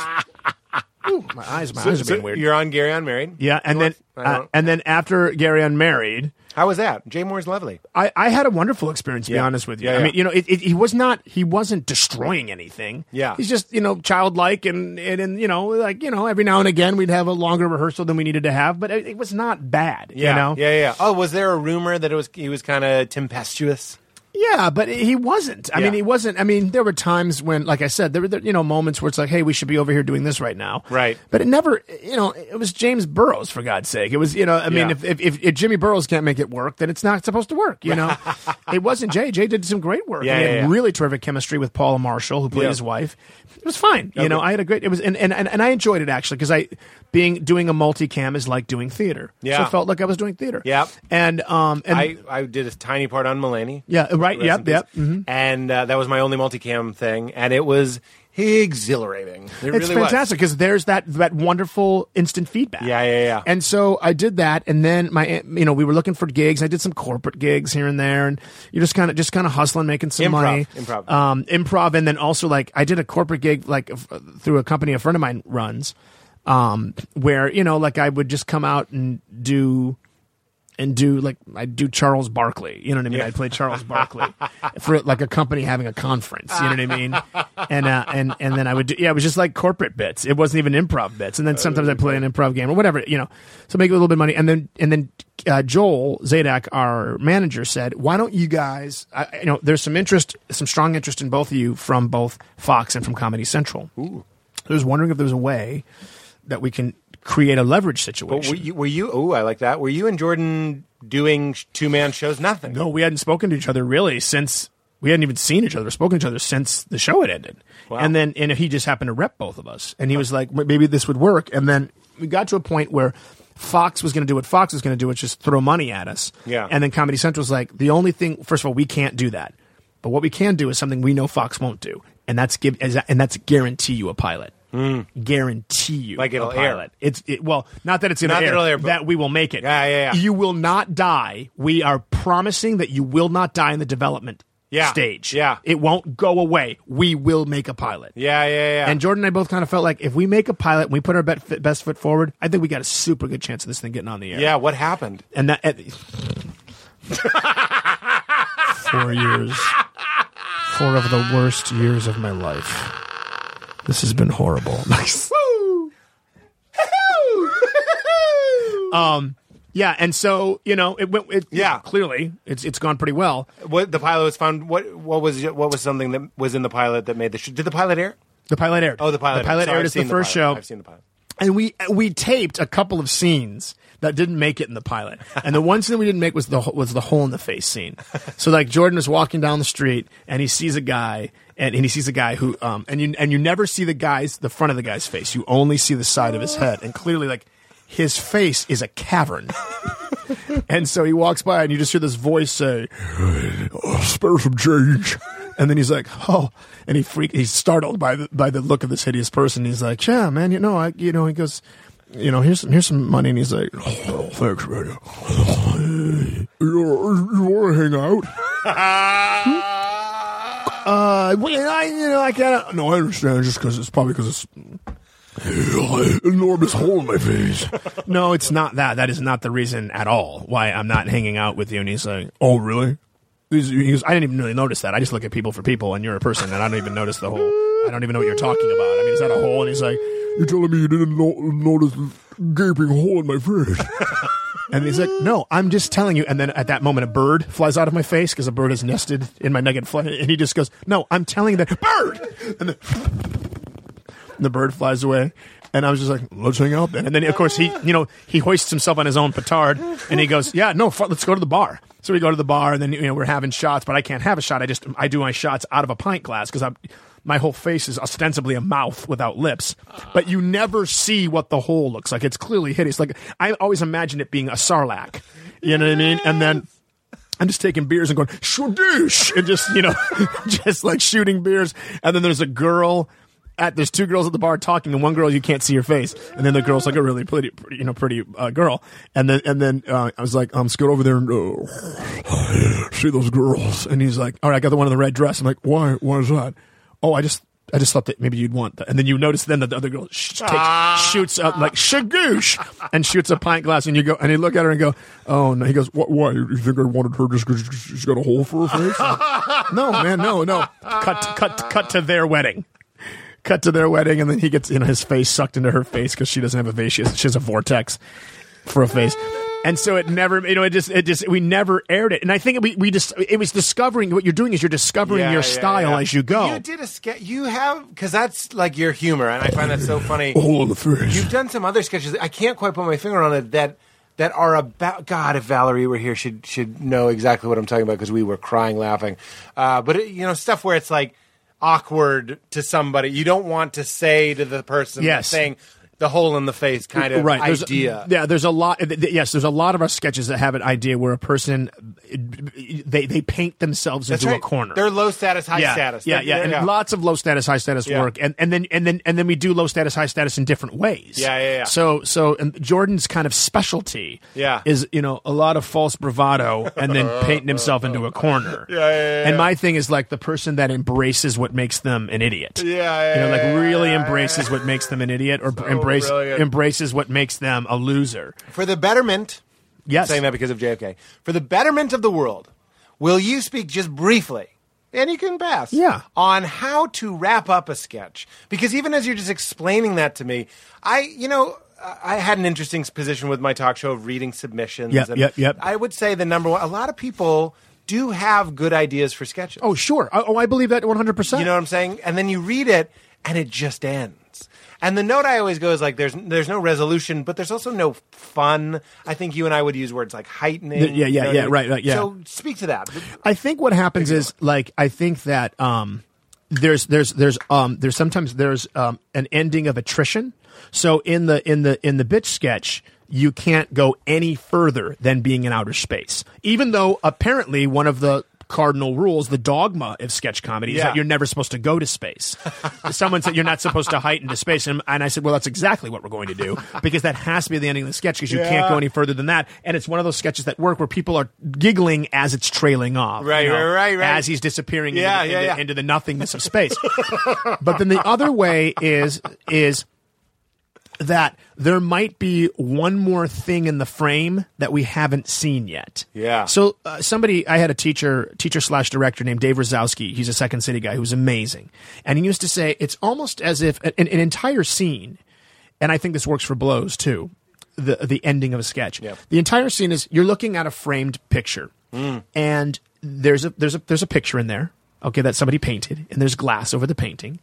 [SPEAKER 5] Ooh, my eyes, my eyes are
[SPEAKER 6] So
[SPEAKER 5] being weird.
[SPEAKER 6] You're on Gary Unmarried.
[SPEAKER 5] Yeah, and then
[SPEAKER 6] I don't-
[SPEAKER 5] uh, and then after Gary unmarried,
[SPEAKER 6] How was that? Jay Moore's lovely.
[SPEAKER 5] I, I had a wonderful experience. To be
[SPEAKER 6] Yeah.
[SPEAKER 5] honest with you,
[SPEAKER 6] Yeah,
[SPEAKER 5] I
[SPEAKER 6] yeah.
[SPEAKER 5] mean, you know, it, it, he was not he wasn't destroying anything.
[SPEAKER 6] Yeah.
[SPEAKER 5] he's just you know childlike and, and and you know like you know every now and again we'd have a longer rehearsal than we needed to have, but it, it was not bad.
[SPEAKER 6] Yeah,
[SPEAKER 5] you know,
[SPEAKER 6] yeah, yeah. Oh, was there a rumor that it was he was kind of tempestuous?
[SPEAKER 5] Yeah, but he wasn't. I
[SPEAKER 6] Yeah.
[SPEAKER 5] mean, he wasn't. I mean, there were times when, like I said, there were there- you know moments where it's like, hey, we should be over here doing this right now.
[SPEAKER 6] Right.
[SPEAKER 5] But it never, you know, it was James Burrows for God's sake. It was, you know, I
[SPEAKER 6] Yeah.
[SPEAKER 5] mean, if, if if if Jimmy Burrows can't make it work, then it's not supposed to work. You know, it wasn't Jay. Jay did some great work.
[SPEAKER 6] Yeah,
[SPEAKER 5] and he
[SPEAKER 6] yeah,
[SPEAKER 5] had
[SPEAKER 6] yeah.
[SPEAKER 5] really terrific chemistry with Paula Marshall, who played
[SPEAKER 6] Yeah.
[SPEAKER 5] his wife. It was fine. You know, I had a great. It was, and and, and, and I enjoyed it actually because I being doing a multicam is like doing theater.
[SPEAKER 6] Yeah.
[SPEAKER 5] So it felt like I was doing theater.
[SPEAKER 6] Yep.
[SPEAKER 5] And um and
[SPEAKER 6] I, I did a tiny part on Mulaney.
[SPEAKER 5] yeah right
[SPEAKER 6] Rest in
[SPEAKER 5] yep
[SPEAKER 6] peace.
[SPEAKER 5] yep. mhm.
[SPEAKER 6] And uh, that was my only multicam thing, and it was exhilarating. It
[SPEAKER 5] it's
[SPEAKER 6] really was.
[SPEAKER 5] fantastic because there's that that wonderful instant feedback.
[SPEAKER 6] Yeah, yeah, yeah.
[SPEAKER 5] And so I did that, and then my aunt- you know we were looking for gigs. I did some corporate gigs here and there, and you're just kind of just kind of hustling, making some
[SPEAKER 6] Improv,
[SPEAKER 5] money,
[SPEAKER 6] improv.
[SPEAKER 5] um, improv, and then also like I did a corporate gig like f- through a company a friend of mine runs, um, where you know like I would just come out and do and do like I would do Charles Barkley. You know what I mean? I'd play Charles Barkley for like a company having a conference. You know what I mean? And uh, and and then I would do yeah, it was just like corporate bits. It wasn't even improv bits. And then sometimes I would play an improv game or whatever. You know, so make a little bit of money. And then and then uh, Joel Zadak, our manager, said, "Why don't you guys? I, I- you know, there's some interest, some strong interest in both of you from both Fox and from Comedy Central. I was wondering if there's a way that we can." Create a leverage situation.
[SPEAKER 6] But were you? Were you oh, I like that. Were you and Jordan doing two man shows? Nothing.
[SPEAKER 5] No, we hadn't spoken to each other really since we hadn't even seen each other, spoken to each other since the show had ended. And then and he just happened to rep both of us, and he was like, "M- maybe this would work. And then we got to a point where Fox was going to do what Fox was going to do, which is throw money at us.
[SPEAKER 6] Yeah.
[SPEAKER 5] And then Comedy Central was like, the only thing, first of all, we can't do that, but what we can do is something we know Fox won't do, and that's give is- and that's guarantee you a pilot. Guarantee you,
[SPEAKER 6] Hmm. Like it'll
[SPEAKER 5] a
[SPEAKER 6] air.
[SPEAKER 5] pilot. It's it, well, not that it's going
[SPEAKER 6] Not
[SPEAKER 5] to
[SPEAKER 6] that
[SPEAKER 5] air,
[SPEAKER 6] it'll air, but-
[SPEAKER 5] that we will make it.
[SPEAKER 6] Yeah, yeah, yeah.
[SPEAKER 5] You will not die. We are promising that you will not die in the development
[SPEAKER 6] Yeah,
[SPEAKER 5] stage.
[SPEAKER 6] yeah.
[SPEAKER 5] It won't go away. We will make a pilot.
[SPEAKER 6] Yeah, yeah, yeah.
[SPEAKER 5] And Jordan and I both kind of felt like if we make a pilot and we put our bet, best foot forward, I think we got a super good chance of this thing getting on the air.
[SPEAKER 6] yeah, what happened?
[SPEAKER 5] And that. and- four years. Four of the worst years of my life. This has been horrible. um. Yeah, and so you know, it went. It,
[SPEAKER 6] Yeah.
[SPEAKER 5] clearly, it's it's gone pretty well.
[SPEAKER 6] What the pilot was found? What what was what was something that was in the pilot that made the show? Did the pilot air?
[SPEAKER 5] The pilot aired.
[SPEAKER 6] Oh, the pilot.
[SPEAKER 5] The pilot
[SPEAKER 6] Sorry,
[SPEAKER 5] aired
[SPEAKER 6] I've
[SPEAKER 5] as the
[SPEAKER 6] seen
[SPEAKER 5] first
[SPEAKER 6] pilot.
[SPEAKER 5] show.
[SPEAKER 6] I've seen the pilot.
[SPEAKER 5] and we we taped a couple of scenes that didn't make it in the pilot. And the one scene we didn't make was the was the hole in the face scene. So like Jordan was walking down the street and he sees a guy and, and he sees a guy who um and you and you never see the guy's the front of the guy's face. You only see the side of his head and clearly like his face is a cavern. and so he walks by, and you just hear this voice say, oh, "Spare some change." And then he's like, "Oh," and he freak. He's startled by the by the look of this hideous person. He's like, "Yeah, man, you know, I, you know." He goes, "You know, here's some here's some money," and he's like, oh, "Thanks, man. You, you want to hang out?" Uh, well, I, you know, I kind of. No, I understand. Just because it's probably because it's enormous hole in my face. no, it's not that. That is not the reason at all why I'm not hanging out with you. And he's like, oh, really? He's, he goes, I didn't even really notice that. I just look at people for people, and you're a person, and I don't even notice the hole. I don't even know what you're talking about. I mean, is that a hole? And he's like, you're telling me you didn't no- notice this gaping hole in my face? And he's like, "No, I'm just telling you." And then at that moment, a bird flies out of my face because a bird is nested in my nugget. Fly- and he just goes, "No, I'm telling you that bird." And the and the bird flies away. And I was just like, let's hang out then. And then, of course, he, you know, he hoists himself on his own petard and he goes, yeah, no, fu let's go to the bar. So we go to the bar and then, you know, we're having shots, but I can't have a shot. I just, I do my shots out of a pint glass because I'm, my whole face is ostensibly a mouth without lips, but you never see what the hole looks like. It's clearly hideous. Like I always imagined it being a sarlacc. You know what I mean? And then I'm just taking beers and going shadoosh and just you know just like shooting beers. And then there's a girl at there's two girls at the bar talking, and one girl you can't see her face, and then the girl's like a really pretty, pretty you know pretty uh, girl. And then and then uh, I was like, um, scoot over there and uh, see those girls. And he's like, all right, I got the one in the red dress. I'm like, why? Why is that? Oh, I just. I just thought that maybe you'd want that. And then you notice then that the other girl sh- takes,
[SPEAKER 6] Ah.
[SPEAKER 5] shoots up like shagoosh and shoots a pint glass. And you go, and you look at her and go, oh no. He goes, what, why? You think I wanted her just because she's got a hole for her face? no, man, no, no. Cut, cut, cut to their wedding. Cut to their wedding. And then he gets, you know, his face sucked into her face because she doesn't have a face. She has, she has a vortex for a face. And so it never, you know, it just, it just, we never aired it. And I think we, we just, it was discovering what you're doing is you're discovering
[SPEAKER 6] Yeah,
[SPEAKER 5] your
[SPEAKER 6] yeah,
[SPEAKER 5] style
[SPEAKER 6] yeah.
[SPEAKER 5] as you go.
[SPEAKER 6] You did a sketch. You have because that's like your humor, and I find that so funny.
[SPEAKER 5] hole in the fridge.
[SPEAKER 6] You've done some other sketches. I can't quite put my finger on it. That that are about God. If Valerie were here, she'd should know exactly what I'm talking about because we were crying laughing. Uh, but it, you know, stuff where it's like awkward to somebody. You don't want to say to the person
[SPEAKER 5] Yes.
[SPEAKER 6] the thing, the hole in the face kind of
[SPEAKER 5] right. There's,
[SPEAKER 6] idea.
[SPEAKER 5] Yeah, there's a lot. th- th- Yes, there's a lot of our sketches that have an idea where a person they they paint themselves
[SPEAKER 6] That's
[SPEAKER 5] into
[SPEAKER 6] right.
[SPEAKER 5] a corner.
[SPEAKER 6] They're low status, high
[SPEAKER 5] yeah,
[SPEAKER 6] status.
[SPEAKER 5] Yeah,
[SPEAKER 6] There-
[SPEAKER 5] yeah,
[SPEAKER 6] there
[SPEAKER 5] and
[SPEAKER 6] you go.
[SPEAKER 5] lots of low status, high status
[SPEAKER 6] Yeah.
[SPEAKER 5] work, and and then and then and then we do low status, high status in different ways.
[SPEAKER 6] Yeah, yeah, yeah.
[SPEAKER 5] So so and Jordan's kind of specialty,
[SPEAKER 6] Yeah.
[SPEAKER 5] is you know a lot of false bravado and then painting himself into a corner. Yeah, yeah, yeah. And my thing is like the person that embraces what makes them an idiot. Yeah,
[SPEAKER 6] yeah,
[SPEAKER 5] you know, like
[SPEAKER 6] yeah,
[SPEAKER 5] really
[SPEAKER 6] yeah,
[SPEAKER 5] embraces what makes them an idiot, or embrace
[SPEAKER 6] brilliant.
[SPEAKER 5] embraces what makes them a loser.
[SPEAKER 6] for the betterment.
[SPEAKER 5] Yes.
[SPEAKER 6] saying that because of JFK. For the betterment of the world, will you speak just briefly? And you can pass.
[SPEAKER 5] Yeah.
[SPEAKER 6] On how to wrap up a sketch. Because even as you're just explaining that to me, I, you know, I I had an interesting position with my talk show of reading submissions.
[SPEAKER 5] Yep,
[SPEAKER 6] and
[SPEAKER 5] yep, yep.
[SPEAKER 6] I would say the number one, a lot of people do have good ideas for sketches.
[SPEAKER 5] Oh, sure. Oh, I believe that one hundred percent.
[SPEAKER 6] You know what I'm saying? And then you read it, and it just ends. And the note I always go is like, there's there's no resolution, but there's also no fun. I think you and I would use words like heightening.
[SPEAKER 5] Yeah, yeah,
[SPEAKER 6] you know what I
[SPEAKER 5] yeah,
[SPEAKER 6] mean?
[SPEAKER 5] right, right, yeah.
[SPEAKER 6] So speak to that.
[SPEAKER 5] I think what happens is like I think that um, there's there's there's um, there's sometimes there's um, an ending of attrition. So in the in the in the bitch sketch, you can't go any further than being in outer space, even though apparently one of the cardinal rules the dogma of sketch comedy is
[SPEAKER 6] Yeah.
[SPEAKER 5] that you're never supposed to go to space someone said you're not supposed to heighten to space and, and i said well that's exactly what we're going to do because that has to be the ending of the sketch because you can't go any further than that and it's one of those sketches that work where people are giggling as it's trailing off
[SPEAKER 6] Right,
[SPEAKER 5] you know,
[SPEAKER 6] right, right, right.
[SPEAKER 5] As he's disappearing
[SPEAKER 6] Yeah,
[SPEAKER 5] into, the,
[SPEAKER 6] yeah,
[SPEAKER 5] into,
[SPEAKER 6] yeah.
[SPEAKER 5] into the nothingness of space. but then the other way is is that there might be one more thing in the frame that we haven't seen yet.
[SPEAKER 6] Yeah.
[SPEAKER 5] So uh, somebody, I had a teacher, teacher slash director named Dave Rosowski. He's a Second City guy who's amazing, and he used to say it's almost as if an, an entire scene, and I think this works for blows too. The, the ending of a sketch. The entire scene is you're looking at a framed picture, and there's a there's a there's a picture in there. Okay, that somebody painted, and there's glass over the painting,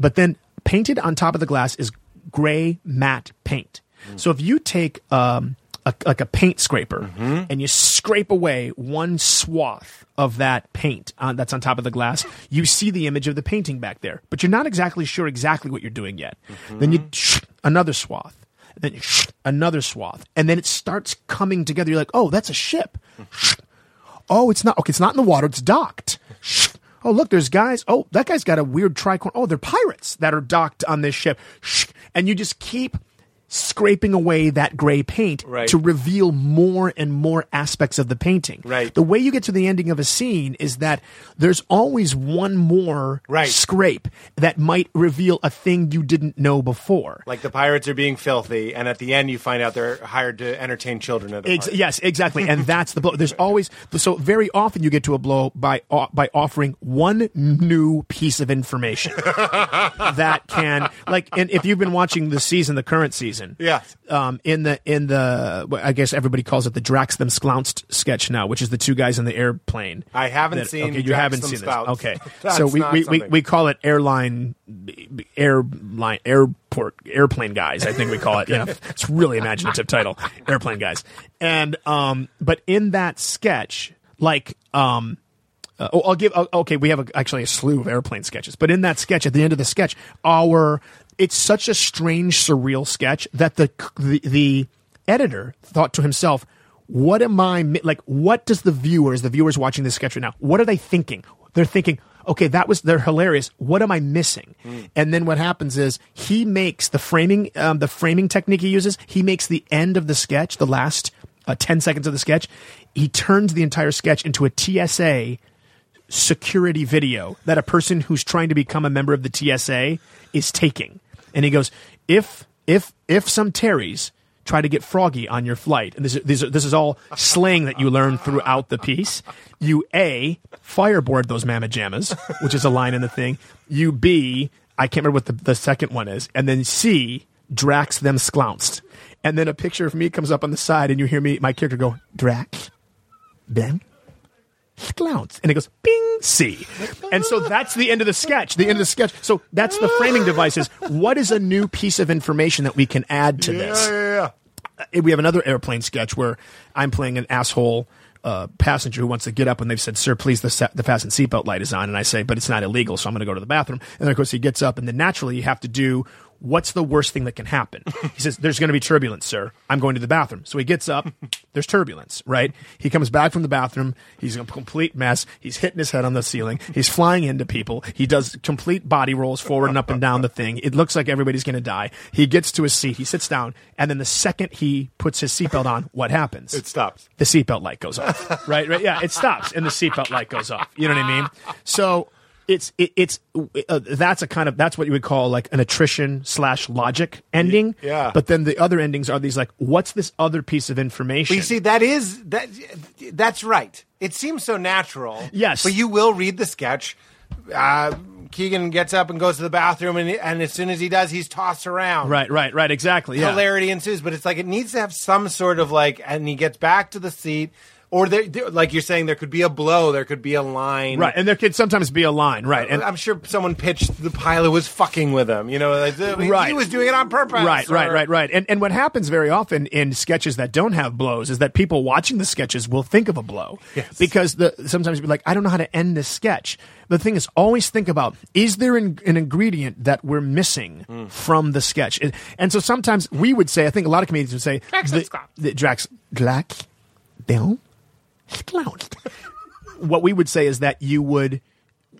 [SPEAKER 5] but then painted on top of the glass is gray matte paint. So if you take um, a, like a paint scraper and you scrape away one swath of that paint on, that's on top of the glass, you see the image of the painting back there, but you're not exactly sure exactly what you're doing yet. Then you another swath. then another swath, and then it starts coming together. You're like, oh, that's a ship. Oh, it's not okay. It's not in the water. It's docked. Oh, look, there's guys. Oh, that guy's got a weird tricorn. Oh, they're pirates that are docked on this ship. And you just keep scraping away that gray paint
[SPEAKER 6] Right.
[SPEAKER 5] to reveal more and more aspects of the painting.
[SPEAKER 6] Right.
[SPEAKER 5] The way you get to the ending of a scene is that there's always one more
[SPEAKER 6] Right.
[SPEAKER 5] scrape that might reveal a thing you didn't know before.
[SPEAKER 6] Like the pirates are being filthy, and at the end you find out they're hired to entertain children at a
[SPEAKER 5] Ex-
[SPEAKER 6] party.
[SPEAKER 5] yes, exactly, and that's the blow. There's always so very often you get to a blow by o- by offering one new piece of information that can like, and if you've been watching the season, the current season,
[SPEAKER 6] Yes.
[SPEAKER 5] um, in the in the well, I guess everybody calls it the Drax them Sklounced sketch now, which is the two guys in the airplane.
[SPEAKER 6] I haven't seen
[SPEAKER 5] Okay, you
[SPEAKER 6] Drax
[SPEAKER 5] haven't
[SPEAKER 6] them
[SPEAKER 5] seen this.
[SPEAKER 6] Sklounced.
[SPEAKER 5] Okay,
[SPEAKER 6] That's
[SPEAKER 5] so we
[SPEAKER 6] not
[SPEAKER 5] we, we,
[SPEAKER 6] something.
[SPEAKER 5] we call it airline airline airport airplane guys. I think we call it. You know, it's really imaginative title, airplane guys. And um, but in that sketch, like um. Uh, oh, I'll give. oh, Okay, we have a, actually a slew of airplane sketches, but in that sketch, at the end of the sketch, our it's such a strange, surreal sketch that the the, the editor thought to himself, "What am I mi- like? What does the viewers, the viewers watching this sketch right now, what are they thinking? They're thinking." Okay, that was they're hilarious. What am I missing? And then what happens is he makes the framing, um, the framing technique he uses. He makes the end of the sketch, the last uh, ten seconds of the sketch. He turns the entire sketch into a TSA security video that a person who's trying to become a member of the TSA is taking. And he goes, if if if some Terrys try to get froggy on your flight, and this is these are, this is all slang that you learn throughout the piece. You a fireboard those mamma jammas, which is a line in the thing. You b I can't remember what the, the second one is, and then c Drax them sklounced. And then a picture of me comes up on the side, and you hear me, my character go, Drax, them clouds. And it goes, bing, C. And so that's the end of the sketch. The end of the sketch. So that's the framing device is what is a new piece of information that we can add to this?
[SPEAKER 6] yeah,
[SPEAKER 5] Uh, We have another airplane sketch where I'm playing an asshole uh, passenger who wants to get up and they've said, sir, please, the, sa- the fasten seatbelt light is on. And I say, but it's not illegal, so I'm going to go to the bathroom. And then, of course, he gets up and then naturally you have to do what's the worst thing that can happen? He says, there's going to be turbulence, sir. I'm going to the bathroom. So he gets up. There's turbulence, right? He comes back from the bathroom. He's in a complete mess. He's hitting his head on the ceiling. He's flying into people. He does complete body rolls forward and up and down the thing. It looks like everybody's going to die. He gets to his seat. He sits down. And then the second he puts his seatbelt on, what happens?
[SPEAKER 6] it stops.
[SPEAKER 5] the seatbelt light goes off. right, right, yeah, it stops and the seatbelt light goes off. You know what I mean? So it's it, it's uh, that's a kind of that's what you would call like an attrition slash logic ending.
[SPEAKER 6] yeah.
[SPEAKER 5] But then the other endings are these like, what's this other piece of information?
[SPEAKER 6] But you see, that is that. That's right. It seems so natural.
[SPEAKER 5] Yes.
[SPEAKER 6] but you will read the sketch. Uh, Keegan gets up and goes to the bathroom, and and as soon as he does, he's tossed around.
[SPEAKER 5] right, right, right, exactly. Yeah.
[SPEAKER 6] hilarity ensues. But it's like it needs to have some sort of like, and he gets back to the seat, or there, there- like you're saying, there could be a blow, there could be a line,
[SPEAKER 5] Right, and there could sometimes be a line, right, and
[SPEAKER 6] And I'm sure someone pitched the pilot was fucking with him. You know, like, he-
[SPEAKER 5] Right.
[SPEAKER 6] he was doing it on purpose.
[SPEAKER 5] Right, right,
[SPEAKER 6] or-
[SPEAKER 5] right, right. And and what happens very often in sketches that don't have blows is that people watching the sketches will think of a blow
[SPEAKER 6] Yes.
[SPEAKER 5] because the sometimes be like, I don't know how to end this sketch. The thing is, always think about is there an, an ingredient that we're missing from the sketch, and, and so sometimes we would say, I think a lot of comedians would say,
[SPEAKER 6] Drax
[SPEAKER 5] the,
[SPEAKER 6] and Scott.
[SPEAKER 5] the Drax, Drax, down, Sclounced. what we would say is that you would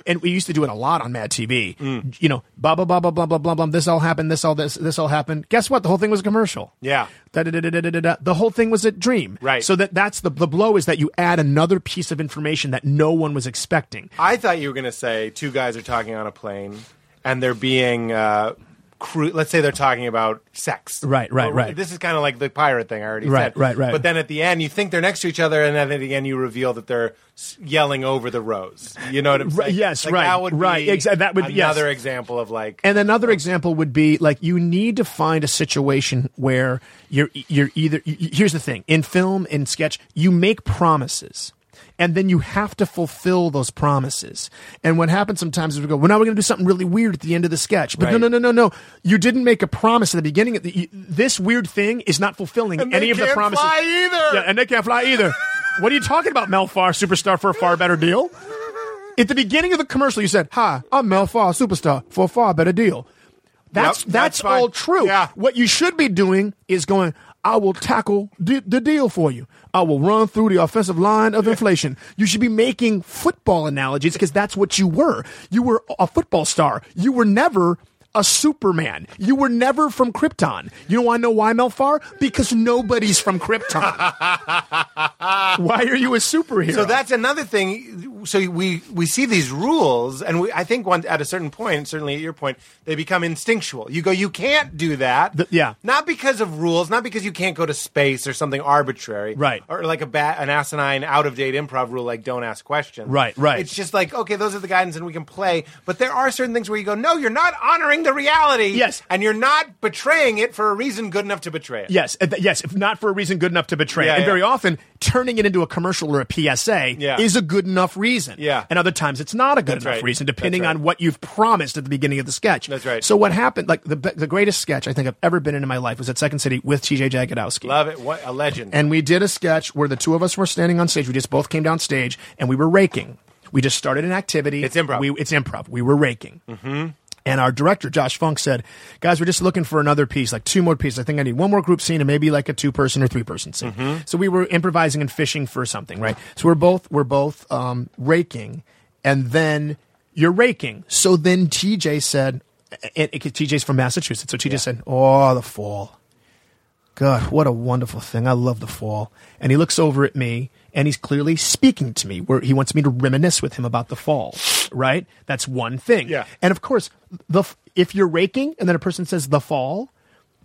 [SPEAKER 5] and we used to do it a lot on Mad TV.
[SPEAKER 6] Mm.
[SPEAKER 5] You know, blah blah blah blah blah blah blah blah. This all happened. This all this this all happened. Guess what? The whole thing was a commercial.
[SPEAKER 6] Yeah.
[SPEAKER 5] Da, da, da, da, da, da, da, da. The whole thing was a dream.
[SPEAKER 6] Right.
[SPEAKER 5] So that that's the the blow is that you add another piece of information that no one was expecting.
[SPEAKER 6] I thought you were going to say two guys are talking on a plane, and they're being. Uh, Cru- let's say they're talking about sex.
[SPEAKER 5] Right, right,
[SPEAKER 6] Or-
[SPEAKER 5] right.
[SPEAKER 6] This is kind of like the pirate thing I already
[SPEAKER 5] Right,
[SPEAKER 6] said.
[SPEAKER 5] right, right.
[SPEAKER 6] But then at the end, you think they're next to each other, and then at the end, you reveal that they're s- yelling over the rose. You know what I'm
[SPEAKER 5] Right,
[SPEAKER 6] saying?
[SPEAKER 5] yes,
[SPEAKER 6] Like,
[SPEAKER 5] right,
[SPEAKER 6] That would
[SPEAKER 5] right,
[SPEAKER 6] Be
[SPEAKER 5] exa- that would be- yes.
[SPEAKER 6] another example of like. oh.
[SPEAKER 5] And another example would be like you need to find a situation where you're you're either y- y- here's the thing in film in sketch you make promises and then you have to fulfill those promises. And what happens sometimes is we go, well, now we're going to do something really weird at the end of the sketch. But no,
[SPEAKER 6] Right.
[SPEAKER 5] no, no, no, no. You didn't make a promise at the beginning. Of the, you, this weird thing is not fulfilling
[SPEAKER 6] And they
[SPEAKER 5] any of the
[SPEAKER 6] can't
[SPEAKER 5] promises.
[SPEAKER 6] fly either.
[SPEAKER 5] Yeah, and they can't fly either. what are you talking about, Melfar superstar for a far better deal? At the beginning of the commercial, you said, "Hi, I'm Mel Farr, superstar for a far better deal." That's
[SPEAKER 6] Yep, that's
[SPEAKER 5] that's,
[SPEAKER 6] fine.
[SPEAKER 5] all true.
[SPEAKER 6] Yeah.
[SPEAKER 5] What you should be doing is going. I will tackle the, the deal for you. I will run through the offensive line of inflation. You should be making football analogies because that's what you were. You were a football star. You were never a Superman. You were never from Krypton. You know, I know why Melfar because nobody's from Krypton. why are you a superhero?
[SPEAKER 6] So that's another thing. So we we see these rules, and we, I think one at a certain point, certainly at your point, they become instinctual. You go, you can't do that.
[SPEAKER 5] Th- yeah.
[SPEAKER 6] Not because of rules, not because you can't go to space or something arbitrary,
[SPEAKER 5] Right.
[SPEAKER 6] Or like a ba- an asinine, out of date improv rule, like don't ask questions,
[SPEAKER 5] Right, right.
[SPEAKER 6] It's just like okay, those are the guidance, and we can play. But there are certain things where you go, no, you're not honoring the reality,
[SPEAKER 5] Yes.
[SPEAKER 6] and you're not betraying it for a reason good enough to betray it.
[SPEAKER 5] Yes, uh, th- yes. If not for a reason good enough to betray,
[SPEAKER 6] Yeah,
[SPEAKER 5] and
[SPEAKER 6] yeah.
[SPEAKER 5] very often turning it into a commercial or a PSA
[SPEAKER 6] Yeah.
[SPEAKER 5] is a good enough reason.
[SPEAKER 6] Yeah.
[SPEAKER 5] and other times it's not a good
[SPEAKER 6] That's
[SPEAKER 5] enough
[SPEAKER 6] right.
[SPEAKER 5] reason,
[SPEAKER 6] That's
[SPEAKER 5] depending
[SPEAKER 6] right.
[SPEAKER 5] on what you've promised at the beginning of the sketch.
[SPEAKER 6] That's right.
[SPEAKER 5] So what happened? Like the be- the greatest sketch I think I've ever been in in my life was at Second City with TJ Jagodowski.
[SPEAKER 6] Love it. What a legend.
[SPEAKER 5] And we did a sketch where the two of us were standing on stage. We just both came down stage and we were raking. We just started an activity.
[SPEAKER 6] It's improv.
[SPEAKER 5] We, it's improv. We were raking. Mm-hmm. And our director, Josh Funk, said, Guys, we're just looking for another piece, like two more pieces. I think I need one more group scene and maybe like a two person or three person scene.
[SPEAKER 6] Mm-hmm.
[SPEAKER 5] So we were improvising and fishing for something, right? So we're both, we're both um, raking and then you're raking. So then TJ said, and, and TJ's from Massachusetts. So TJ said, Oh, the fall. God, what a wonderful thing. I love the fall. And he looks over at me and he's clearly speaking to me where he wants me to reminisce with him about the fall, right? That's one thing.
[SPEAKER 10] Yeah.
[SPEAKER 5] And of course, the f- if you're raking and then a person says the fall,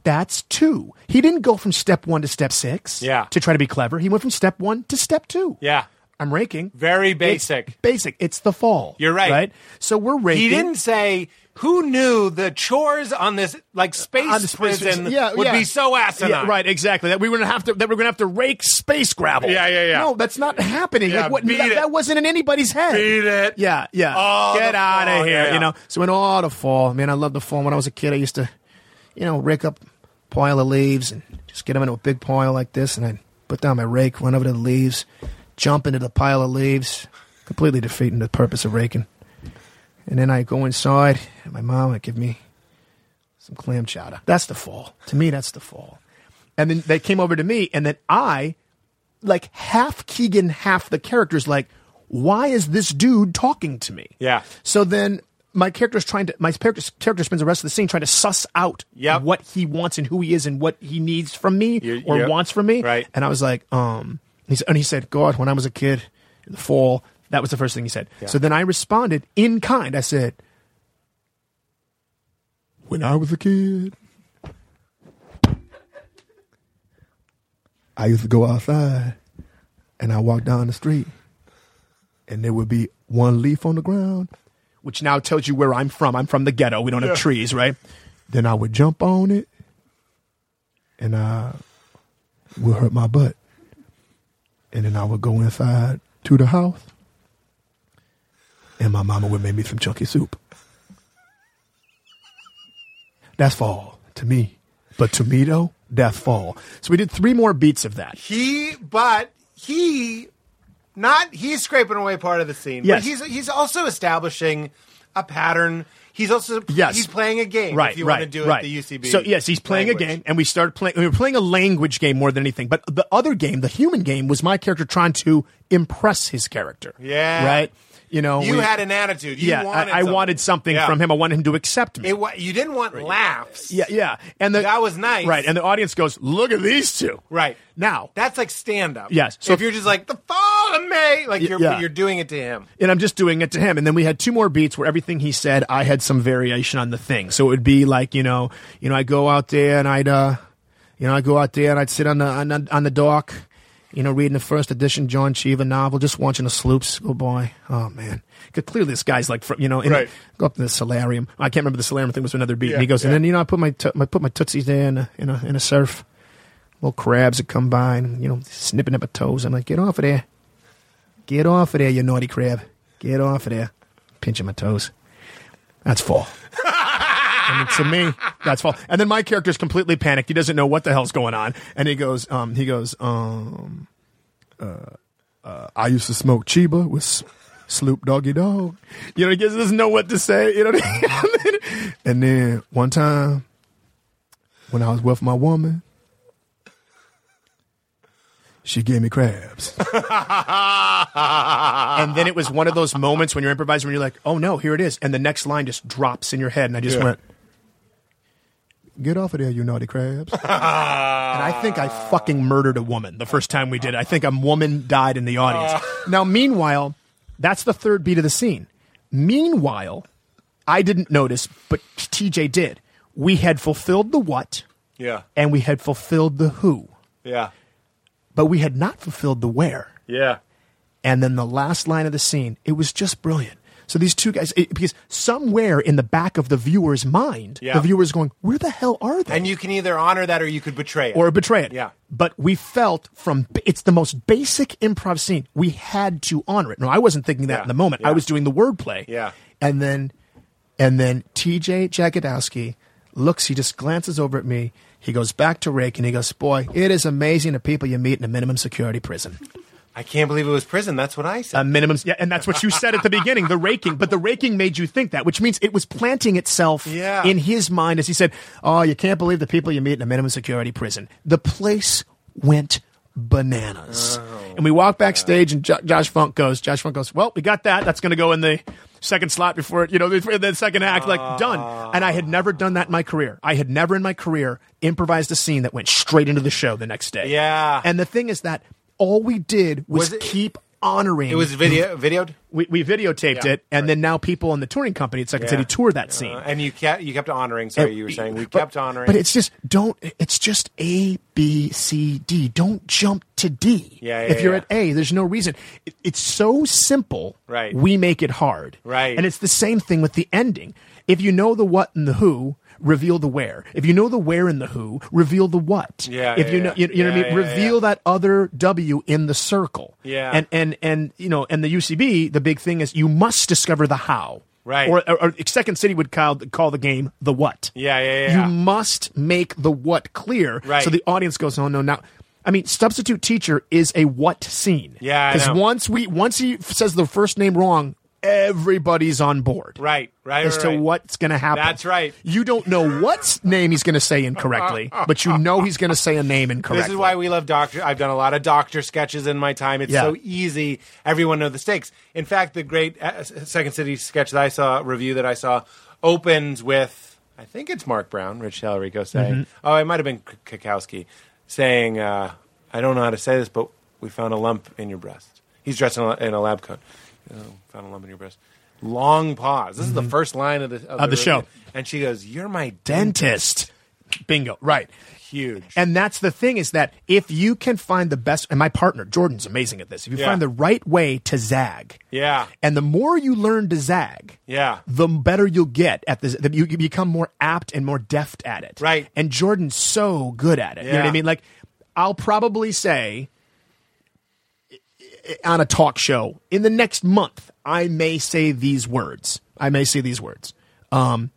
[SPEAKER 5] that's two. He didn't go from step one to step six
[SPEAKER 6] Yeah.
[SPEAKER 5] to try to be clever. He went from step one to step two.
[SPEAKER 6] yeah.
[SPEAKER 5] I'm raking.
[SPEAKER 6] Very
[SPEAKER 5] It's
[SPEAKER 6] basic.
[SPEAKER 5] basic. It's the fall.
[SPEAKER 6] You're right.
[SPEAKER 5] Right? So we're raking.
[SPEAKER 6] He didn't say who knew the chores on this like space
[SPEAKER 5] on the space
[SPEAKER 6] prison
[SPEAKER 5] station. Yeah,
[SPEAKER 6] would
[SPEAKER 5] yeah.
[SPEAKER 6] be so asinine.
[SPEAKER 5] Yeah, right, exactly. That we were gonna have to that we're gonna have to rake space gravel.
[SPEAKER 10] Yeah, yeah, yeah.
[SPEAKER 5] No, that's not happening.
[SPEAKER 10] Yeah,
[SPEAKER 5] like, what,
[SPEAKER 10] beat
[SPEAKER 5] that,
[SPEAKER 10] it.
[SPEAKER 5] that wasn't in anybody's head.
[SPEAKER 10] Beat it.
[SPEAKER 5] Yeah, yeah.
[SPEAKER 10] Oh,
[SPEAKER 5] Get
[SPEAKER 10] the
[SPEAKER 5] out
[SPEAKER 10] fall.
[SPEAKER 5] of here.
[SPEAKER 10] Yeah, yeah.
[SPEAKER 5] You know. So in all the fall, man, I loved the fall. When I was a kid, I used to, you know, rake up a pile of leaves and just get them into a big pile like this, and I'd put down my rake, run over to the leaves, jump into the pile of leaves, completely defeating the purpose of raking. And then I go inside, and my mom would give me some clam chowder. That's the fall. To me, that's the fall. And then they came over to me, and then I, like half Keegan, half the characters, like, why is this dude talking to me?
[SPEAKER 6] Yeah.
[SPEAKER 5] So then my character's trying to my character character spends the rest of the scene trying to suss out
[SPEAKER 6] Yep.
[SPEAKER 5] what he wants and who he is and what he needs from me
[SPEAKER 6] You-
[SPEAKER 5] or
[SPEAKER 6] yep.
[SPEAKER 5] wants from me.
[SPEAKER 6] Right.
[SPEAKER 5] And I was like, um, he said, and he said, God, when I was a kid in the fall, that was the first thing he said. So then I responded in kind. I said, when I was a kid, I used to go outside and I walked down the street and there would be one leaf on the ground, which now tells you where I'm from. I'm from the ghetto. We don't have trees, right? Then I would jump on it and I would hurt my butt. And then I would go inside to the house and my mama would make me some chunky soup. That's fall to me. But to me, though, that's fall. So we did three more beats of that.
[SPEAKER 6] He but he not he's scraping away part of the scene.
[SPEAKER 5] Yes.
[SPEAKER 6] But he's he's also establishing a pattern. He's also
[SPEAKER 5] Yes.
[SPEAKER 6] he's playing a game
[SPEAKER 5] right,
[SPEAKER 6] if you
[SPEAKER 5] right,
[SPEAKER 6] want to do
[SPEAKER 5] right.
[SPEAKER 6] it the UCB.
[SPEAKER 5] So yes, he's playing
[SPEAKER 6] language.
[SPEAKER 5] a game, and we started playing. We were playing a language game more than anything. But the other game, the human game, was my character trying to impress his character.
[SPEAKER 6] Yeah.
[SPEAKER 5] right. You know,
[SPEAKER 6] You
[SPEAKER 5] we-
[SPEAKER 6] had an attitude. You
[SPEAKER 5] yeah.
[SPEAKER 6] wanted
[SPEAKER 5] I, I
[SPEAKER 6] something.
[SPEAKER 5] wanted something
[SPEAKER 6] Yeah.
[SPEAKER 5] from him. I wanted him to accept me.
[SPEAKER 6] It wa- you didn't want laughs.
[SPEAKER 5] yeah, yeah. And the,
[SPEAKER 6] That was nice.
[SPEAKER 5] right? And the audience goes, "Look at these two
[SPEAKER 6] Right.
[SPEAKER 5] now."
[SPEAKER 6] That's like stand up.
[SPEAKER 5] Yes. So
[SPEAKER 6] if
[SPEAKER 5] if-
[SPEAKER 6] you're just like the fall of May, like
[SPEAKER 5] Y-
[SPEAKER 6] you're
[SPEAKER 5] yeah.
[SPEAKER 6] you're doing it to him.
[SPEAKER 5] and I'm just doing it to him. And then we had two more beats where everything he said, I had some variation on the thing. So it would be like, you know, you know, I go out there and I'd, uh, you know, I go out there and I'd sit on the on, the- on the dock, you know, reading the first edition John Cheever novel, just watching the sloops go by. Oh man, 'Cause clearly this guy's like, fr- you know, and
[SPEAKER 10] Right.
[SPEAKER 5] go up to the solarium. I can't remember the solarium thing was another beat. and
[SPEAKER 10] Yeah,
[SPEAKER 5] he goes, and
[SPEAKER 10] yeah.
[SPEAKER 5] then you know, I put my to- I put my tootsies there in a in a, in a surf. Little crabs would come by and you know snipping at my toes. I'm like, get off of there. Get off of there, you naughty crab. Get off of there. Pinching my toes. That's fall. I mean, to me, that's fall. And then my character's completely panicked. He doesn't know what the hell's going on. And he goes, um, he goes, um, uh, uh, I used to smoke Chiba with S- Sloop Doggy Dog. You know, he just doesn't know what to say. You know what I mean?
[SPEAKER 8] And then one time when I was with my woman, she gave me crabs.
[SPEAKER 5] and then it was one of those moments when you're improvising when you're like, oh no, here it is. And the next line just drops in your head. And I just
[SPEAKER 8] Yeah.
[SPEAKER 5] went,
[SPEAKER 8] Get off of there, you naughty crabs.
[SPEAKER 5] and I think I fucking murdered a woman the first time we did it. I think a woman died in the audience. Now, meanwhile, that's the third beat of the scene. Meanwhile, I didn't notice, but TJ did. We had fulfilled the what
[SPEAKER 6] Yeah.
[SPEAKER 5] and we had fulfilled the who,
[SPEAKER 6] Yeah.
[SPEAKER 5] but we had not fulfilled the where.
[SPEAKER 6] Yeah.
[SPEAKER 5] and then the last line of the scene it was just brilliant so these two guys it, because somewhere in the back of the viewer's mind
[SPEAKER 6] Yeah.
[SPEAKER 5] the viewer's going where the hell are they
[SPEAKER 6] And you can either honor that or you could betray it.
[SPEAKER 5] or betray it
[SPEAKER 6] Yeah.
[SPEAKER 5] but we felt from it's the most basic improv scene we had to honor it no i wasn't thinking that
[SPEAKER 6] Yeah.
[SPEAKER 5] in the moment i
[SPEAKER 6] Yeah.
[SPEAKER 5] was doing the wordplay
[SPEAKER 6] Yeah.
[SPEAKER 5] and then and then tj jagodowski looks he just glances over at me he goes back to rick and he goes boy it is amazing the people you meet in a minimum security prison
[SPEAKER 6] I can't believe it was prison. That's what I said.
[SPEAKER 5] a minimum. Yeah, and that's what you said at the beginning, the raking. But the raking made you think that, which means it was planting itself
[SPEAKER 6] Yeah.
[SPEAKER 5] in his mind as he said, "Oh, you can't believe the people you meet in a minimum security prison." The place went bananas,
[SPEAKER 6] Oh.
[SPEAKER 5] and we walked backstage, and jo- Josh Funk goes, "Josh Funk goes, well, we got that. That's going to go in the." Second slot before you know the, the second act, like done. And I had never done that in my career. I had never in my career improvised a scene that went straight into the show the next day.
[SPEAKER 6] Yeah.
[SPEAKER 5] And the thing is that all we did was,
[SPEAKER 6] Was it-
[SPEAKER 5] keep honoring
[SPEAKER 6] it was video videoed.
[SPEAKER 5] we, we videotaped
[SPEAKER 6] Yeah,
[SPEAKER 5] it, and then now people in the touring company at Second
[SPEAKER 6] Yeah.
[SPEAKER 5] City tour that scene.
[SPEAKER 6] Uh, and you kept you kept honoring. Sorry, you were saying we kept honoring.
[SPEAKER 5] But it's just don't. It's just A, B, C, D. Don't jump to D.
[SPEAKER 6] Yeah, yeah,
[SPEAKER 5] if you're
[SPEAKER 6] yeah.
[SPEAKER 5] at A, there's no reason. It, it's so simple.
[SPEAKER 6] Right.
[SPEAKER 5] We make it hard.
[SPEAKER 6] Right.
[SPEAKER 5] And it's the same thing with the ending. If you know the what and the who. Reveal the where. If you know the where and the who, reveal the what.
[SPEAKER 6] Yeah,
[SPEAKER 5] If
[SPEAKER 6] yeah,
[SPEAKER 5] you know,
[SPEAKER 6] yeah.
[SPEAKER 5] you, you know what I
[SPEAKER 6] Yeah,
[SPEAKER 5] mean.
[SPEAKER 6] yeah, yeah.
[SPEAKER 5] reveal that other W in the circle.
[SPEAKER 6] Yeah.
[SPEAKER 5] And and and you know, and the UCB, the big thing is you must discover the how.
[SPEAKER 6] Right.
[SPEAKER 5] Or, or, or Second City would call, call the game the what.
[SPEAKER 6] Yeah, yeah, yeah.
[SPEAKER 5] You must make the what clear,
[SPEAKER 6] Right.
[SPEAKER 5] so the audience goes, "Oh no!" Now, I mean, substitute teacher is a what scene.
[SPEAKER 6] Yeah, I
[SPEAKER 5] because
[SPEAKER 6] know.
[SPEAKER 5] once we once he f- says the first name wrong, everybody's on board.
[SPEAKER 6] right, right,
[SPEAKER 5] As
[SPEAKER 6] right,
[SPEAKER 5] to
[SPEAKER 6] right.
[SPEAKER 5] what's going to happen.
[SPEAKER 6] That's right.
[SPEAKER 5] You don't know what name he's going to say incorrectly, but you know he's going to say a name incorrectly.
[SPEAKER 6] This is why we love doctor. I've done a lot of doctor sketches in my time. It's
[SPEAKER 5] Yeah.
[SPEAKER 6] so easy. Everyone knows the stakes. In fact, the great uh, Second City sketch that I saw, review that I saw, opens with I think it's Mark Brown, Rich Talarico saying,
[SPEAKER 5] Mm-hmm.
[SPEAKER 6] "Oh, it might have been K- Kakowski saying, uh, I don't know how to say this, but we found a lump in your breast.' He's dressed in a, in a lab coat. You know, found a lump in your breast." Long pause. This is the first line of the
[SPEAKER 5] Mm-hmm. Of the show.
[SPEAKER 6] review. and she goes, "You're my
[SPEAKER 5] dentist. Bingo. Right.
[SPEAKER 6] huge."
[SPEAKER 5] And that's the thing is that if you can find the best, and my partner Jordan's amazing at this. If you
[SPEAKER 6] Yeah.
[SPEAKER 5] find the right way to zag,
[SPEAKER 6] Yeah.
[SPEAKER 5] and the more you learn to zag,
[SPEAKER 6] Yeah.
[SPEAKER 5] the better you'll get at this. The, you, you become more apt and more deft at it,
[SPEAKER 6] Right.
[SPEAKER 5] And Jordan's so good at it. You know what
[SPEAKER 6] Yeah.
[SPEAKER 5] I mean? Like, I'll probably say i- i- on a talk show in the next month, I may say these words. I may say these words. Um,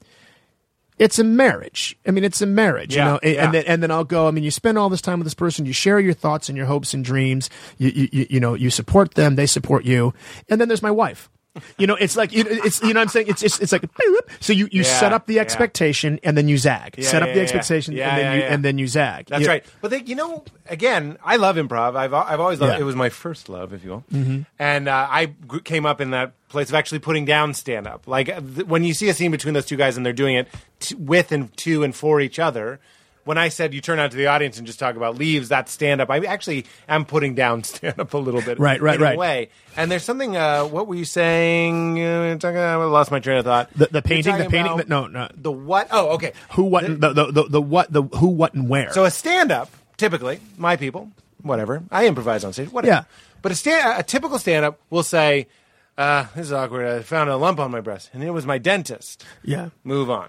[SPEAKER 5] it's a marriage. I mean, it's a marriage,
[SPEAKER 6] Yeah,
[SPEAKER 5] you know. And,
[SPEAKER 6] yeah.
[SPEAKER 5] and then and then I'll go. I mean, you spend all this time with this person. You share your thoughts and your hopes and dreams. You you, you, you know you support them. They support you. And then there's my wife. You know, it's like you- it's you know what I'm saying. It's it's, it's like boop. so you, you
[SPEAKER 6] Yeah,
[SPEAKER 5] set up the
[SPEAKER 6] yeah.
[SPEAKER 5] expectation and then you zag.
[SPEAKER 6] Yeah,
[SPEAKER 5] set up
[SPEAKER 6] yeah,
[SPEAKER 5] the
[SPEAKER 6] yeah.
[SPEAKER 5] expectation
[SPEAKER 6] Yeah,
[SPEAKER 5] and then
[SPEAKER 6] yeah,
[SPEAKER 5] you
[SPEAKER 6] yeah.
[SPEAKER 5] and then you zag.
[SPEAKER 6] That's
[SPEAKER 5] You-
[SPEAKER 6] right. But they, you know, again, I love improv. I've I've always loved
[SPEAKER 5] Yeah. Mm-hmm.
[SPEAKER 6] it. It was my first love, if you will. And uh, I gr- came up in that place of actually putting down stand up. Like uh, th- when you see a scene between those two guys and they're doing it t- with and to and for each other. When I said you turn out to the audience and just talk about leaves, that's stand up. I actually am putting down stand up a little bit,
[SPEAKER 5] Right, right,
[SPEAKER 6] in a
[SPEAKER 5] right.
[SPEAKER 6] way. And there's something. Uh, what were you saying? Uh, talking- I lost my train of thought.
[SPEAKER 5] The- the
[SPEAKER 6] You're
[SPEAKER 5] painting, the
[SPEAKER 6] talking
[SPEAKER 5] painting-
[SPEAKER 6] about
[SPEAKER 5] no, no.
[SPEAKER 6] the what? Oh, okay.
[SPEAKER 5] Who what and- the, the, the the what the who what and where.
[SPEAKER 6] So a stand up, typically, my people, whatever. I improvise on stage, whatever.
[SPEAKER 5] Yeah.
[SPEAKER 6] But a stand a typical stand up will say, uh, this is awkward. I found a lump on my breast and it was my dentist.
[SPEAKER 5] yeah.
[SPEAKER 6] Move on.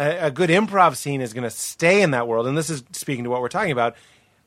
[SPEAKER 6] A, a good improv scene is going to stay in that world and this is speaking to what we're talking about.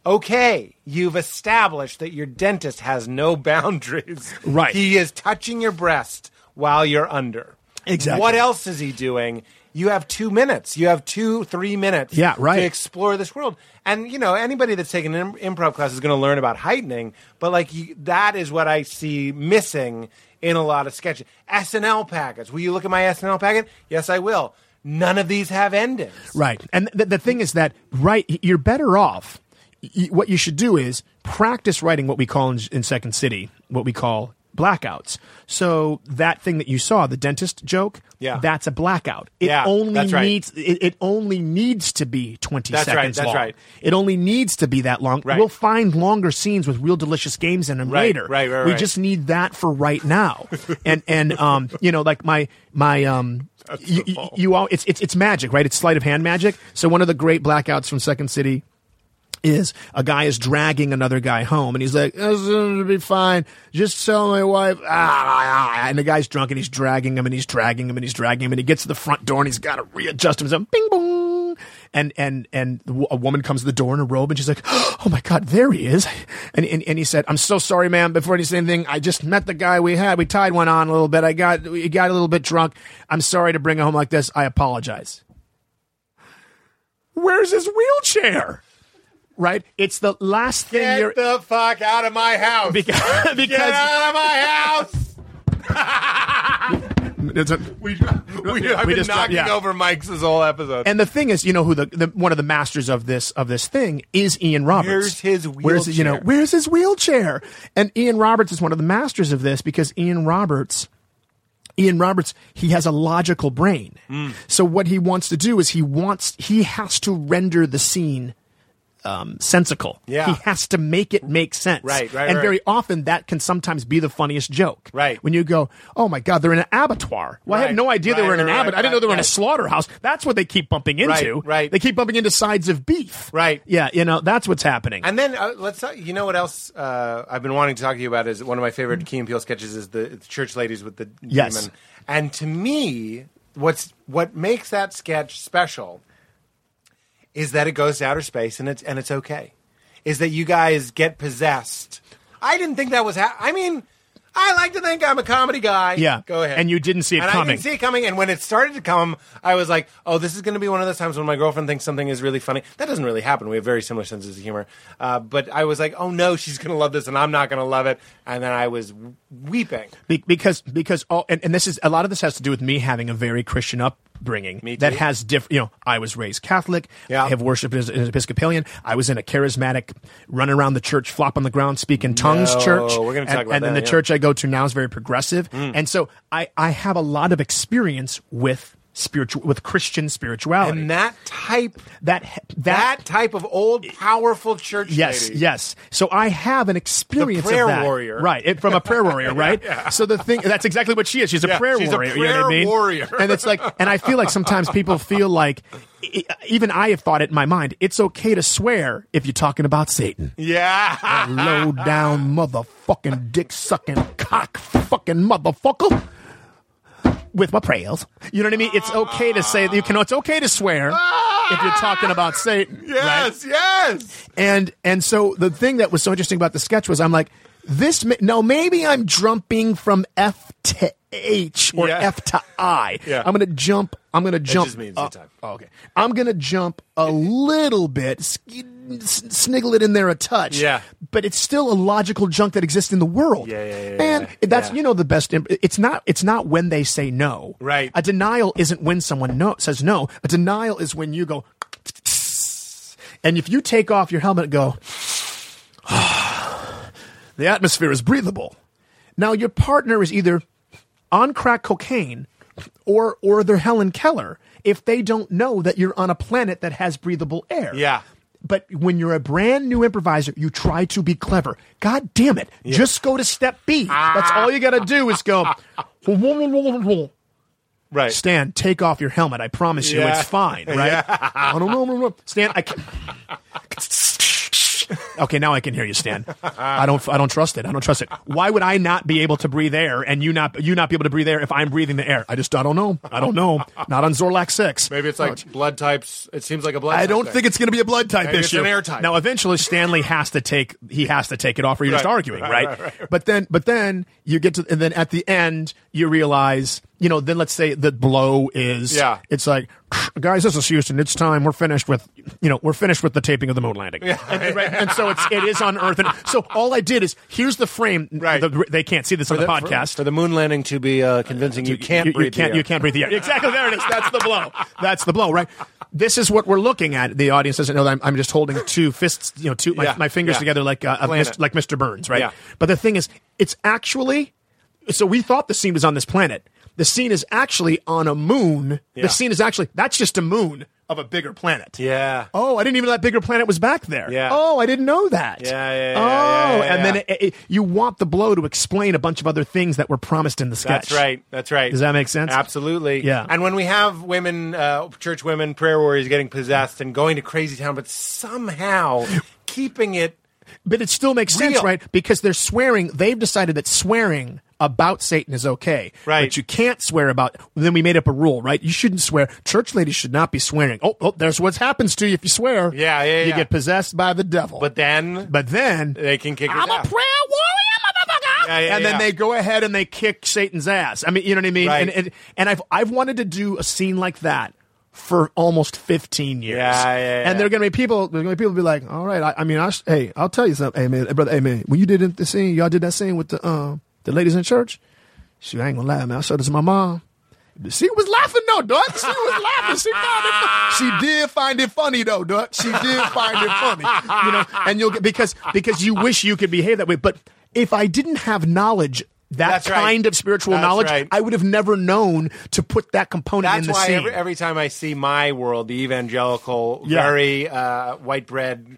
[SPEAKER 6] Okay, you've established that your dentist has no boundaries.
[SPEAKER 5] Right.
[SPEAKER 6] He is touching your breast while you're under.
[SPEAKER 5] Exactly.
[SPEAKER 6] What else is he doing? You have two minutes. You have two, three minutes
[SPEAKER 5] Yeah, right.
[SPEAKER 6] to explore this world. And you know, anybody that's taking an im- improv class is going to learn about heightening, but like you, that is what I see missing in a lot of sketches. SNL packets. Will you look at my SNL packet? Yes, I will. none of these have endings.
[SPEAKER 5] Right. And th- the thing is that, right, y- you're better off. Y- what you should do is practice writing what we call in, in Second City, what we call blackouts. So that thing that you saw, the dentist joke,
[SPEAKER 6] Yeah.
[SPEAKER 5] that's a blackout. It
[SPEAKER 6] Yeah,
[SPEAKER 5] only
[SPEAKER 6] that's right.
[SPEAKER 5] needs it, it only needs to be 20
[SPEAKER 6] That's right,
[SPEAKER 5] seconds
[SPEAKER 6] that's
[SPEAKER 5] long.
[SPEAKER 6] right.
[SPEAKER 5] It only needs to be that long.
[SPEAKER 6] Right.
[SPEAKER 5] We'll find longer scenes with real delicious games in them
[SPEAKER 6] Right,
[SPEAKER 5] later.
[SPEAKER 6] right, right,
[SPEAKER 5] We
[SPEAKER 6] right.
[SPEAKER 5] just need that for right now. and and um, you know, like my my um, you, you, you all it's it's it's magic, right? It's sleight of hand magic. So one of the great blackouts from Second City is a guy is dragging another guy home and he's like, this is gonna be fine. Just tell my wife. "Ah, ah, ah." And the guy's drunk and he's dragging him and he's dragging him and he's dragging him and he gets to the front door and he's got to readjust himself. Bing, bong. And, and, and the wo- a woman comes to the door in a robe and she's like, oh my God, there he is. And, and, and he said, I'm so sorry, ma'am. Before he said anything, I just met the guy we had. We tied one on a little bit. I got, we got a little bit drunk. I'm sorry to bring it home like this. I apologize. Where's his wheelchair? Right? It's the last thing
[SPEAKER 10] Get
[SPEAKER 5] you're
[SPEAKER 10] the fuck out of my house.
[SPEAKER 5] because,
[SPEAKER 10] Get
[SPEAKER 5] because
[SPEAKER 10] out of my house.
[SPEAKER 5] it's a-
[SPEAKER 10] We, we, I've
[SPEAKER 5] We
[SPEAKER 10] been
[SPEAKER 5] just-
[SPEAKER 10] knocking
[SPEAKER 5] yeah.
[SPEAKER 10] over Mike's this whole episode.
[SPEAKER 5] and the thing is, you know who the, the one of the masters of this of this thing is Ian Roberts.
[SPEAKER 6] Where's his
[SPEAKER 5] Where's you know
[SPEAKER 6] wheelchair?
[SPEAKER 5] where's his wheelchair? And Ian Roberts is one of the masters of this because Ian Roberts Ian Roberts, he has a logical brain.
[SPEAKER 6] Mm.
[SPEAKER 5] So what he wants to do is he wants he has to render the scene um, sensical.
[SPEAKER 6] Yeah.
[SPEAKER 5] He has to make it make sense.
[SPEAKER 6] Right, right,
[SPEAKER 5] And
[SPEAKER 6] right.
[SPEAKER 5] very often that can sometimes be the funniest joke.
[SPEAKER 6] Right.
[SPEAKER 5] When you go, oh my God, they're in an abattoir. Well, I had
[SPEAKER 6] Right,
[SPEAKER 5] no idea they
[SPEAKER 6] right,
[SPEAKER 5] were in an
[SPEAKER 6] right,
[SPEAKER 5] abattoir. I didn't
[SPEAKER 6] right,
[SPEAKER 5] know they were in a
[SPEAKER 6] right.
[SPEAKER 5] slaughterhouse. That's what they keep bumping into.
[SPEAKER 6] Right, right.
[SPEAKER 5] They keep bumping into sides of beef.
[SPEAKER 6] Right.
[SPEAKER 5] Yeah, you know, that's what's happening.
[SPEAKER 6] And then uh, let's talk, you know what else uh, I've been wanting to talk to you about is one of my favorite Key and Peele sketches is the, the church ladies with the
[SPEAKER 5] Yes.
[SPEAKER 6] demon. And to me, what's what makes that sketch special is that it goes to outer space and it's and it's okay. Is that you guys get possessed? I didn't think that was. Ha- I mean, I like to think I'm a comedy guy.
[SPEAKER 5] Yeah.
[SPEAKER 6] go ahead.
[SPEAKER 5] And you didn't see it
[SPEAKER 6] And I
[SPEAKER 5] coming.
[SPEAKER 6] didn't see it coming. And when it started to come, I was like, "Oh, this is going to be one of those times when my girlfriend thinks something is really funny." That doesn't really happen. We have very similar senses of humor. Uh, but I was like, "Oh no, she's going to love this, and I'm not going to love it." And then I was weeping.
[SPEAKER 5] Be- because because all and, and this is a lot of this has to do with me having a very Christian upbringing
[SPEAKER 6] Me
[SPEAKER 5] that
[SPEAKER 6] too.
[SPEAKER 5] has different. You know, I was raised Catholic.
[SPEAKER 6] Yeah.
[SPEAKER 5] I have worshipped as, as Episcopalian. I was in a charismatic, run around the church, flop on the ground, speak in tongues
[SPEAKER 6] No,
[SPEAKER 5] church.
[SPEAKER 6] we're gonna
[SPEAKER 5] and,
[SPEAKER 6] talk about
[SPEAKER 5] And then
[SPEAKER 6] that,
[SPEAKER 5] the
[SPEAKER 6] yeah. Hmm.
[SPEAKER 5] church I go to now is very progressive, and so I I have a lot of experience with spiritual with Christian spirituality.
[SPEAKER 6] And that type,
[SPEAKER 5] that that,
[SPEAKER 6] that type of old, powerful church.
[SPEAKER 5] Yes,
[SPEAKER 6] lady.
[SPEAKER 5] yes. So I have an experience
[SPEAKER 6] prayer
[SPEAKER 5] of that.
[SPEAKER 6] warrior.
[SPEAKER 5] right? It, from a prayer warrior, right? So the thing that's exactly what she is. She's a
[SPEAKER 6] Yeah,
[SPEAKER 5] prayer
[SPEAKER 6] she's a
[SPEAKER 5] warrior. you know what I
[SPEAKER 6] prayer
[SPEAKER 5] mean?
[SPEAKER 6] warrior.
[SPEAKER 5] And it's like, and I feel like sometimes people feel like, e- even I have thought it in my mind. It's okay to swear if you're talking about Satan.
[SPEAKER 6] Yeah.
[SPEAKER 5] Low down motherfucking dick sucking cock fucking motherfucker. With my prayers, you know what I mean. It's okay to say you can. It's okay to swear if you're talking about Satan. right?
[SPEAKER 10] yes, yes.
[SPEAKER 5] And and so the thing that was so interesting about the sketch was I'm like, this ma- no maybe I'm jumping from F to H or
[SPEAKER 6] Yeah.
[SPEAKER 5] F to I.
[SPEAKER 6] Yeah.
[SPEAKER 5] am gonna jump. I'm gonna jump.
[SPEAKER 6] just means
[SPEAKER 5] uh,
[SPEAKER 6] your time.
[SPEAKER 5] oh, okay. I'm gonna jump a little bit, sk- s- sniggle it in there a touch.
[SPEAKER 6] Yeah.
[SPEAKER 5] But it's still a logical junk that exists in the world.
[SPEAKER 6] Yeah, yeah, yeah,
[SPEAKER 5] And
[SPEAKER 6] yeah.
[SPEAKER 5] that's
[SPEAKER 6] Yeah.
[SPEAKER 5] you know the best. Imp- it's not. It's not when they say no.
[SPEAKER 6] Right.
[SPEAKER 5] A denial isn't when someone no says no. A denial is when you go. And if you take off your helmet and go, the atmosphere is breathable. Now your partner is either on crack cocaine or or they're Helen Keller if they don't know that you're on a planet that has breathable air.
[SPEAKER 6] Yeah.
[SPEAKER 5] But when you're a brand new improviser, you try to be clever. God damn it. Just go to step B. That's all you got to do is go.
[SPEAKER 6] Right.
[SPEAKER 5] Stan, take off your helmet. I promise you,
[SPEAKER 6] Yeah.
[SPEAKER 5] it's fine, right? I don't know, I don't know. Stan, I. Can... Okay, now I can hear you, Stan. I don't, I don't trust it. I don't trust it. Why would I not be able to breathe air and you not, you not be able to breathe air if I'm breathing the air? I just, I don't know. I don't know. Not on Zorlac six.
[SPEAKER 6] Maybe it's like blood types. It seems like a blood.
[SPEAKER 5] I
[SPEAKER 6] type
[SPEAKER 5] don't
[SPEAKER 6] thing.
[SPEAKER 5] think it's going to be a blood type
[SPEAKER 6] Maybe it's
[SPEAKER 5] issue.
[SPEAKER 6] an air type.
[SPEAKER 5] Now, eventually, Stanley has to take he has to take it off, or you're just
[SPEAKER 6] Right.
[SPEAKER 5] arguing,
[SPEAKER 6] Right,
[SPEAKER 5] right?
[SPEAKER 6] right, right.
[SPEAKER 5] But then, but then you get to, and then at the end, you realize, you know, then let's say the blow is,
[SPEAKER 6] Yeah.
[SPEAKER 5] it's like, guys, this is Houston. It's time. We're finished with, you know, we're finished with the taping of the moon landing. And, right? and so it's it is on Earth. And so all I did is here's the frame.
[SPEAKER 6] Right.
[SPEAKER 5] the- they can't see this on the, podcast.
[SPEAKER 6] For, the moon landing to be uh, convincing you can't
[SPEAKER 5] you,
[SPEAKER 6] breathe. the
[SPEAKER 5] can't,
[SPEAKER 6] air.
[SPEAKER 5] you can't breathe the air. Exactly. There it is. That's the blow. That's the blow. Right. This is what we're looking at. The audience doesn't know that I'm, I'm just holding two fists, you know, two my,
[SPEAKER 6] Yeah,
[SPEAKER 5] my fingers
[SPEAKER 6] yeah.
[SPEAKER 5] together like uh, a
[SPEAKER 6] Planet.
[SPEAKER 5] mis- like Mr. Burns, right?
[SPEAKER 6] Yeah.
[SPEAKER 5] But the thing is, it's actually so we thought the scene was on this planet. The scene is actually on a moon.
[SPEAKER 6] Yeah.
[SPEAKER 5] The scene is actually that's just a moon of a bigger planet.
[SPEAKER 6] Yeah.
[SPEAKER 5] Oh, I didn't even know that bigger planet was back there.
[SPEAKER 6] Yeah.
[SPEAKER 5] Oh, I didn't know that.
[SPEAKER 6] Yeah, yeah, yeah,
[SPEAKER 5] Oh,
[SPEAKER 6] yeah, yeah,
[SPEAKER 5] and then
[SPEAKER 6] yeah.
[SPEAKER 5] it, it, you want the blow to explain a bunch of other things that were promised in the sketch.
[SPEAKER 6] That's right. That's right.
[SPEAKER 5] Does that make sense?
[SPEAKER 6] Absolutely.
[SPEAKER 5] Yeah.
[SPEAKER 6] And when we have women, uh, church women, prayer warriors getting possessed and going to crazy town, but somehow keeping it.
[SPEAKER 5] But it still makes sense,
[SPEAKER 6] Real.
[SPEAKER 5] right? Because they're swearing. They've decided that swearing about Satan is okay.
[SPEAKER 6] Right.
[SPEAKER 5] But you can't swear about. Then we made up a rule, right? You shouldn't swear. Church ladies should not be swearing. Oh, oh there's what happens to you if you swear.
[SPEAKER 6] Yeah, yeah,
[SPEAKER 5] You
[SPEAKER 6] yeah.
[SPEAKER 5] get possessed by the devil.
[SPEAKER 6] But then
[SPEAKER 5] but then
[SPEAKER 6] they can kick.
[SPEAKER 5] I'm
[SPEAKER 6] it out.
[SPEAKER 5] a prayer warrior, motherfucker.
[SPEAKER 6] Yeah, yeah,
[SPEAKER 5] and then
[SPEAKER 6] yeah.
[SPEAKER 5] they go ahead and they kick Satan's ass. I mean, you know what I mean?
[SPEAKER 6] Right.
[SPEAKER 5] And, and and I've I've wanted to do a scene like that for almost 15 years.
[SPEAKER 6] Yeah, yeah, yeah.
[SPEAKER 5] And there are going to be people there are going to be people be like, "All right, I, I mean, I sh- hey, I'll tell you something. Hey, man, hey, brother, hey, man, when you did it- the scene, y'all did that scene with the um the ladies in church? Shoot, I ain't going to lie, man. I showed this to my mom. She was laughing though, dog. She was laughing. She found it. Fu- she did find it funny though, dog. She did find it funny. You know, and you'll get because because you wish you could behave that way. But if I didn't have knowledge, that
[SPEAKER 6] That's right.
[SPEAKER 5] kind of spiritual
[SPEAKER 6] That's
[SPEAKER 5] knowledge,
[SPEAKER 6] right.
[SPEAKER 5] I would have never known to put that component
[SPEAKER 6] That's
[SPEAKER 5] in the
[SPEAKER 6] why
[SPEAKER 5] scene.
[SPEAKER 6] every, every time I see my world, the evangelical,
[SPEAKER 5] Yeah.
[SPEAKER 6] very uh, white bread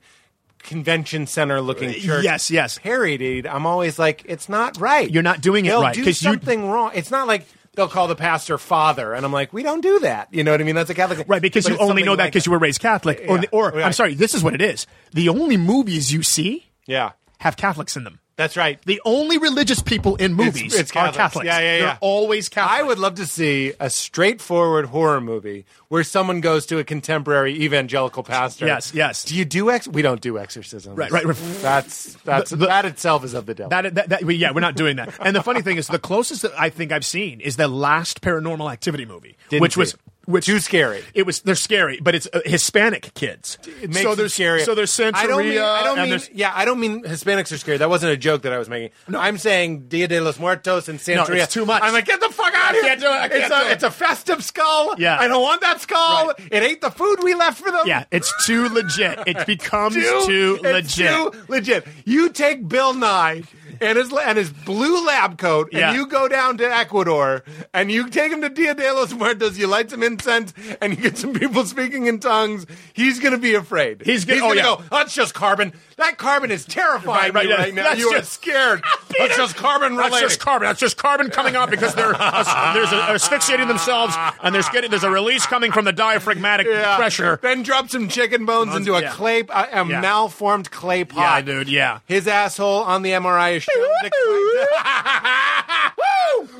[SPEAKER 6] convention center looking church,
[SPEAKER 5] Uh, yes, yes.
[SPEAKER 6] parodied, I'm always like, it's not right.
[SPEAKER 5] You're not doing it
[SPEAKER 6] They'll
[SPEAKER 5] right,
[SPEAKER 6] Do
[SPEAKER 5] 'cause you-
[SPEAKER 6] something wrong. It's not like they'll call the pastor father, and I'm like, we don't do that. You know what I mean? That's a Catholic,
[SPEAKER 5] Right, because
[SPEAKER 6] But
[SPEAKER 5] you
[SPEAKER 6] it's
[SPEAKER 5] only know
[SPEAKER 6] something
[SPEAKER 5] that
[SPEAKER 6] like
[SPEAKER 5] because you were raised Catholic, or,
[SPEAKER 6] Yeah.
[SPEAKER 5] the, or I'm
[SPEAKER 6] Right.
[SPEAKER 5] sorry, this is what it is. The only movies you see
[SPEAKER 6] Yeah,
[SPEAKER 5] have Catholics in them.
[SPEAKER 6] that's right.
[SPEAKER 5] The only religious people in movies
[SPEAKER 6] it's
[SPEAKER 5] are
[SPEAKER 6] Catholics.
[SPEAKER 5] Catholics.
[SPEAKER 6] Yeah, yeah,
[SPEAKER 5] They're
[SPEAKER 6] yeah.
[SPEAKER 5] always Catholic.
[SPEAKER 6] I would love to see a straightforward horror movie where someone goes to a contemporary evangelical pastor.
[SPEAKER 5] Yes, yes.
[SPEAKER 6] Do you do ex? We don't do exorcisms.
[SPEAKER 5] Right, right, right.
[SPEAKER 6] That's that's
[SPEAKER 5] The- the-
[SPEAKER 6] that itself is of the devil.
[SPEAKER 5] That, that, that, we- yeah, we're not doing that. And the funny thing is, the closest that I think I've seen is the last Paranormal Activity movie,
[SPEAKER 6] Didn't
[SPEAKER 5] which was
[SPEAKER 6] see it.
[SPEAKER 5] which
[SPEAKER 6] Too scary.
[SPEAKER 5] It was they're scary, but it's uh, Hispanic kids.
[SPEAKER 6] It makes
[SPEAKER 5] so
[SPEAKER 6] them
[SPEAKER 5] there's
[SPEAKER 6] scary.
[SPEAKER 5] So there's Santeria.
[SPEAKER 6] I don't mean, I don't
[SPEAKER 5] and
[SPEAKER 6] mean
[SPEAKER 5] there's-
[SPEAKER 6] yeah, I don't mean Hispanics are scary. That wasn't a joke that I was making. I'm saying Dia de los Muertos and Santeria.
[SPEAKER 5] it's too much.
[SPEAKER 6] I'm like, get the fuck out of here!
[SPEAKER 5] can't do it. I can't
[SPEAKER 6] it's,
[SPEAKER 5] do
[SPEAKER 6] a,
[SPEAKER 5] it.
[SPEAKER 6] it's a festive skull.
[SPEAKER 5] Yeah.
[SPEAKER 6] I don't want that skull.
[SPEAKER 5] Right.
[SPEAKER 6] It ate the food we left for them.
[SPEAKER 5] yeah, it's too legit. It becomes
[SPEAKER 6] It's
[SPEAKER 5] too
[SPEAKER 6] it's
[SPEAKER 5] legit.
[SPEAKER 6] too legit. You take Bill Nye and his and his blue lab coat, and
[SPEAKER 5] Yeah.
[SPEAKER 6] you go down to Ecuador, and you take him to Dia de los Muertos. You light some incense, and you get some people speaking in tongues. He's gonna be afraid.
[SPEAKER 5] He's gonna- oh,
[SPEAKER 6] gonna
[SPEAKER 5] yeah.
[SPEAKER 6] go. That's just carbon. That carbon is terrifying
[SPEAKER 5] Right, right,
[SPEAKER 6] me
[SPEAKER 5] yeah.
[SPEAKER 6] right now.
[SPEAKER 5] That's
[SPEAKER 6] you
[SPEAKER 5] just-
[SPEAKER 6] are scared. That's just carbon related.
[SPEAKER 5] That's just carbon. That's just carbon coming off because they're as- there's a, asphyxiating themselves and there's getting there's a release coming from the diaphragmatic
[SPEAKER 6] Yeah.
[SPEAKER 5] pressure.
[SPEAKER 6] Then drop some chicken bones
[SPEAKER 5] Bones,
[SPEAKER 6] into a
[SPEAKER 5] yeah.
[SPEAKER 6] clay, a, a
[SPEAKER 5] Yeah.
[SPEAKER 6] malformed clay
[SPEAKER 5] Yeah,
[SPEAKER 6] pot.
[SPEAKER 5] dude. Yeah.
[SPEAKER 6] His asshole on the MRI is showing the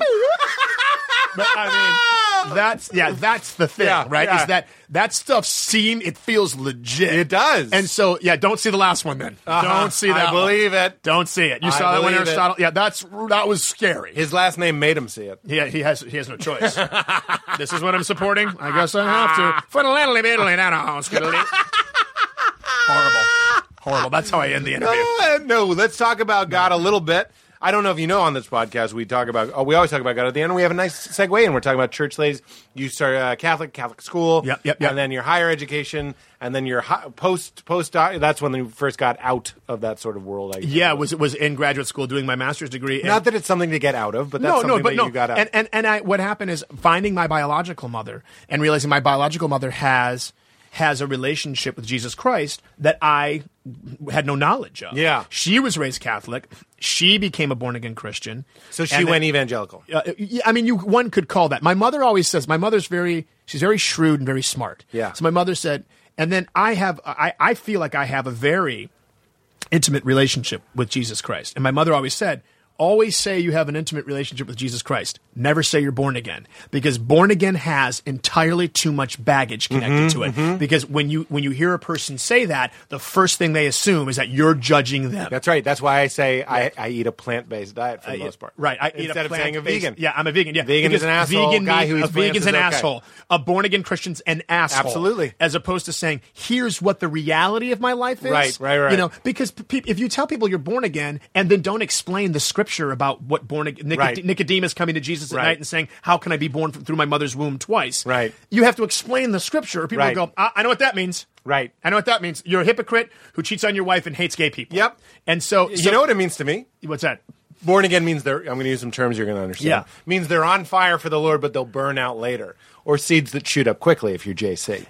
[SPEAKER 5] But, I mean, that's yeah, that's the thing,
[SPEAKER 6] Yeah,
[SPEAKER 5] right?
[SPEAKER 6] yeah.
[SPEAKER 5] Is that that stuff's seen? It feels legit.
[SPEAKER 6] It does.
[SPEAKER 5] And so yeah, don't see the last one then.
[SPEAKER 6] Uh-huh.
[SPEAKER 5] Don't see that.
[SPEAKER 6] I believe
[SPEAKER 5] one.
[SPEAKER 6] it.
[SPEAKER 5] Don't see it.
[SPEAKER 6] I
[SPEAKER 5] You saw that one,
[SPEAKER 6] believe it.
[SPEAKER 5] Aristotle. Yeah, that's that was scary.
[SPEAKER 6] His last name made him see it.
[SPEAKER 5] Yeah, he has he has no choice. this is what I'm supporting. I guess I have to. Fundamentally, Italy, not a house. Horrible, horrible. That's how I end the interview.
[SPEAKER 6] Uh, no, let's talk about God a little bit. I don't know if you know on this podcast we talk about oh, we always talk about God at the end. We have a nice segue, and we're talking about church ladies. You start uh, Catholic, Catholic school,
[SPEAKER 5] Yep, yep, yep.
[SPEAKER 6] and then your higher education, and then your hi- post post. That's when you first got out of that sort of world. I guess.
[SPEAKER 5] Yeah, it was it was in graduate school doing my master's degree. and-
[SPEAKER 6] Not that it's something to get out of, but that's something that you got out.
[SPEAKER 5] And and and I, what happened is finding my biological mother and realizing my biological mother has has a relationship with Jesus Christ that I had no knowledge of.
[SPEAKER 6] Yeah.
[SPEAKER 5] she was raised Catholic. She became a born again Christian.
[SPEAKER 6] so she
[SPEAKER 5] And
[SPEAKER 6] went
[SPEAKER 5] then-
[SPEAKER 6] evangelical.
[SPEAKER 5] uh, yeah, I mean, you one could call that. My mother always says my mother's very she's very shrewd and very smart.
[SPEAKER 6] Yeah.
[SPEAKER 5] So my mother said, and then I have I I feel like I have a very intimate relationship with Jesus Christ, and my mother always said. Always say you have an intimate relationship with Jesus Christ. Never say you're born again because born again has entirely too much baggage connected
[SPEAKER 6] Mm-hmm,
[SPEAKER 5] to it. Because when you when you hear a person say that, the first thing they assume is that you're judging them.
[SPEAKER 6] That's right. That's why I say I, I eat a plant based diet for the
[SPEAKER 5] I-
[SPEAKER 6] most part.
[SPEAKER 5] Right. I eat
[SPEAKER 6] Instead
[SPEAKER 5] a
[SPEAKER 6] of saying a
[SPEAKER 5] plant-based-
[SPEAKER 6] vegan.
[SPEAKER 5] Yeah, I'm a vegan. Yeah,
[SPEAKER 6] Vegan is
[SPEAKER 5] Because
[SPEAKER 6] an asshole.
[SPEAKER 5] Vegan
[SPEAKER 6] Guy
[SPEAKER 5] means
[SPEAKER 6] who eats
[SPEAKER 5] a vegan's
[SPEAKER 6] plants
[SPEAKER 5] an
[SPEAKER 6] is okay.
[SPEAKER 5] asshole. A born again Christian's an asshole.
[SPEAKER 6] Absolutely.
[SPEAKER 5] As opposed to saying, "Here's what the reality of my life is."
[SPEAKER 6] Right, right, right.
[SPEAKER 5] You know, because pe- if you tell people you're born again and then don't explain the scripture about what born again Nicod-
[SPEAKER 6] Right.
[SPEAKER 5] Nicodemus coming to Jesus at
[SPEAKER 6] Right.
[SPEAKER 5] night and saying, "How can I be born through my mother's womb twice?"
[SPEAKER 6] Right.
[SPEAKER 5] You have to explain the scripture. or People
[SPEAKER 6] Right.
[SPEAKER 5] go, I-, "I know what that means."
[SPEAKER 6] Right.
[SPEAKER 5] I know what that means. You're a hypocrite who cheats on your wife and hates gay people.
[SPEAKER 6] Yep.
[SPEAKER 5] And so,
[SPEAKER 6] You know what it means to me?
[SPEAKER 5] what's that?
[SPEAKER 6] Born again means they're. I'm going to use some terms you're going to understand.
[SPEAKER 5] Yeah.
[SPEAKER 6] means they're on fire for the Lord, but they'll burn out later, or seeds that shoot up quickly if you're JC.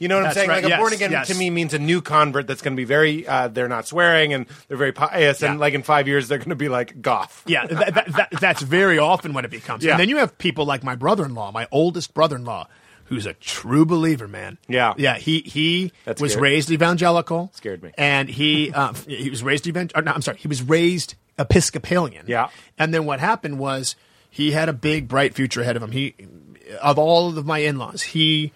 [SPEAKER 6] You know what
[SPEAKER 5] That's
[SPEAKER 6] I'm saying?
[SPEAKER 5] right.
[SPEAKER 6] Like a
[SPEAKER 5] Yes,
[SPEAKER 6] born again
[SPEAKER 5] yes.
[SPEAKER 6] to me means a new convert that's going to be very. Uh, they're not swearing and they're very pious,
[SPEAKER 5] Yeah.
[SPEAKER 6] and like in five years they're going to be like goth.
[SPEAKER 5] Yeah, that, that, that, that's very often when it becomes.
[SPEAKER 6] Yeah.
[SPEAKER 5] And then you have people like my brother-in-law, my oldest brother-in-law, who's a true believer, man.
[SPEAKER 6] Yeah.
[SPEAKER 5] yeah. He he
[SPEAKER 6] That's
[SPEAKER 5] was
[SPEAKER 6] scary.
[SPEAKER 5] raised evangelical.
[SPEAKER 6] Scared me.
[SPEAKER 5] And he uh, he was raised evangel. No, I'm sorry. He was raised Episcopalian.
[SPEAKER 6] Yeah.
[SPEAKER 5] And then what happened was he had a big bright future ahead of him. He of all of my in-laws, he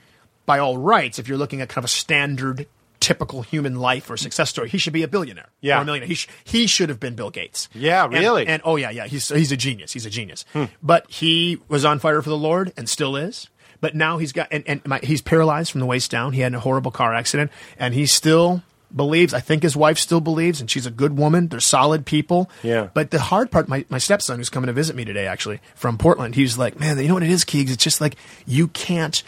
[SPEAKER 5] by all rights, if you're looking at kind of a standard typical human life or success story, he should be a billionaire.
[SPEAKER 6] Yeah.
[SPEAKER 5] Or a millionaire. He, sh- he should have been Bill Gates.
[SPEAKER 6] Yeah,
[SPEAKER 5] And-
[SPEAKER 6] really?
[SPEAKER 5] And oh yeah, yeah, he's he's a genius. He's a genius. But he was on fire for the Lord and still is. But now he's got and, and my, he's paralyzed from the waist down. He had a horrible car accident, and he still believes. I think his wife still believes, and she's a good woman. They're solid people.
[SPEAKER 6] Yeah.
[SPEAKER 5] But the hard part, my, my stepson who's coming to visit me today, actually from Portland, he was like, "Man, you know what it is, Keegs? It's just like you can't."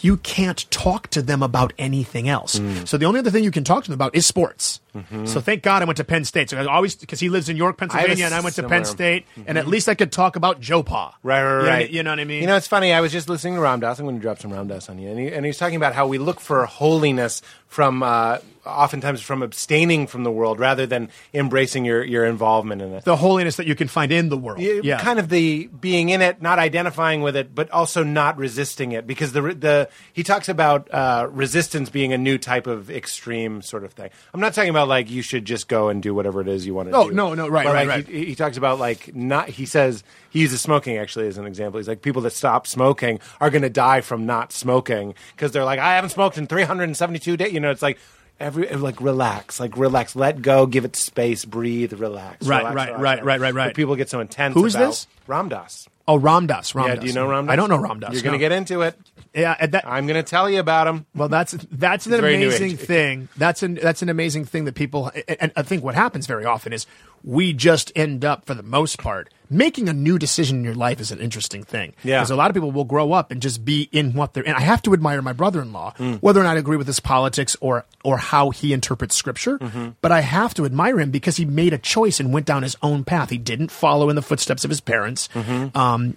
[SPEAKER 5] You can't talk to them about anything else. So the only other thing you can talk to them about is sports. So thank God I went to Penn State. So I always because he lives in York, Pennsylvania. Pennsylvania, and I went to Penn
[SPEAKER 6] Similar. Mm-hmm.
[SPEAKER 5] State, and at least I could talk about Joe Pa.
[SPEAKER 6] Right, right,
[SPEAKER 5] You know-
[SPEAKER 6] right.
[SPEAKER 5] You know, what I mean?
[SPEAKER 6] You know, it's funny. I was just listening to Ram Dass. I'm going to drop some Ram Dass on you, and he, and he was talking about how we look for holiness from uh, oftentimes from abstaining from the world rather than embracing your your involvement in it.
[SPEAKER 5] the holiness that you can find in the world.
[SPEAKER 6] Y-
[SPEAKER 5] yeah,
[SPEAKER 6] kind of the being in it, not identifying with it, but also not resisting it, because the re- the he talks about uh, resistance being a new type of extreme sort of thing. I'm not talking about like you should just go and do whatever it is you want to
[SPEAKER 5] Oh,
[SPEAKER 6] do.
[SPEAKER 5] no, no, right,
[SPEAKER 6] But,
[SPEAKER 5] right,
[SPEAKER 6] like,
[SPEAKER 5] right.
[SPEAKER 6] He, he talks about like not. He says he uses smoking actually as an example. He's like people that stop smoking are going to die from not smoking because they're like I haven't smoked in 372 days. You know, it's like. Every like relax, like relax, let go, give it space, breathe, relax.
[SPEAKER 5] Right,
[SPEAKER 6] relax,
[SPEAKER 5] right,
[SPEAKER 6] relax,
[SPEAKER 5] right,
[SPEAKER 6] relax.
[SPEAKER 5] right, right, right.
[SPEAKER 6] But people get so intense.
[SPEAKER 5] Who is
[SPEAKER 6] about-
[SPEAKER 5] this?
[SPEAKER 6] Ram Dass.
[SPEAKER 5] Oh, Ram Dass. Ram
[SPEAKER 6] yeah,
[SPEAKER 5] Dass.
[SPEAKER 6] do you know Ram Dass?
[SPEAKER 5] I don't know Ram Dass.
[SPEAKER 6] You're going
[SPEAKER 5] no.
[SPEAKER 6] to get into it.
[SPEAKER 5] Yeah, and that,
[SPEAKER 6] I'm going to tell you about him.
[SPEAKER 5] Well, that's that's an
[SPEAKER 6] very new
[SPEAKER 5] amazing
[SPEAKER 6] age.
[SPEAKER 5] thing. That's an that's an amazing thing that people. and- And I think what happens very often is we just end up, for the most part, making a new decision in your life is an interesting thing.
[SPEAKER 6] Yeah.
[SPEAKER 5] because a lot of people will grow up and just be in what they're in. I have to admire my brother-in-law,
[SPEAKER 6] Mm.
[SPEAKER 5] whether or not I agree with his politics or or how he interprets scripture.
[SPEAKER 6] Mm-hmm.
[SPEAKER 5] But I have to admire him because he made a choice and went down his own path. He didn't follow in the footsteps of his parents. Um, um,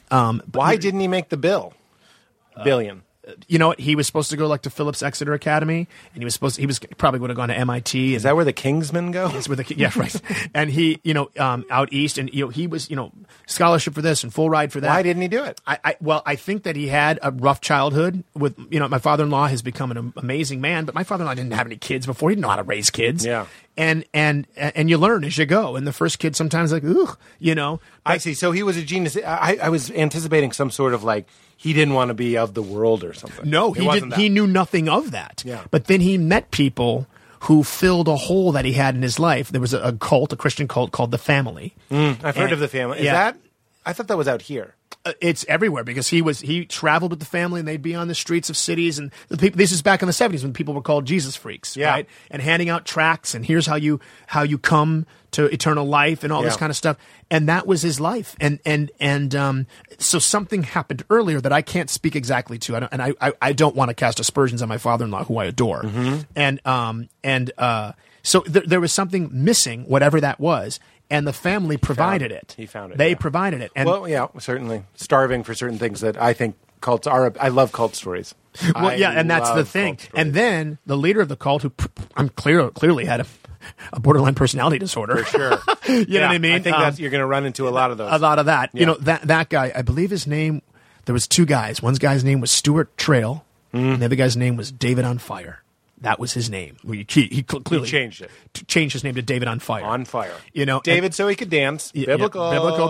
[SPEAKER 6] Mm-hmm.
[SPEAKER 5] but-
[SPEAKER 6] Why didn't he make the bill?
[SPEAKER 5] Uh,
[SPEAKER 6] Billion.
[SPEAKER 5] you know what? He was supposed to go like to Phillips Exeter Academy, and he was supposed to, he was probably would have gone to MIT. And
[SPEAKER 6] Is that where the Kingsmen go?
[SPEAKER 5] that's where the yeah right? And he you know um, out east, and you know he was you know scholarship for this and full ride for that.
[SPEAKER 6] Why didn't he do it?
[SPEAKER 5] I, I well, I think that he had a rough childhood with you know my father in law has become an am- amazing man, but my father in law didn't have any kids before. He didn't know how to raise kids.
[SPEAKER 6] Yeah.
[SPEAKER 5] and and and you learn as you go. And the first kid sometimes like ooh, you know,
[SPEAKER 6] I see. So he was a genius. I, I was anticipating some sort of like he didn't want to be of the world or something.
[SPEAKER 5] No,
[SPEAKER 6] It
[SPEAKER 5] he
[SPEAKER 6] wasn't
[SPEAKER 5] didn't. He
[SPEAKER 6] that.
[SPEAKER 5] knew nothing of that.
[SPEAKER 6] Yeah.
[SPEAKER 5] But then he met people who filled a hole that he had in his life. There was a, a cult, a Christian cult called the Family.
[SPEAKER 6] I've heard of the family. Is
[SPEAKER 5] Yeah.
[SPEAKER 6] that? I thought that was out here.
[SPEAKER 5] Uh, It's everywhere because he was he traveled with the family and they'd be on the streets of cities and the people. This is back in the seventies when people were called Jesus freaks,
[SPEAKER 6] Yeah.
[SPEAKER 5] right? And handing out tracts and here's how you how you come to eternal life and all this
[SPEAKER 6] Yeah.
[SPEAKER 5] kind of stuff. And that was his life. And and and um, so something happened earlier that I can't speak exactly to. I don't, and I, I I don't want to cast aspersions on my father in law who I adore.
[SPEAKER 6] Mm-hmm.
[SPEAKER 5] And um and uh so there, there was something missing, whatever that was. And the family provided it.
[SPEAKER 6] he found it,
[SPEAKER 5] They
[SPEAKER 6] yeah.
[SPEAKER 5] provided it. And
[SPEAKER 6] well, yeah, certainly starving for certain things that I think cults are. I love cult stories.
[SPEAKER 5] Well,
[SPEAKER 6] I
[SPEAKER 5] yeah, and that's the
[SPEAKER 6] love
[SPEAKER 5] thing.
[SPEAKER 6] cult stories.
[SPEAKER 5] And then the leader of the cult, who p- p- I'm clear clearly had a, a borderline personality disorder.
[SPEAKER 6] sure,
[SPEAKER 5] you know
[SPEAKER 6] Yeah,
[SPEAKER 5] what I mean?
[SPEAKER 6] I think
[SPEAKER 5] Um,
[SPEAKER 6] that's you're going to run into a lot of those.
[SPEAKER 5] a lot of that.
[SPEAKER 6] Yeah.
[SPEAKER 5] You know that that guy. I believe his name.
[SPEAKER 6] Mm-hmm.
[SPEAKER 5] There was two guys. One guy's name was Stuart Trail, and the other guy's name was David on Fire. That was his name. Well, he, he cl- clearly
[SPEAKER 6] changed it.
[SPEAKER 5] t- changed his name to David on fire.
[SPEAKER 6] on fire.
[SPEAKER 5] You know,
[SPEAKER 6] David,
[SPEAKER 5] and-
[SPEAKER 6] so he could dance.
[SPEAKER 5] Yeah, yeah,
[SPEAKER 6] biblical,
[SPEAKER 5] biblical,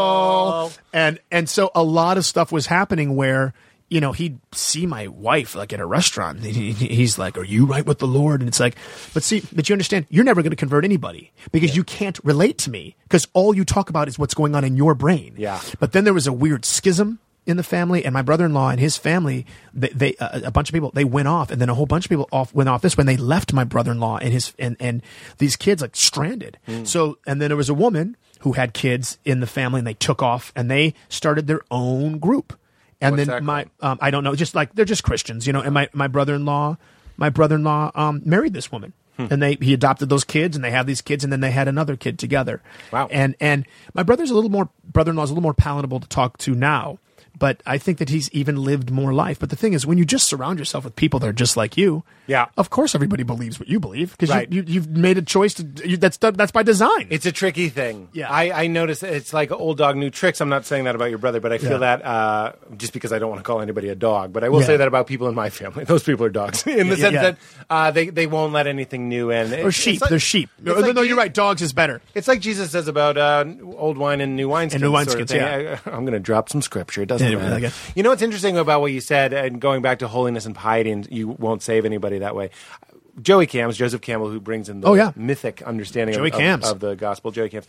[SPEAKER 5] biblical. And and so a lot of stuff was happening where you know he'd see my wife like at a restaurant. And he, he- he's like, "Are you right with the Lord?" And it's like, but see, but you understand, you're never going to convert anybody because you can't relate to me because all you talk about is what's going on in your brain.
[SPEAKER 6] Yeah.
[SPEAKER 5] But then there was a weird schism in the family, and my brother-in-law and his family, they, they uh, a bunch of people, they went off, and then a whole bunch of people off went off. This when they left my brother-in-law and his and and these kids like stranded.
[SPEAKER 10] Hmm.
[SPEAKER 5] So and then there was a woman who had kids in the family, and they took off and they started their own group. And
[SPEAKER 10] What's that
[SPEAKER 5] then my um, I don't know, just like they're just Christians, you know. And my my brother-in-law, my brother-in-law um, married this woman.
[SPEAKER 10] Hmm.
[SPEAKER 5] And they he adopted those kids, and they have these kids, and then they had another kid together.
[SPEAKER 6] Wow.
[SPEAKER 5] And and and my brother's a little more brother-in-law's a little more palatable to talk to now but i think that he's even lived more life but the thing is when you just surround yourself with people that are just like you
[SPEAKER 6] Yeah.
[SPEAKER 5] of course everybody believes what you believe because
[SPEAKER 6] Right.
[SPEAKER 5] you, you, you've made a choice to you, that's that's by design
[SPEAKER 6] It's a tricky thing.
[SPEAKER 5] Yeah.
[SPEAKER 6] I, I notice it's like old dog, new tricks. I'm not saying that about your brother, but I feel
[SPEAKER 5] Yeah.
[SPEAKER 6] that uh, just because I don't want to call anybody a dog, but I will
[SPEAKER 5] Yeah.
[SPEAKER 6] say that about people in my family. Those people are dogs in the
[SPEAKER 5] Yeah,
[SPEAKER 6] sense
[SPEAKER 5] yeah.
[SPEAKER 6] that uh, they, they won't let anything new in.
[SPEAKER 5] or sheep
[SPEAKER 6] It's like,
[SPEAKER 5] they're sheep no, no,
[SPEAKER 6] like
[SPEAKER 5] no,
[SPEAKER 6] you-
[SPEAKER 5] you're right dogs is better
[SPEAKER 6] It's like Jesus says about uh, old wine and new wineskins.
[SPEAKER 5] And new
[SPEAKER 6] sort of
[SPEAKER 5] wineskins,
[SPEAKER 6] thing.
[SPEAKER 5] yeah.
[SPEAKER 6] I, I'm going to drop some scripture. It doesn't
[SPEAKER 5] Yeah,
[SPEAKER 6] matter.
[SPEAKER 5] okay.
[SPEAKER 6] You know what's interesting about what you said, and going back to holiness and piety, and you won't save anybody that way. Joey Cams, Joseph Campbell, who brings in the
[SPEAKER 5] Oh, yeah.
[SPEAKER 6] mythic understanding of-
[SPEAKER 5] Joey
[SPEAKER 6] of,
[SPEAKER 5] Cams.
[SPEAKER 6] of the gospel, Joey Cams.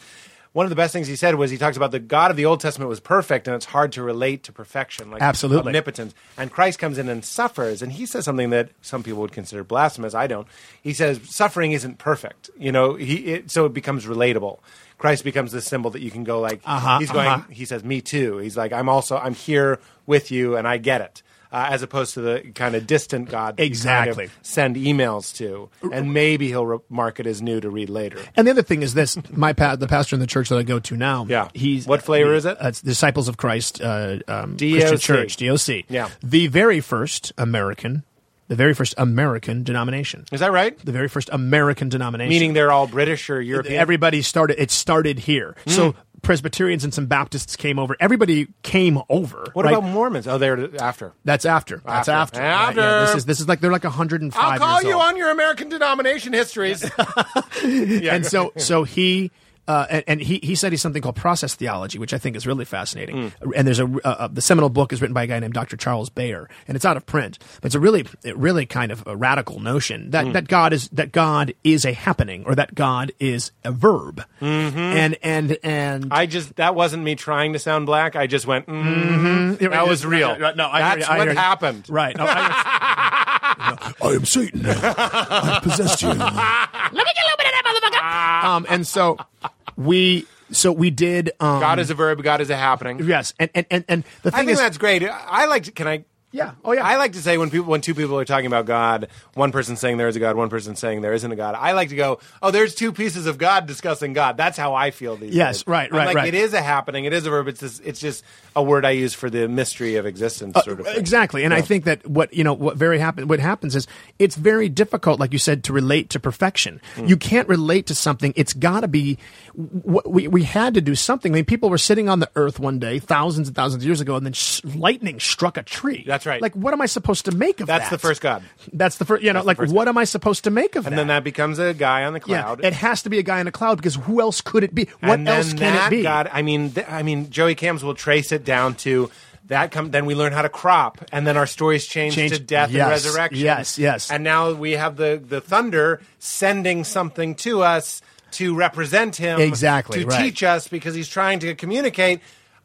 [SPEAKER 6] One of the best things he said was he talks about the God of the Old Testament was perfect, and it's hard to relate to perfection, like
[SPEAKER 5] Absolutely.
[SPEAKER 6] omnipotence. And Christ comes in and suffers, and he says something that some people would consider blasphemous. I don't. He says suffering isn't perfect, you know. He it, so it becomes relatable. Christ becomes this symbol that you can go like
[SPEAKER 5] Uh-huh,
[SPEAKER 6] he's going.
[SPEAKER 5] uh-huh.
[SPEAKER 6] He says, "Me too." He's like, "I'm also I'm here with you, and I get it." Uh, as opposed to the kind of distant God that you kind of
[SPEAKER 5] Exactly.
[SPEAKER 6] send emails to, and maybe he'll re- mark it as new to read later.
[SPEAKER 5] and the other thing is this my pa- the pastor in the church that i go to now
[SPEAKER 6] Yeah.
[SPEAKER 5] he's
[SPEAKER 6] What flavor is it?
[SPEAKER 5] uh, it's disciples of christ uh, um, christian
[SPEAKER 6] DOC.
[SPEAKER 5] church doc
[SPEAKER 6] Yeah.
[SPEAKER 5] the very first american the very first american denomination
[SPEAKER 6] Is that right?
[SPEAKER 5] the very first American denomination.
[SPEAKER 6] Meaning they're all British or European. Mm.
[SPEAKER 5] everybody started. It started here. So Presbyterians and some Baptists came over. Everybody came over.
[SPEAKER 6] what
[SPEAKER 5] right?
[SPEAKER 6] about Mormons? Oh, they're after.
[SPEAKER 5] That's after. That's
[SPEAKER 6] After.
[SPEAKER 5] after. Right, yeah,
[SPEAKER 6] After.
[SPEAKER 5] this is this is like they're like 105.
[SPEAKER 6] I'll call
[SPEAKER 5] years
[SPEAKER 6] you
[SPEAKER 5] old.
[SPEAKER 6] on your American denomination histories.
[SPEAKER 5] and so so he uh, and, and he he studies something called process theology, which I think is really fascinating. And there's a uh, uh, the seminal book is written by a guy named Dr. Charles Bayer, and it's out of print. But it's a really it really kind of a radical notion that that God is that God is a happening or that God is a verb. And and and
[SPEAKER 6] I just that wasn't me trying to sound black. I just went. Mm.
[SPEAKER 5] Mm-hmm.
[SPEAKER 6] That was real.
[SPEAKER 5] No, no, I
[SPEAKER 6] That's
[SPEAKER 5] heard, I
[SPEAKER 6] what
[SPEAKER 5] heard-
[SPEAKER 6] happened.
[SPEAKER 5] Right. No, I-
[SPEAKER 8] I am Satan now. I possessed you.
[SPEAKER 6] Ah.
[SPEAKER 5] um, and so we so we did. Um,
[SPEAKER 6] God is a verb. God is a happening.
[SPEAKER 5] yes, and and and, and the thing
[SPEAKER 6] I think
[SPEAKER 5] is,
[SPEAKER 6] that's great. I like. To, can I?
[SPEAKER 5] Yeah. Oh, yeah.
[SPEAKER 6] I like to say when people when two people are talking about God, one person saying there is a God, one person saying there isn't a God. I like to go, oh, there's two pieces of God discussing God. That's how I feel these
[SPEAKER 5] Yes,
[SPEAKER 6] days.
[SPEAKER 5] right,
[SPEAKER 6] I'm
[SPEAKER 5] right,
[SPEAKER 6] like,
[SPEAKER 5] right.
[SPEAKER 6] It is a happening. It is a verb. It's just, it's just a word I use for the mystery of existence,
[SPEAKER 5] Uh,
[SPEAKER 6] sort of. thing.
[SPEAKER 5] Exactly, and I think that what you know, what very happen, what happens is it's very difficult, like you said, to relate to perfection.
[SPEAKER 6] Hmm.
[SPEAKER 5] You can't relate to something. It's got to be. What we we had to do something. I mean, people were sitting on the earth one day, thousands and thousands of years ago, and then sh- lightning struck a tree.
[SPEAKER 6] That's right.
[SPEAKER 5] Like, what am I supposed to make of
[SPEAKER 6] That's
[SPEAKER 5] that?
[SPEAKER 6] the first God.
[SPEAKER 5] That's the first. You know,
[SPEAKER 6] the
[SPEAKER 5] like
[SPEAKER 6] first
[SPEAKER 5] what am I supposed to make of
[SPEAKER 6] And
[SPEAKER 5] that?
[SPEAKER 6] then that becomes a guy on the
[SPEAKER 5] yeah,
[SPEAKER 6] cloud.
[SPEAKER 5] it has to be a guy in a cloud because who else could it be? What
[SPEAKER 6] and
[SPEAKER 5] else
[SPEAKER 6] then
[SPEAKER 5] can
[SPEAKER 6] that
[SPEAKER 5] it be?
[SPEAKER 6] got- I mean, th- I mean, Joey Cams will trace it down to that. Come then we learn how to crop, and then our stories change,
[SPEAKER 5] Change-
[SPEAKER 6] to death
[SPEAKER 5] yes,
[SPEAKER 6] and resurrection.
[SPEAKER 5] yes, yes.
[SPEAKER 6] And now we have the the thunder sending something to us to represent him
[SPEAKER 5] Exactly,
[SPEAKER 6] to
[SPEAKER 5] right.
[SPEAKER 6] teach us because he's trying to communicate.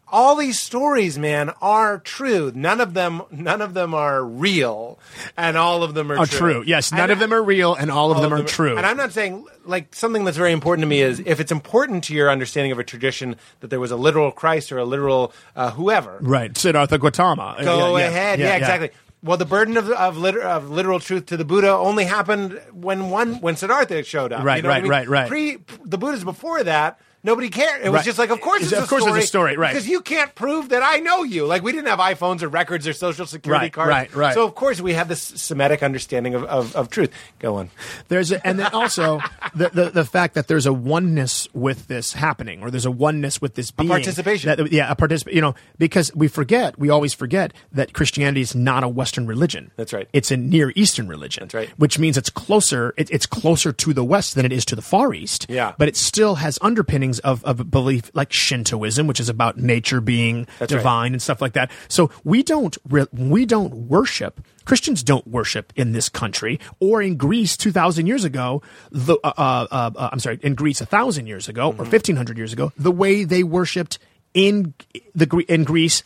[SPEAKER 6] All these stories, man, are true. None of them, none of them are real, and all of them are,
[SPEAKER 5] Are true. Yes, none
[SPEAKER 6] And
[SPEAKER 5] of them are real, and all of them are true.
[SPEAKER 6] and I'm not saying like something that's very important to me is if it's important to your understanding of a tradition that there was a literal Christ or a literal uh, whoever.
[SPEAKER 5] right, Siddhartha Gautama. Yeah,
[SPEAKER 6] Go
[SPEAKER 5] yeah,
[SPEAKER 6] ahead. Yeah, exactly. Well, the burden of of, liter- of literal truth to the Buddha only happened when one when Siddhartha showed up.
[SPEAKER 5] Right,
[SPEAKER 6] you know what
[SPEAKER 5] right,
[SPEAKER 6] I mean?
[SPEAKER 5] right, right.
[SPEAKER 6] Pre the Buddhas before that. Nobody cared. It was
[SPEAKER 5] Right.
[SPEAKER 6] just like, of course,
[SPEAKER 5] Is-
[SPEAKER 6] it's
[SPEAKER 5] of course there's a story, right.
[SPEAKER 6] Because you can't prove that I know you. Like we didn't have iPhones or records or social security
[SPEAKER 5] Right,
[SPEAKER 6] cards.
[SPEAKER 5] right, right.
[SPEAKER 6] So of course we have this Semitic understanding of, of, of truth. Go on.
[SPEAKER 5] There's a, and then also the, the the fact that there's a oneness with this happening, or there's a oneness with this being
[SPEAKER 6] participation.
[SPEAKER 5] That, yeah, a participation. You know, because we forget, we always forget that Christianity is not a Western religion.
[SPEAKER 6] That's right.
[SPEAKER 5] It's a Near Eastern religion.
[SPEAKER 6] That's right.
[SPEAKER 5] Which means it's closer. It, it's closer to the West than it is to the Far East.
[SPEAKER 6] Yeah.
[SPEAKER 5] But it still has underpinnings of of belief like Shintoism, which is about nature being
[SPEAKER 6] That's right.
[SPEAKER 5] divine and stuff like that. So we don't re- we don't worship Christians don't worship in this country or in Greece two thousand years ago. The uh, uh, uh, uh, I'm sorry, in Greece thousand years ago
[SPEAKER 6] Mm-hmm.
[SPEAKER 5] or fifteen hundred years ago, the way they worshipped in the Gre- in Greece.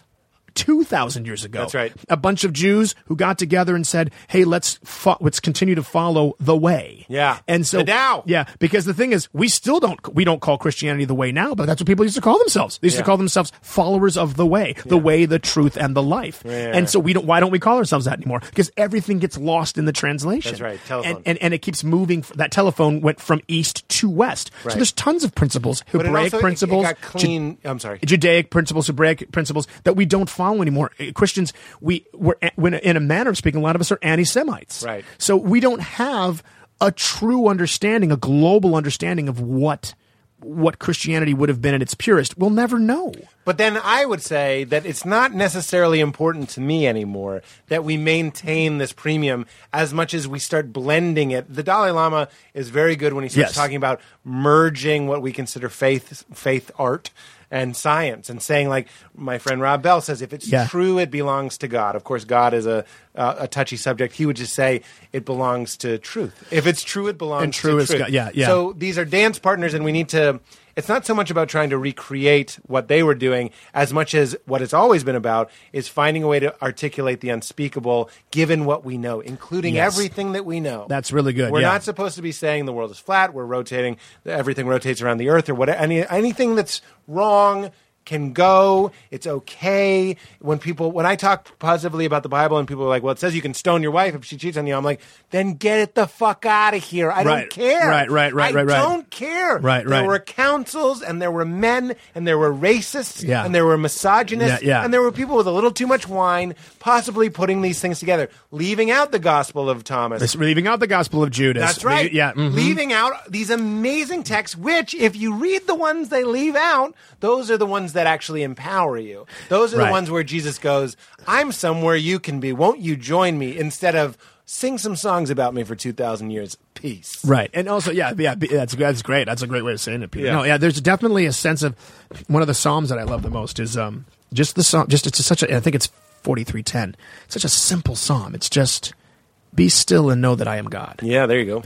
[SPEAKER 5] 2000 years ago
[SPEAKER 6] That's right.
[SPEAKER 5] a bunch of jews who got together and said hey let's fo- let's continue to follow the way
[SPEAKER 6] Yeah.
[SPEAKER 5] and so
[SPEAKER 6] The Tao.
[SPEAKER 5] yeah because the thing is we still don't we don't call christianity the way now but that's what people used to call themselves they used
[SPEAKER 6] Yeah.
[SPEAKER 5] to call themselves followers of the way the way the truth and the life and so we don't why don't we call ourselves that anymore because everything gets lost in the translation
[SPEAKER 6] That's right, telephone.
[SPEAKER 5] and, and and it keeps moving that telephone went from east to west
[SPEAKER 6] Right.
[SPEAKER 5] so there's tons of principles
[SPEAKER 6] But it
[SPEAKER 5] hebraic
[SPEAKER 6] also- it- it
[SPEAKER 5] principles
[SPEAKER 6] got
[SPEAKER 5] Ju-
[SPEAKER 6] clean. I'm sorry.
[SPEAKER 5] Judaic principles, Hebraic principles that we don't follow anymore. Uh, Christians, we we're, a- when, in a manner of speaking, a lot of us are anti-Semites.
[SPEAKER 6] Right.
[SPEAKER 5] So we don't have a true understanding, a global understanding of what what Christianity would have been at its purest. We'll never know.
[SPEAKER 6] But then I would say that it's not necessarily important to me anymore that we maintain this premium as much as we start blending it. The Dalai Lama is very good when he starts
[SPEAKER 5] Yes.
[SPEAKER 6] talking about merging what we consider faith, faith art and science and saying like my friend Rob Bell says if it's
[SPEAKER 5] Yeah.
[SPEAKER 6] true it belongs to God. Of course God is a uh, a touchy subject. He would just say it belongs to truth. If it's true it belongs
[SPEAKER 5] And true
[SPEAKER 6] to
[SPEAKER 5] is
[SPEAKER 6] truth.
[SPEAKER 5] God- yeah, yeah.
[SPEAKER 6] So these are dance partners and we need to it's not so much about trying to recreate what they were doing as much as what it's always been about is finding a way to articulate the unspeakable given what we know including
[SPEAKER 5] Yes.
[SPEAKER 6] everything that we know
[SPEAKER 5] That's really good,
[SPEAKER 6] we're
[SPEAKER 5] yeah.
[SPEAKER 6] not supposed to be saying the world is flat we're rotating everything rotates around the earth or whatever any, anything that's wrong can go it's okay when people when i talk positively about the bible and people are like well it says you can stone your wife if she cheats on you i'm like then get it the fuck out of here i
[SPEAKER 5] Right.
[SPEAKER 6] don't care
[SPEAKER 5] Right, right, right,
[SPEAKER 6] I
[SPEAKER 5] right, right.
[SPEAKER 6] don't care
[SPEAKER 5] Right,
[SPEAKER 6] there
[SPEAKER 5] right.
[SPEAKER 6] were councils and there were men and there were racists
[SPEAKER 5] Yeah.
[SPEAKER 6] and there were misogynists
[SPEAKER 5] Yeah, yeah.
[SPEAKER 6] and there were people with a little too much wine possibly putting these things together leaving out the gospel of thomas
[SPEAKER 5] It's leaving out the Gospel of Judas.
[SPEAKER 6] that's right. Mm-hmm.
[SPEAKER 5] Le- yeah. mhm.
[SPEAKER 6] Leaving out these amazing texts, which, if you read the ones they leave out, those are the ones that actually empower you. Those are the
[SPEAKER 5] Right.
[SPEAKER 6] ones where Jesus goes, I'm somewhere you can be. Won't you join me? Instead of sing some songs about me for 2,000 years. Peace.
[SPEAKER 5] Right, and also, yeah, yeah, be- that's that's great. That's a great way of saying it, Peter.
[SPEAKER 6] Yeah.
[SPEAKER 5] No, yeah, there's definitely a sense of one of the psalms that I love the most is um just the psalm. Just it's such a I think it's forty three ten. Such a simple psalm. It's just be still and know that I am God.
[SPEAKER 6] Yeah, there you go.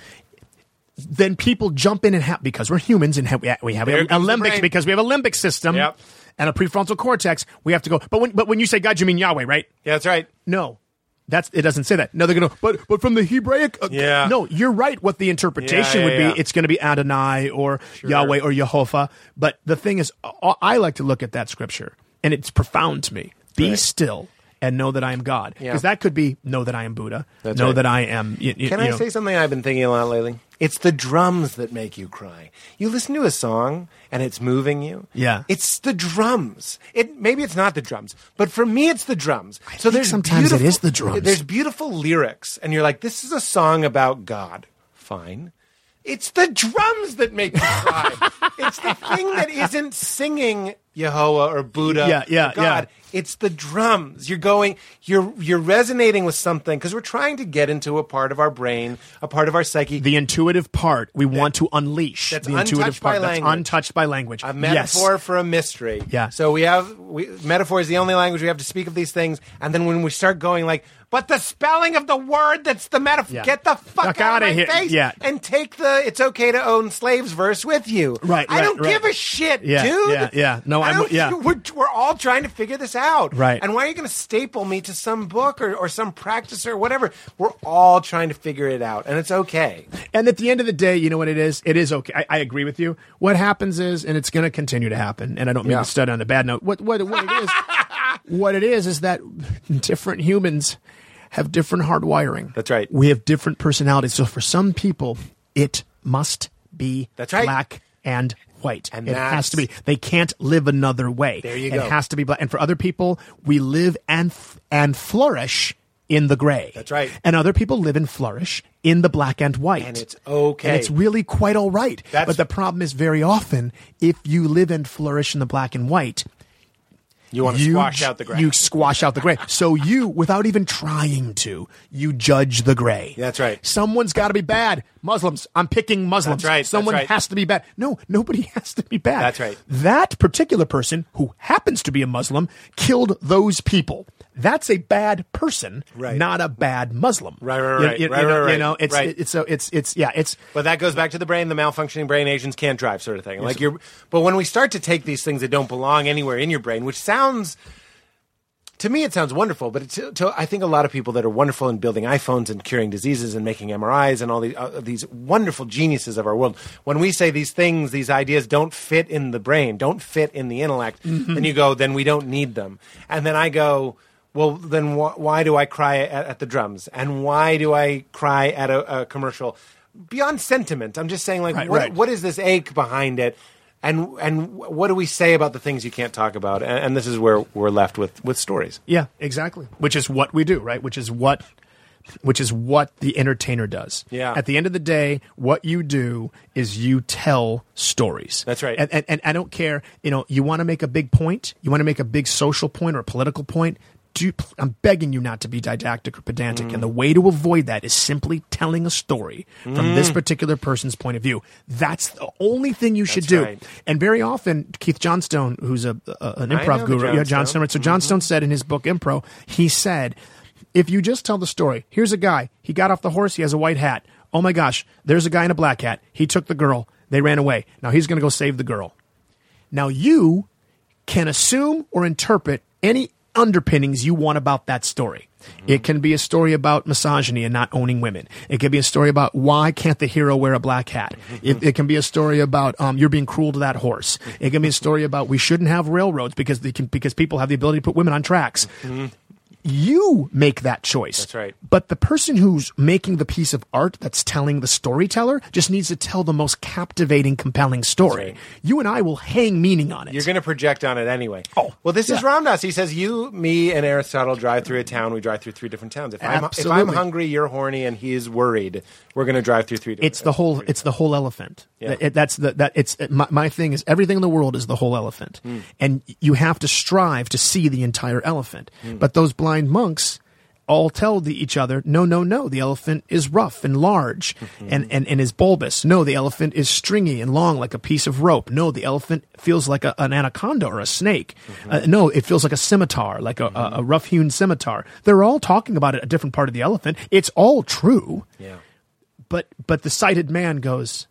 [SPEAKER 5] Then people jump in and have because we're humans and ha- we ha- we have
[SPEAKER 6] There
[SPEAKER 5] a, a
[SPEAKER 6] goes the
[SPEAKER 5] limbic
[SPEAKER 6] brain.
[SPEAKER 5] because we have a limbic system
[SPEAKER 6] Yep.
[SPEAKER 5] and a prefrontal cortex. We have to go. But when but when you say God, you mean Yahweh, right?
[SPEAKER 6] Yeah, that's right.
[SPEAKER 5] No. That's it doesn't say that. No, they're gonna. But but from the Hebraic, uh,
[SPEAKER 6] Yeah.
[SPEAKER 5] No, you're right. What the interpretation
[SPEAKER 6] Yeah, yeah,
[SPEAKER 5] would be,
[SPEAKER 6] yeah.
[SPEAKER 5] it's gonna be Adonai or Yahweh or Jehovah. But the thing is, I I like to look at that scripture, and it's profound to me. Be still and know that I am God, because
[SPEAKER 6] Yeah.
[SPEAKER 5] that could be know that I am Buddha,
[SPEAKER 6] That's
[SPEAKER 5] know
[SPEAKER 6] right.
[SPEAKER 5] that I am. y- y-
[SPEAKER 6] Can
[SPEAKER 5] you
[SPEAKER 6] I
[SPEAKER 5] know.
[SPEAKER 6] say something I've been thinking a lot lately? It's the drums that make you cry. You listen to a song and it's moving you.
[SPEAKER 5] Yeah.
[SPEAKER 6] It's the drums. It maybe it's not the drums, but for me it's the drums. so
[SPEAKER 5] think
[SPEAKER 6] there's
[SPEAKER 5] sometimes it
[SPEAKER 6] beautiful-
[SPEAKER 5] is the drums.
[SPEAKER 6] There's beautiful lyrics and you're like this is a song about God. Fine. It's the drums that make you cry. it's the thing that isn't singing Yehovah or Buddha
[SPEAKER 5] Yeah, yeah,
[SPEAKER 6] or God.
[SPEAKER 5] yeah.
[SPEAKER 6] It's the drums. You're going. You're you're resonating with something because we're trying to get into a part of our brain, a part of our psyche.
[SPEAKER 5] the intuitive part we want to unleash?
[SPEAKER 6] that's
[SPEAKER 5] the intuitive
[SPEAKER 6] untouched by
[SPEAKER 5] part that's
[SPEAKER 6] language.
[SPEAKER 5] untouched by language.
[SPEAKER 6] a metaphor
[SPEAKER 5] Yes.
[SPEAKER 6] for a mystery.
[SPEAKER 5] Yeah.
[SPEAKER 6] So we have we, metaphor is the only language we have to speak of these things. And then when we start going like, but the spelling of the word that's the metaphor,
[SPEAKER 5] Yeah.
[SPEAKER 6] get the fuck
[SPEAKER 5] Fuck
[SPEAKER 6] out
[SPEAKER 5] outta
[SPEAKER 6] of my
[SPEAKER 5] here.
[SPEAKER 6] face.
[SPEAKER 5] Yeah.
[SPEAKER 6] And take the it's okay to own slaves verse with you.
[SPEAKER 5] Right,
[SPEAKER 6] I
[SPEAKER 5] right,
[SPEAKER 6] don't
[SPEAKER 5] right.
[SPEAKER 6] give a shit,
[SPEAKER 5] Yeah,
[SPEAKER 6] dude.
[SPEAKER 5] yeah, yeah. No,
[SPEAKER 6] I
[SPEAKER 5] I'm-
[SPEAKER 6] don't-
[SPEAKER 5] yeah.
[SPEAKER 6] We're, we're all trying to figure this out.
[SPEAKER 5] Right.
[SPEAKER 6] And why are you going to staple me to some book or, or some practice or whatever? We're all trying to figure it out, and it's okay.
[SPEAKER 5] And at the end of the day, you know what it is? It is okay. I, I agree with you. What happens is, and it's going to continue to happen, and I don't mean
[SPEAKER 6] Yeah.
[SPEAKER 5] to start on a bad note. What, what, what it is, what it is, is that different humans have different hard wiring.
[SPEAKER 6] That's right.
[SPEAKER 5] We have different personalities. So for some people, it must be
[SPEAKER 6] That's right.
[SPEAKER 5] black and white.
[SPEAKER 6] And
[SPEAKER 5] it has
[SPEAKER 6] that's-
[SPEAKER 5] to be. They can't live another way.
[SPEAKER 6] There you
[SPEAKER 5] it
[SPEAKER 6] go.
[SPEAKER 5] has to be black. And for other people, we live and th- and flourish in the gray.
[SPEAKER 6] That's right.
[SPEAKER 5] And other people live and flourish in the black and white.
[SPEAKER 6] And it's okay.
[SPEAKER 5] And it's really quite all right.
[SPEAKER 6] That's-
[SPEAKER 5] but the problem is very often if you live and flourish in the black and white,
[SPEAKER 6] You want to squash out the gray.
[SPEAKER 5] you squash out the gray. So you, without even trying to, you judge the gray.
[SPEAKER 6] That's right.
[SPEAKER 5] Someone's got to be bad. Muslims. I'm picking Muslims.
[SPEAKER 6] That's right, that's
[SPEAKER 5] Someone
[SPEAKER 6] right.
[SPEAKER 5] has to be bad. No, nobody has to be bad.
[SPEAKER 6] That's right.
[SPEAKER 5] That particular person who happens to be a Muslim killed those people. That's a bad person,
[SPEAKER 6] Right.
[SPEAKER 5] not a bad Muslim.
[SPEAKER 6] Right, right,
[SPEAKER 5] You-
[SPEAKER 6] right,
[SPEAKER 5] You, you
[SPEAKER 6] right,
[SPEAKER 5] know,
[SPEAKER 6] right,
[SPEAKER 5] you know, it's
[SPEAKER 6] right.
[SPEAKER 5] it's so it's it's yeah, it's
[SPEAKER 6] But that goes back to the brain, the malfunctioning brain Asians can't drive sort of thing. Like you're but when we start to take these things that don't belong anywhere in your brain, which sounds to me it sounds wonderful, but to, to I think a lot of people that are wonderful in building iPhones and curing diseases and making MRIs and all these uh, these wonderful geniuses of our world, when we say these things, these ideas don't fit in the brain, don't fit in the intellect,
[SPEAKER 5] Mm-hmm.
[SPEAKER 6] then you go, then we don't need them, and then I go. Well, then wh- why do I cry at, at the drums? And why do I cry at a, a commercial? Beyond sentiment, I'm just saying, like,
[SPEAKER 5] Right,
[SPEAKER 6] what,
[SPEAKER 5] right.
[SPEAKER 6] what is this ache behind it? And and what do we say about the things you can't talk about? And, and this is where we're left with, with stories.
[SPEAKER 5] Yeah, exactly. Which is what we do, right? Which is what which is what the entertainer does.
[SPEAKER 6] Yeah.
[SPEAKER 5] At the end of the day, what you do is you tell stories.
[SPEAKER 6] That's right.
[SPEAKER 5] And and, and I don't care, you know, you want to make a big point, you want to make a big social point or a political point. Do, I'm begging you not to be didactic or pedantic. And the way to avoid that is simply telling a story from
[SPEAKER 6] Mm.
[SPEAKER 5] this particular person's point of view. That's the only thing you should
[SPEAKER 6] That's
[SPEAKER 5] do.
[SPEAKER 6] right.
[SPEAKER 5] And very often, Keith Johnstone, who's a, a an
[SPEAKER 6] I know
[SPEAKER 5] improv
[SPEAKER 6] the
[SPEAKER 5] guru, yeah,
[SPEAKER 6] Johnstone. Mm-hmm.
[SPEAKER 5] Johnstone, right? So Johnstone said in his book Impro, he said, if you just tell the story, here's a guy. He got off the horse. He has a white hat. Oh my gosh, there's a guy in a black hat. He took the girl. They ran away. Now he's going to go save the girl. Now you can assume or interpret any underpinnings you want about that story. It can be a story about misogyny and not owning women. It can be a story about why can't the hero wear a black hat. It, it can be a story about um, you're being cruel to that horse. It can be a story about we shouldn't have railroads because they can, because people have the ability to put women on tracks. You make that choice.
[SPEAKER 6] That's right.
[SPEAKER 5] But the person who's making the piece of art that's telling the storyteller just needs to tell the most captivating, compelling story.
[SPEAKER 6] right.
[SPEAKER 5] You and I will hang meaning on it.
[SPEAKER 6] You're going to project on it anyway.
[SPEAKER 5] Oh,
[SPEAKER 6] well, this is
[SPEAKER 5] yeah.
[SPEAKER 6] Ramdas. He says, "You, me, and Aristotle drive through a town. We drive through three different towns. If I'm if I'm
[SPEAKER 5] Absolutely.
[SPEAKER 6] hungry, you're horny, and he's worried. We're going to drive through three. different
[SPEAKER 5] it's the whole it's the whole elephant
[SPEAKER 6] Yeah.
[SPEAKER 5] That- it- that's the that it's it- my, my thing is everything in the world is the whole elephant and you have to strive to see the entire elephant but those blind monks all tell the, each other no no no the elephant is rough and large and, and and is bulbous no the elephant is stringy and long like a piece of rope no the elephant feels like a, an anaconda or a snake uh, no it feels like a scimitar like a, a, a rough-hewn scimitar they're all talking about it a different part of the elephant it's all true
[SPEAKER 6] Yeah.
[SPEAKER 5] but but the sighted man goes,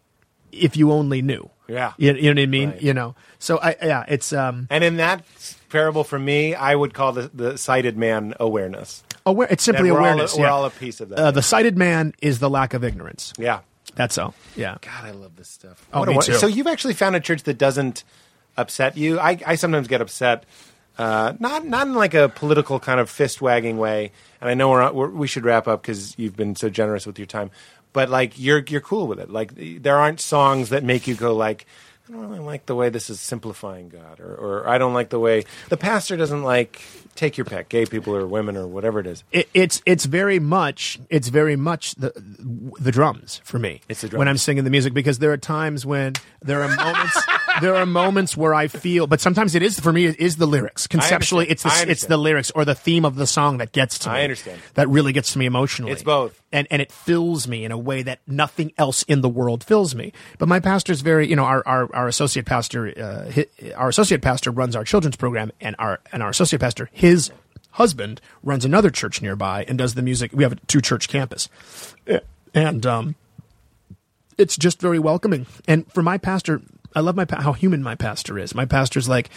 [SPEAKER 5] if you only knew.
[SPEAKER 6] Yeah.
[SPEAKER 5] You, you know what I mean?
[SPEAKER 6] Right.
[SPEAKER 5] You know. So I yeah, it's um
[SPEAKER 6] And in that parable, for me, I would call the, the sighted man awareness.
[SPEAKER 5] aware it's simply
[SPEAKER 6] we're all-
[SPEAKER 5] awareness.
[SPEAKER 6] we're
[SPEAKER 5] yeah.
[SPEAKER 6] all a piece of that.
[SPEAKER 5] Uh, the sighted man is the lack of ignorance.
[SPEAKER 6] Yeah.
[SPEAKER 5] That's all. Yeah.
[SPEAKER 6] God, I love this stuff.
[SPEAKER 5] Oh,
[SPEAKER 6] What a
[SPEAKER 5] me
[SPEAKER 6] won-
[SPEAKER 5] too.
[SPEAKER 6] So you've actually found a church that doesn't upset you. I, I sometimes get upset, uh, not not in like a political kind of fist wagging way. And I know we're, on- we're we should wrap up because you've been so generous with your time. But like you're you're cool with it. Like there aren't songs that make you go like. I don't really like the way this is simplifying God, or, or I don't like the way the pastor doesn't like take your pick, gay people or women or whatever it is.
[SPEAKER 5] It, it's it's very much it's very much the the drums for me.
[SPEAKER 6] It's the
[SPEAKER 5] when
[SPEAKER 6] drums.
[SPEAKER 5] I'm singing the music because there are times when there are moments there are moments where I feel, but sometimes it is for me it is the lyrics. Conceptually, it's
[SPEAKER 6] I
[SPEAKER 5] the
[SPEAKER 6] understand.
[SPEAKER 5] it's the lyrics or the theme of the song that gets to me.
[SPEAKER 6] I understand.
[SPEAKER 5] that really gets to me emotionally.
[SPEAKER 6] It's both.
[SPEAKER 5] and and it fills me in a way that nothing else in the world fills me. But my pastor's very, you know, our our, our associate pastor, uh, hi- our associate pastor runs our children's program, and our and our associate pastor, his husband runs another church nearby and does the music. We have a two church campus, Yeah. and um, it's just very welcoming. And for my pastor, I love my pa- how human my pastor is. My pastor's like.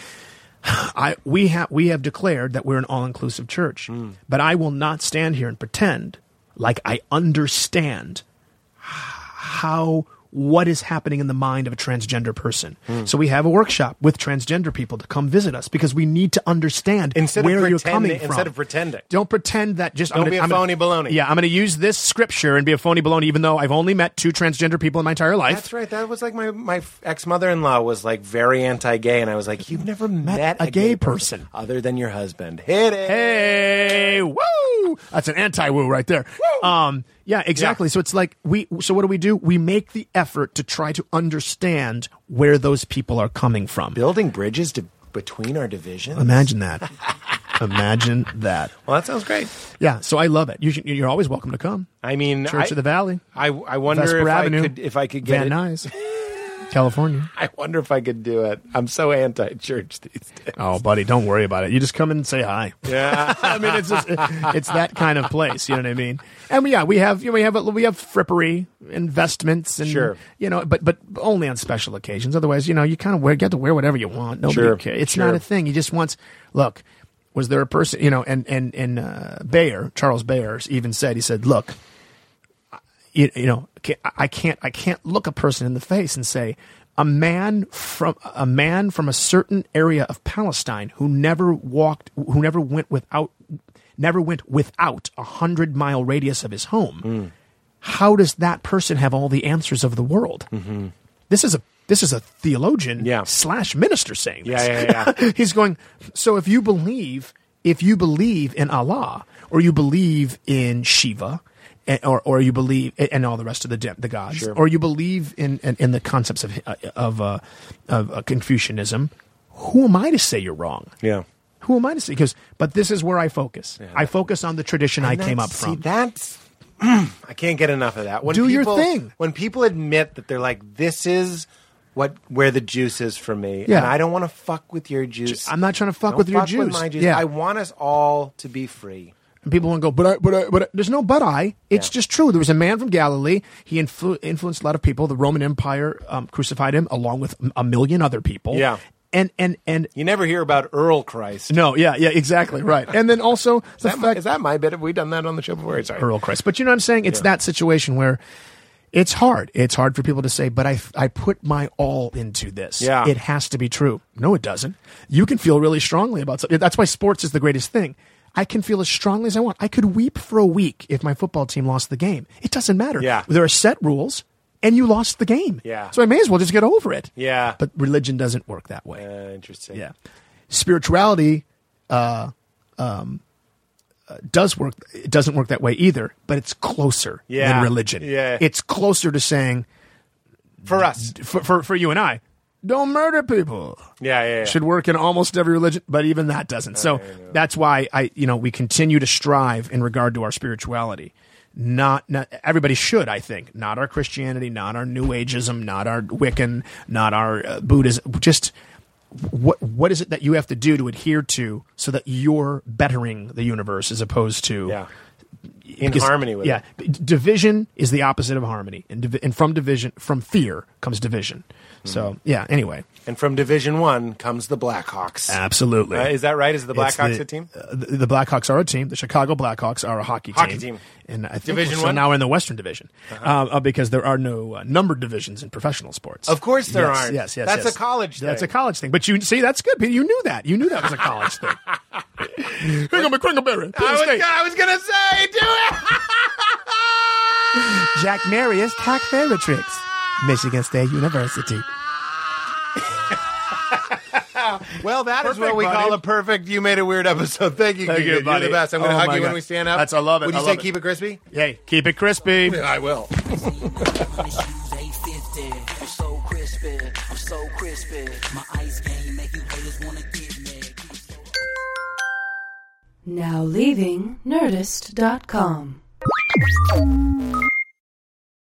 [SPEAKER 5] I we have we have declared that we're an all inclusive church,
[SPEAKER 6] Hmm.
[SPEAKER 5] but I will not stand here and pretend like I understand how what is happening in the mind of a transgender person.
[SPEAKER 6] Hmm.
[SPEAKER 5] So we have a workshop with transgender people to come visit us because we need to understand
[SPEAKER 6] Instead of
[SPEAKER 5] where you're
[SPEAKER 6] pretend-
[SPEAKER 5] coming from.
[SPEAKER 6] instead of pretending.
[SPEAKER 5] Don't pretend that just I'm
[SPEAKER 6] Don't
[SPEAKER 5] gonna-
[SPEAKER 6] be a
[SPEAKER 5] I'm
[SPEAKER 6] phony
[SPEAKER 5] gonna-
[SPEAKER 6] baloney.
[SPEAKER 5] Yeah, I'm going to use this scripture and be a phony baloney, even though I've only met two transgender people in my entire life.
[SPEAKER 6] That's right. That was like my my ex mother in law was like very anti gay, and I was like, "You've never met,
[SPEAKER 5] a gay person.
[SPEAKER 6] other than your husband." Hit it.
[SPEAKER 5] Hey, woo! That's an anti-woo right there. Um, yeah, exactly. So it's like we. So what do we do? We make the effort to try to understand where those people are coming from.
[SPEAKER 6] Building bridges to, between our divisions.
[SPEAKER 5] Imagine that. Imagine that.
[SPEAKER 6] Well, that sounds great.
[SPEAKER 5] Yeah. So I love it. You should, you're always welcome to come.
[SPEAKER 6] I mean,
[SPEAKER 5] Church
[SPEAKER 6] I,
[SPEAKER 5] of the Valley,
[SPEAKER 6] I, I wonder
[SPEAKER 5] Vesper
[SPEAKER 6] if
[SPEAKER 5] Avenue,
[SPEAKER 6] I could if I could get
[SPEAKER 5] Van
[SPEAKER 6] it.
[SPEAKER 5] Nuys, California.
[SPEAKER 6] I wonder if I could do it. I'm so anti church these days.
[SPEAKER 5] Oh, buddy, don't worry about it. You just come in and say hi.
[SPEAKER 6] Yeah.
[SPEAKER 5] I mean, it's just, it's that kind of place. You know what I mean? And we, yeah, we have you know, we have we have frippery investments and
[SPEAKER 6] Sure.
[SPEAKER 5] you know, but but only on special occasions. Otherwise, you know, you kind of wear get to wear whatever you want. Nobody
[SPEAKER 6] Sure,
[SPEAKER 5] cares. It's
[SPEAKER 6] sure.
[SPEAKER 5] not a thing. You just wants look. Was there a person you know? And and and uh, Bayer Charles Bayer even said he said look. You, you know, ca- I can't I can't look a person in the face and say a man from a man from a certain area of Palestine who never walked who never went without never went without a hundred mile radius of his home.
[SPEAKER 6] Mm.
[SPEAKER 5] How does that person have all the answers of the world? This is a this is a theologian
[SPEAKER 6] Yeah.
[SPEAKER 5] slash minister saying this.
[SPEAKER 6] Yeah, yeah, yeah.
[SPEAKER 5] He's going, so if you believe, if you believe in Allah, or you believe in Shiva, and, or or you believe eh, and all the rest of the de- the gods, or you believe in, in in the concepts of of uh, of uh, Confucianism, who am I to say you're wrong?
[SPEAKER 6] Yeah.
[SPEAKER 5] Who am I to say? Because but this is where I focus. I focus on the tradition I came up
[SPEAKER 6] That's-
[SPEAKER 5] from.
[SPEAKER 6] See, that's I can't get enough of that. When
[SPEAKER 5] Do your
[SPEAKER 6] people-
[SPEAKER 5] thing.
[SPEAKER 6] When people admit that they're like, "This is what where the juice is for me,"
[SPEAKER 5] Yeah.
[SPEAKER 6] and I don't want to fuck with your juice.
[SPEAKER 5] I'm not trying to fuck
[SPEAKER 6] Don't
[SPEAKER 5] with your
[SPEAKER 6] fuck
[SPEAKER 5] juice.
[SPEAKER 6] my juice.
[SPEAKER 5] Yeah.
[SPEAKER 6] I want us all to be free.
[SPEAKER 5] And people want to go, but I, but I, but I. there's no but I. It's
[SPEAKER 6] Yeah.
[SPEAKER 5] just true. There was a man from Galilee. He influ- influenced a lot of people. The Roman Empire um, crucified him along with a million other people.
[SPEAKER 6] Yeah.
[SPEAKER 5] And and and
[SPEAKER 6] You never hear about Earl Christ.
[SPEAKER 5] no, yeah, yeah, exactly right. And then also the
[SPEAKER 6] That mi-
[SPEAKER 5] fact
[SPEAKER 6] is that my bit? Have we done that on the show before? Sorry.
[SPEAKER 5] Earl Christ. But you know what I'm saying? It's that situation where it's hard. It's hard for people to say, but I, I put my all into this.
[SPEAKER 6] Yeah.
[SPEAKER 5] It has to be true. No, it doesn't. You can feel really strongly about something. That's why sports is the greatest thing. I can feel as strongly as I want. I could weep for a week if my football team lost the game. It doesn't matter.
[SPEAKER 6] Yeah.
[SPEAKER 5] There are set rules and you lost the game.
[SPEAKER 6] Yeah.
[SPEAKER 5] So I may as well just get over it.
[SPEAKER 6] Yeah.
[SPEAKER 5] But religion doesn't work that way.
[SPEAKER 6] Uh, interesting.
[SPEAKER 5] Yeah. Spirituality uh, um, uh, does work. It doesn't work that way either, but it's closer
[SPEAKER 6] Yeah.
[SPEAKER 5] than religion.
[SPEAKER 6] Yeah.
[SPEAKER 5] It's closer to saying,
[SPEAKER 6] For us.
[SPEAKER 5] for, for, for you and I, don't murder people.
[SPEAKER 6] Yeah, yeah, yeah.
[SPEAKER 5] Should work in almost every religion, but even that doesn't. So that's why I, you know, we continue to strive in regard to our spirituality. Not, not everybody should, I think. Not our Christianity, not our New Ageism, not our Wiccan, not our uh, Buddhism. Just what what is it that you have to do to adhere to so that you're bettering the universe as opposed to
[SPEAKER 6] Yeah. In
[SPEAKER 5] because-
[SPEAKER 6] harmony with
[SPEAKER 5] yeah,
[SPEAKER 6] it.
[SPEAKER 5] D- division is the opposite of harmony, and, divi- and from division, from fear comes division.
[SPEAKER 6] Mm-hmm.
[SPEAKER 5] So yeah. Anyway,
[SPEAKER 6] And from Division One comes the Blackhawks.
[SPEAKER 5] absolutely.
[SPEAKER 6] Uh, is that right? Is the
[SPEAKER 5] Ah, It's
[SPEAKER 6] Blackhawks a team?
[SPEAKER 5] uh, the, the Blackhawks are a team. The Chicago Blackhawks are a hockey team.
[SPEAKER 6] Hockey team.
[SPEAKER 5] And I think
[SPEAKER 6] Division
[SPEAKER 5] we're still
[SPEAKER 6] one? Uh-huh.
[SPEAKER 5] now in the Western Division uh, uh, because there are no uh, numbered divisions in professional sports.
[SPEAKER 6] Of course there
[SPEAKER 5] yes,
[SPEAKER 6] aren't.
[SPEAKER 5] Yes, yes,
[SPEAKER 6] That's
[SPEAKER 5] yes.
[SPEAKER 6] a college
[SPEAKER 5] That's
[SPEAKER 6] thing.
[SPEAKER 5] a college thing. But you see, that's good. Peter. You knew that. You knew that was a college thing. Kringle McCringleberry.
[SPEAKER 6] I was,
[SPEAKER 5] State.
[SPEAKER 6] gonna- I was gonna say, do it.
[SPEAKER 5] Jack Marius Tricks, Michigan State University.
[SPEAKER 6] Well, that is
[SPEAKER 5] Perfect,
[SPEAKER 6] what we
[SPEAKER 5] buddy.
[SPEAKER 6] call a perfect. You made a weird episode. Thank you,
[SPEAKER 5] Thank
[SPEAKER 6] Keegan.
[SPEAKER 5] you,
[SPEAKER 6] You're
[SPEAKER 5] buddy.
[SPEAKER 6] the best. I'm going to
[SPEAKER 5] Oh,
[SPEAKER 6] hug
[SPEAKER 5] my
[SPEAKER 6] you when
[SPEAKER 5] God.
[SPEAKER 6] we stand up.
[SPEAKER 5] That's- I love it.
[SPEAKER 6] Would you
[SPEAKER 5] I
[SPEAKER 6] say
[SPEAKER 5] love it.
[SPEAKER 6] keep it crispy?
[SPEAKER 5] Hey, keep it crispy.
[SPEAKER 6] I will.
[SPEAKER 11] They 50. I'm so crispy. I'm so crispy. My ice game make you haters wanna get me. I'm so-
[SPEAKER 1] Now leaving Nerdist.com.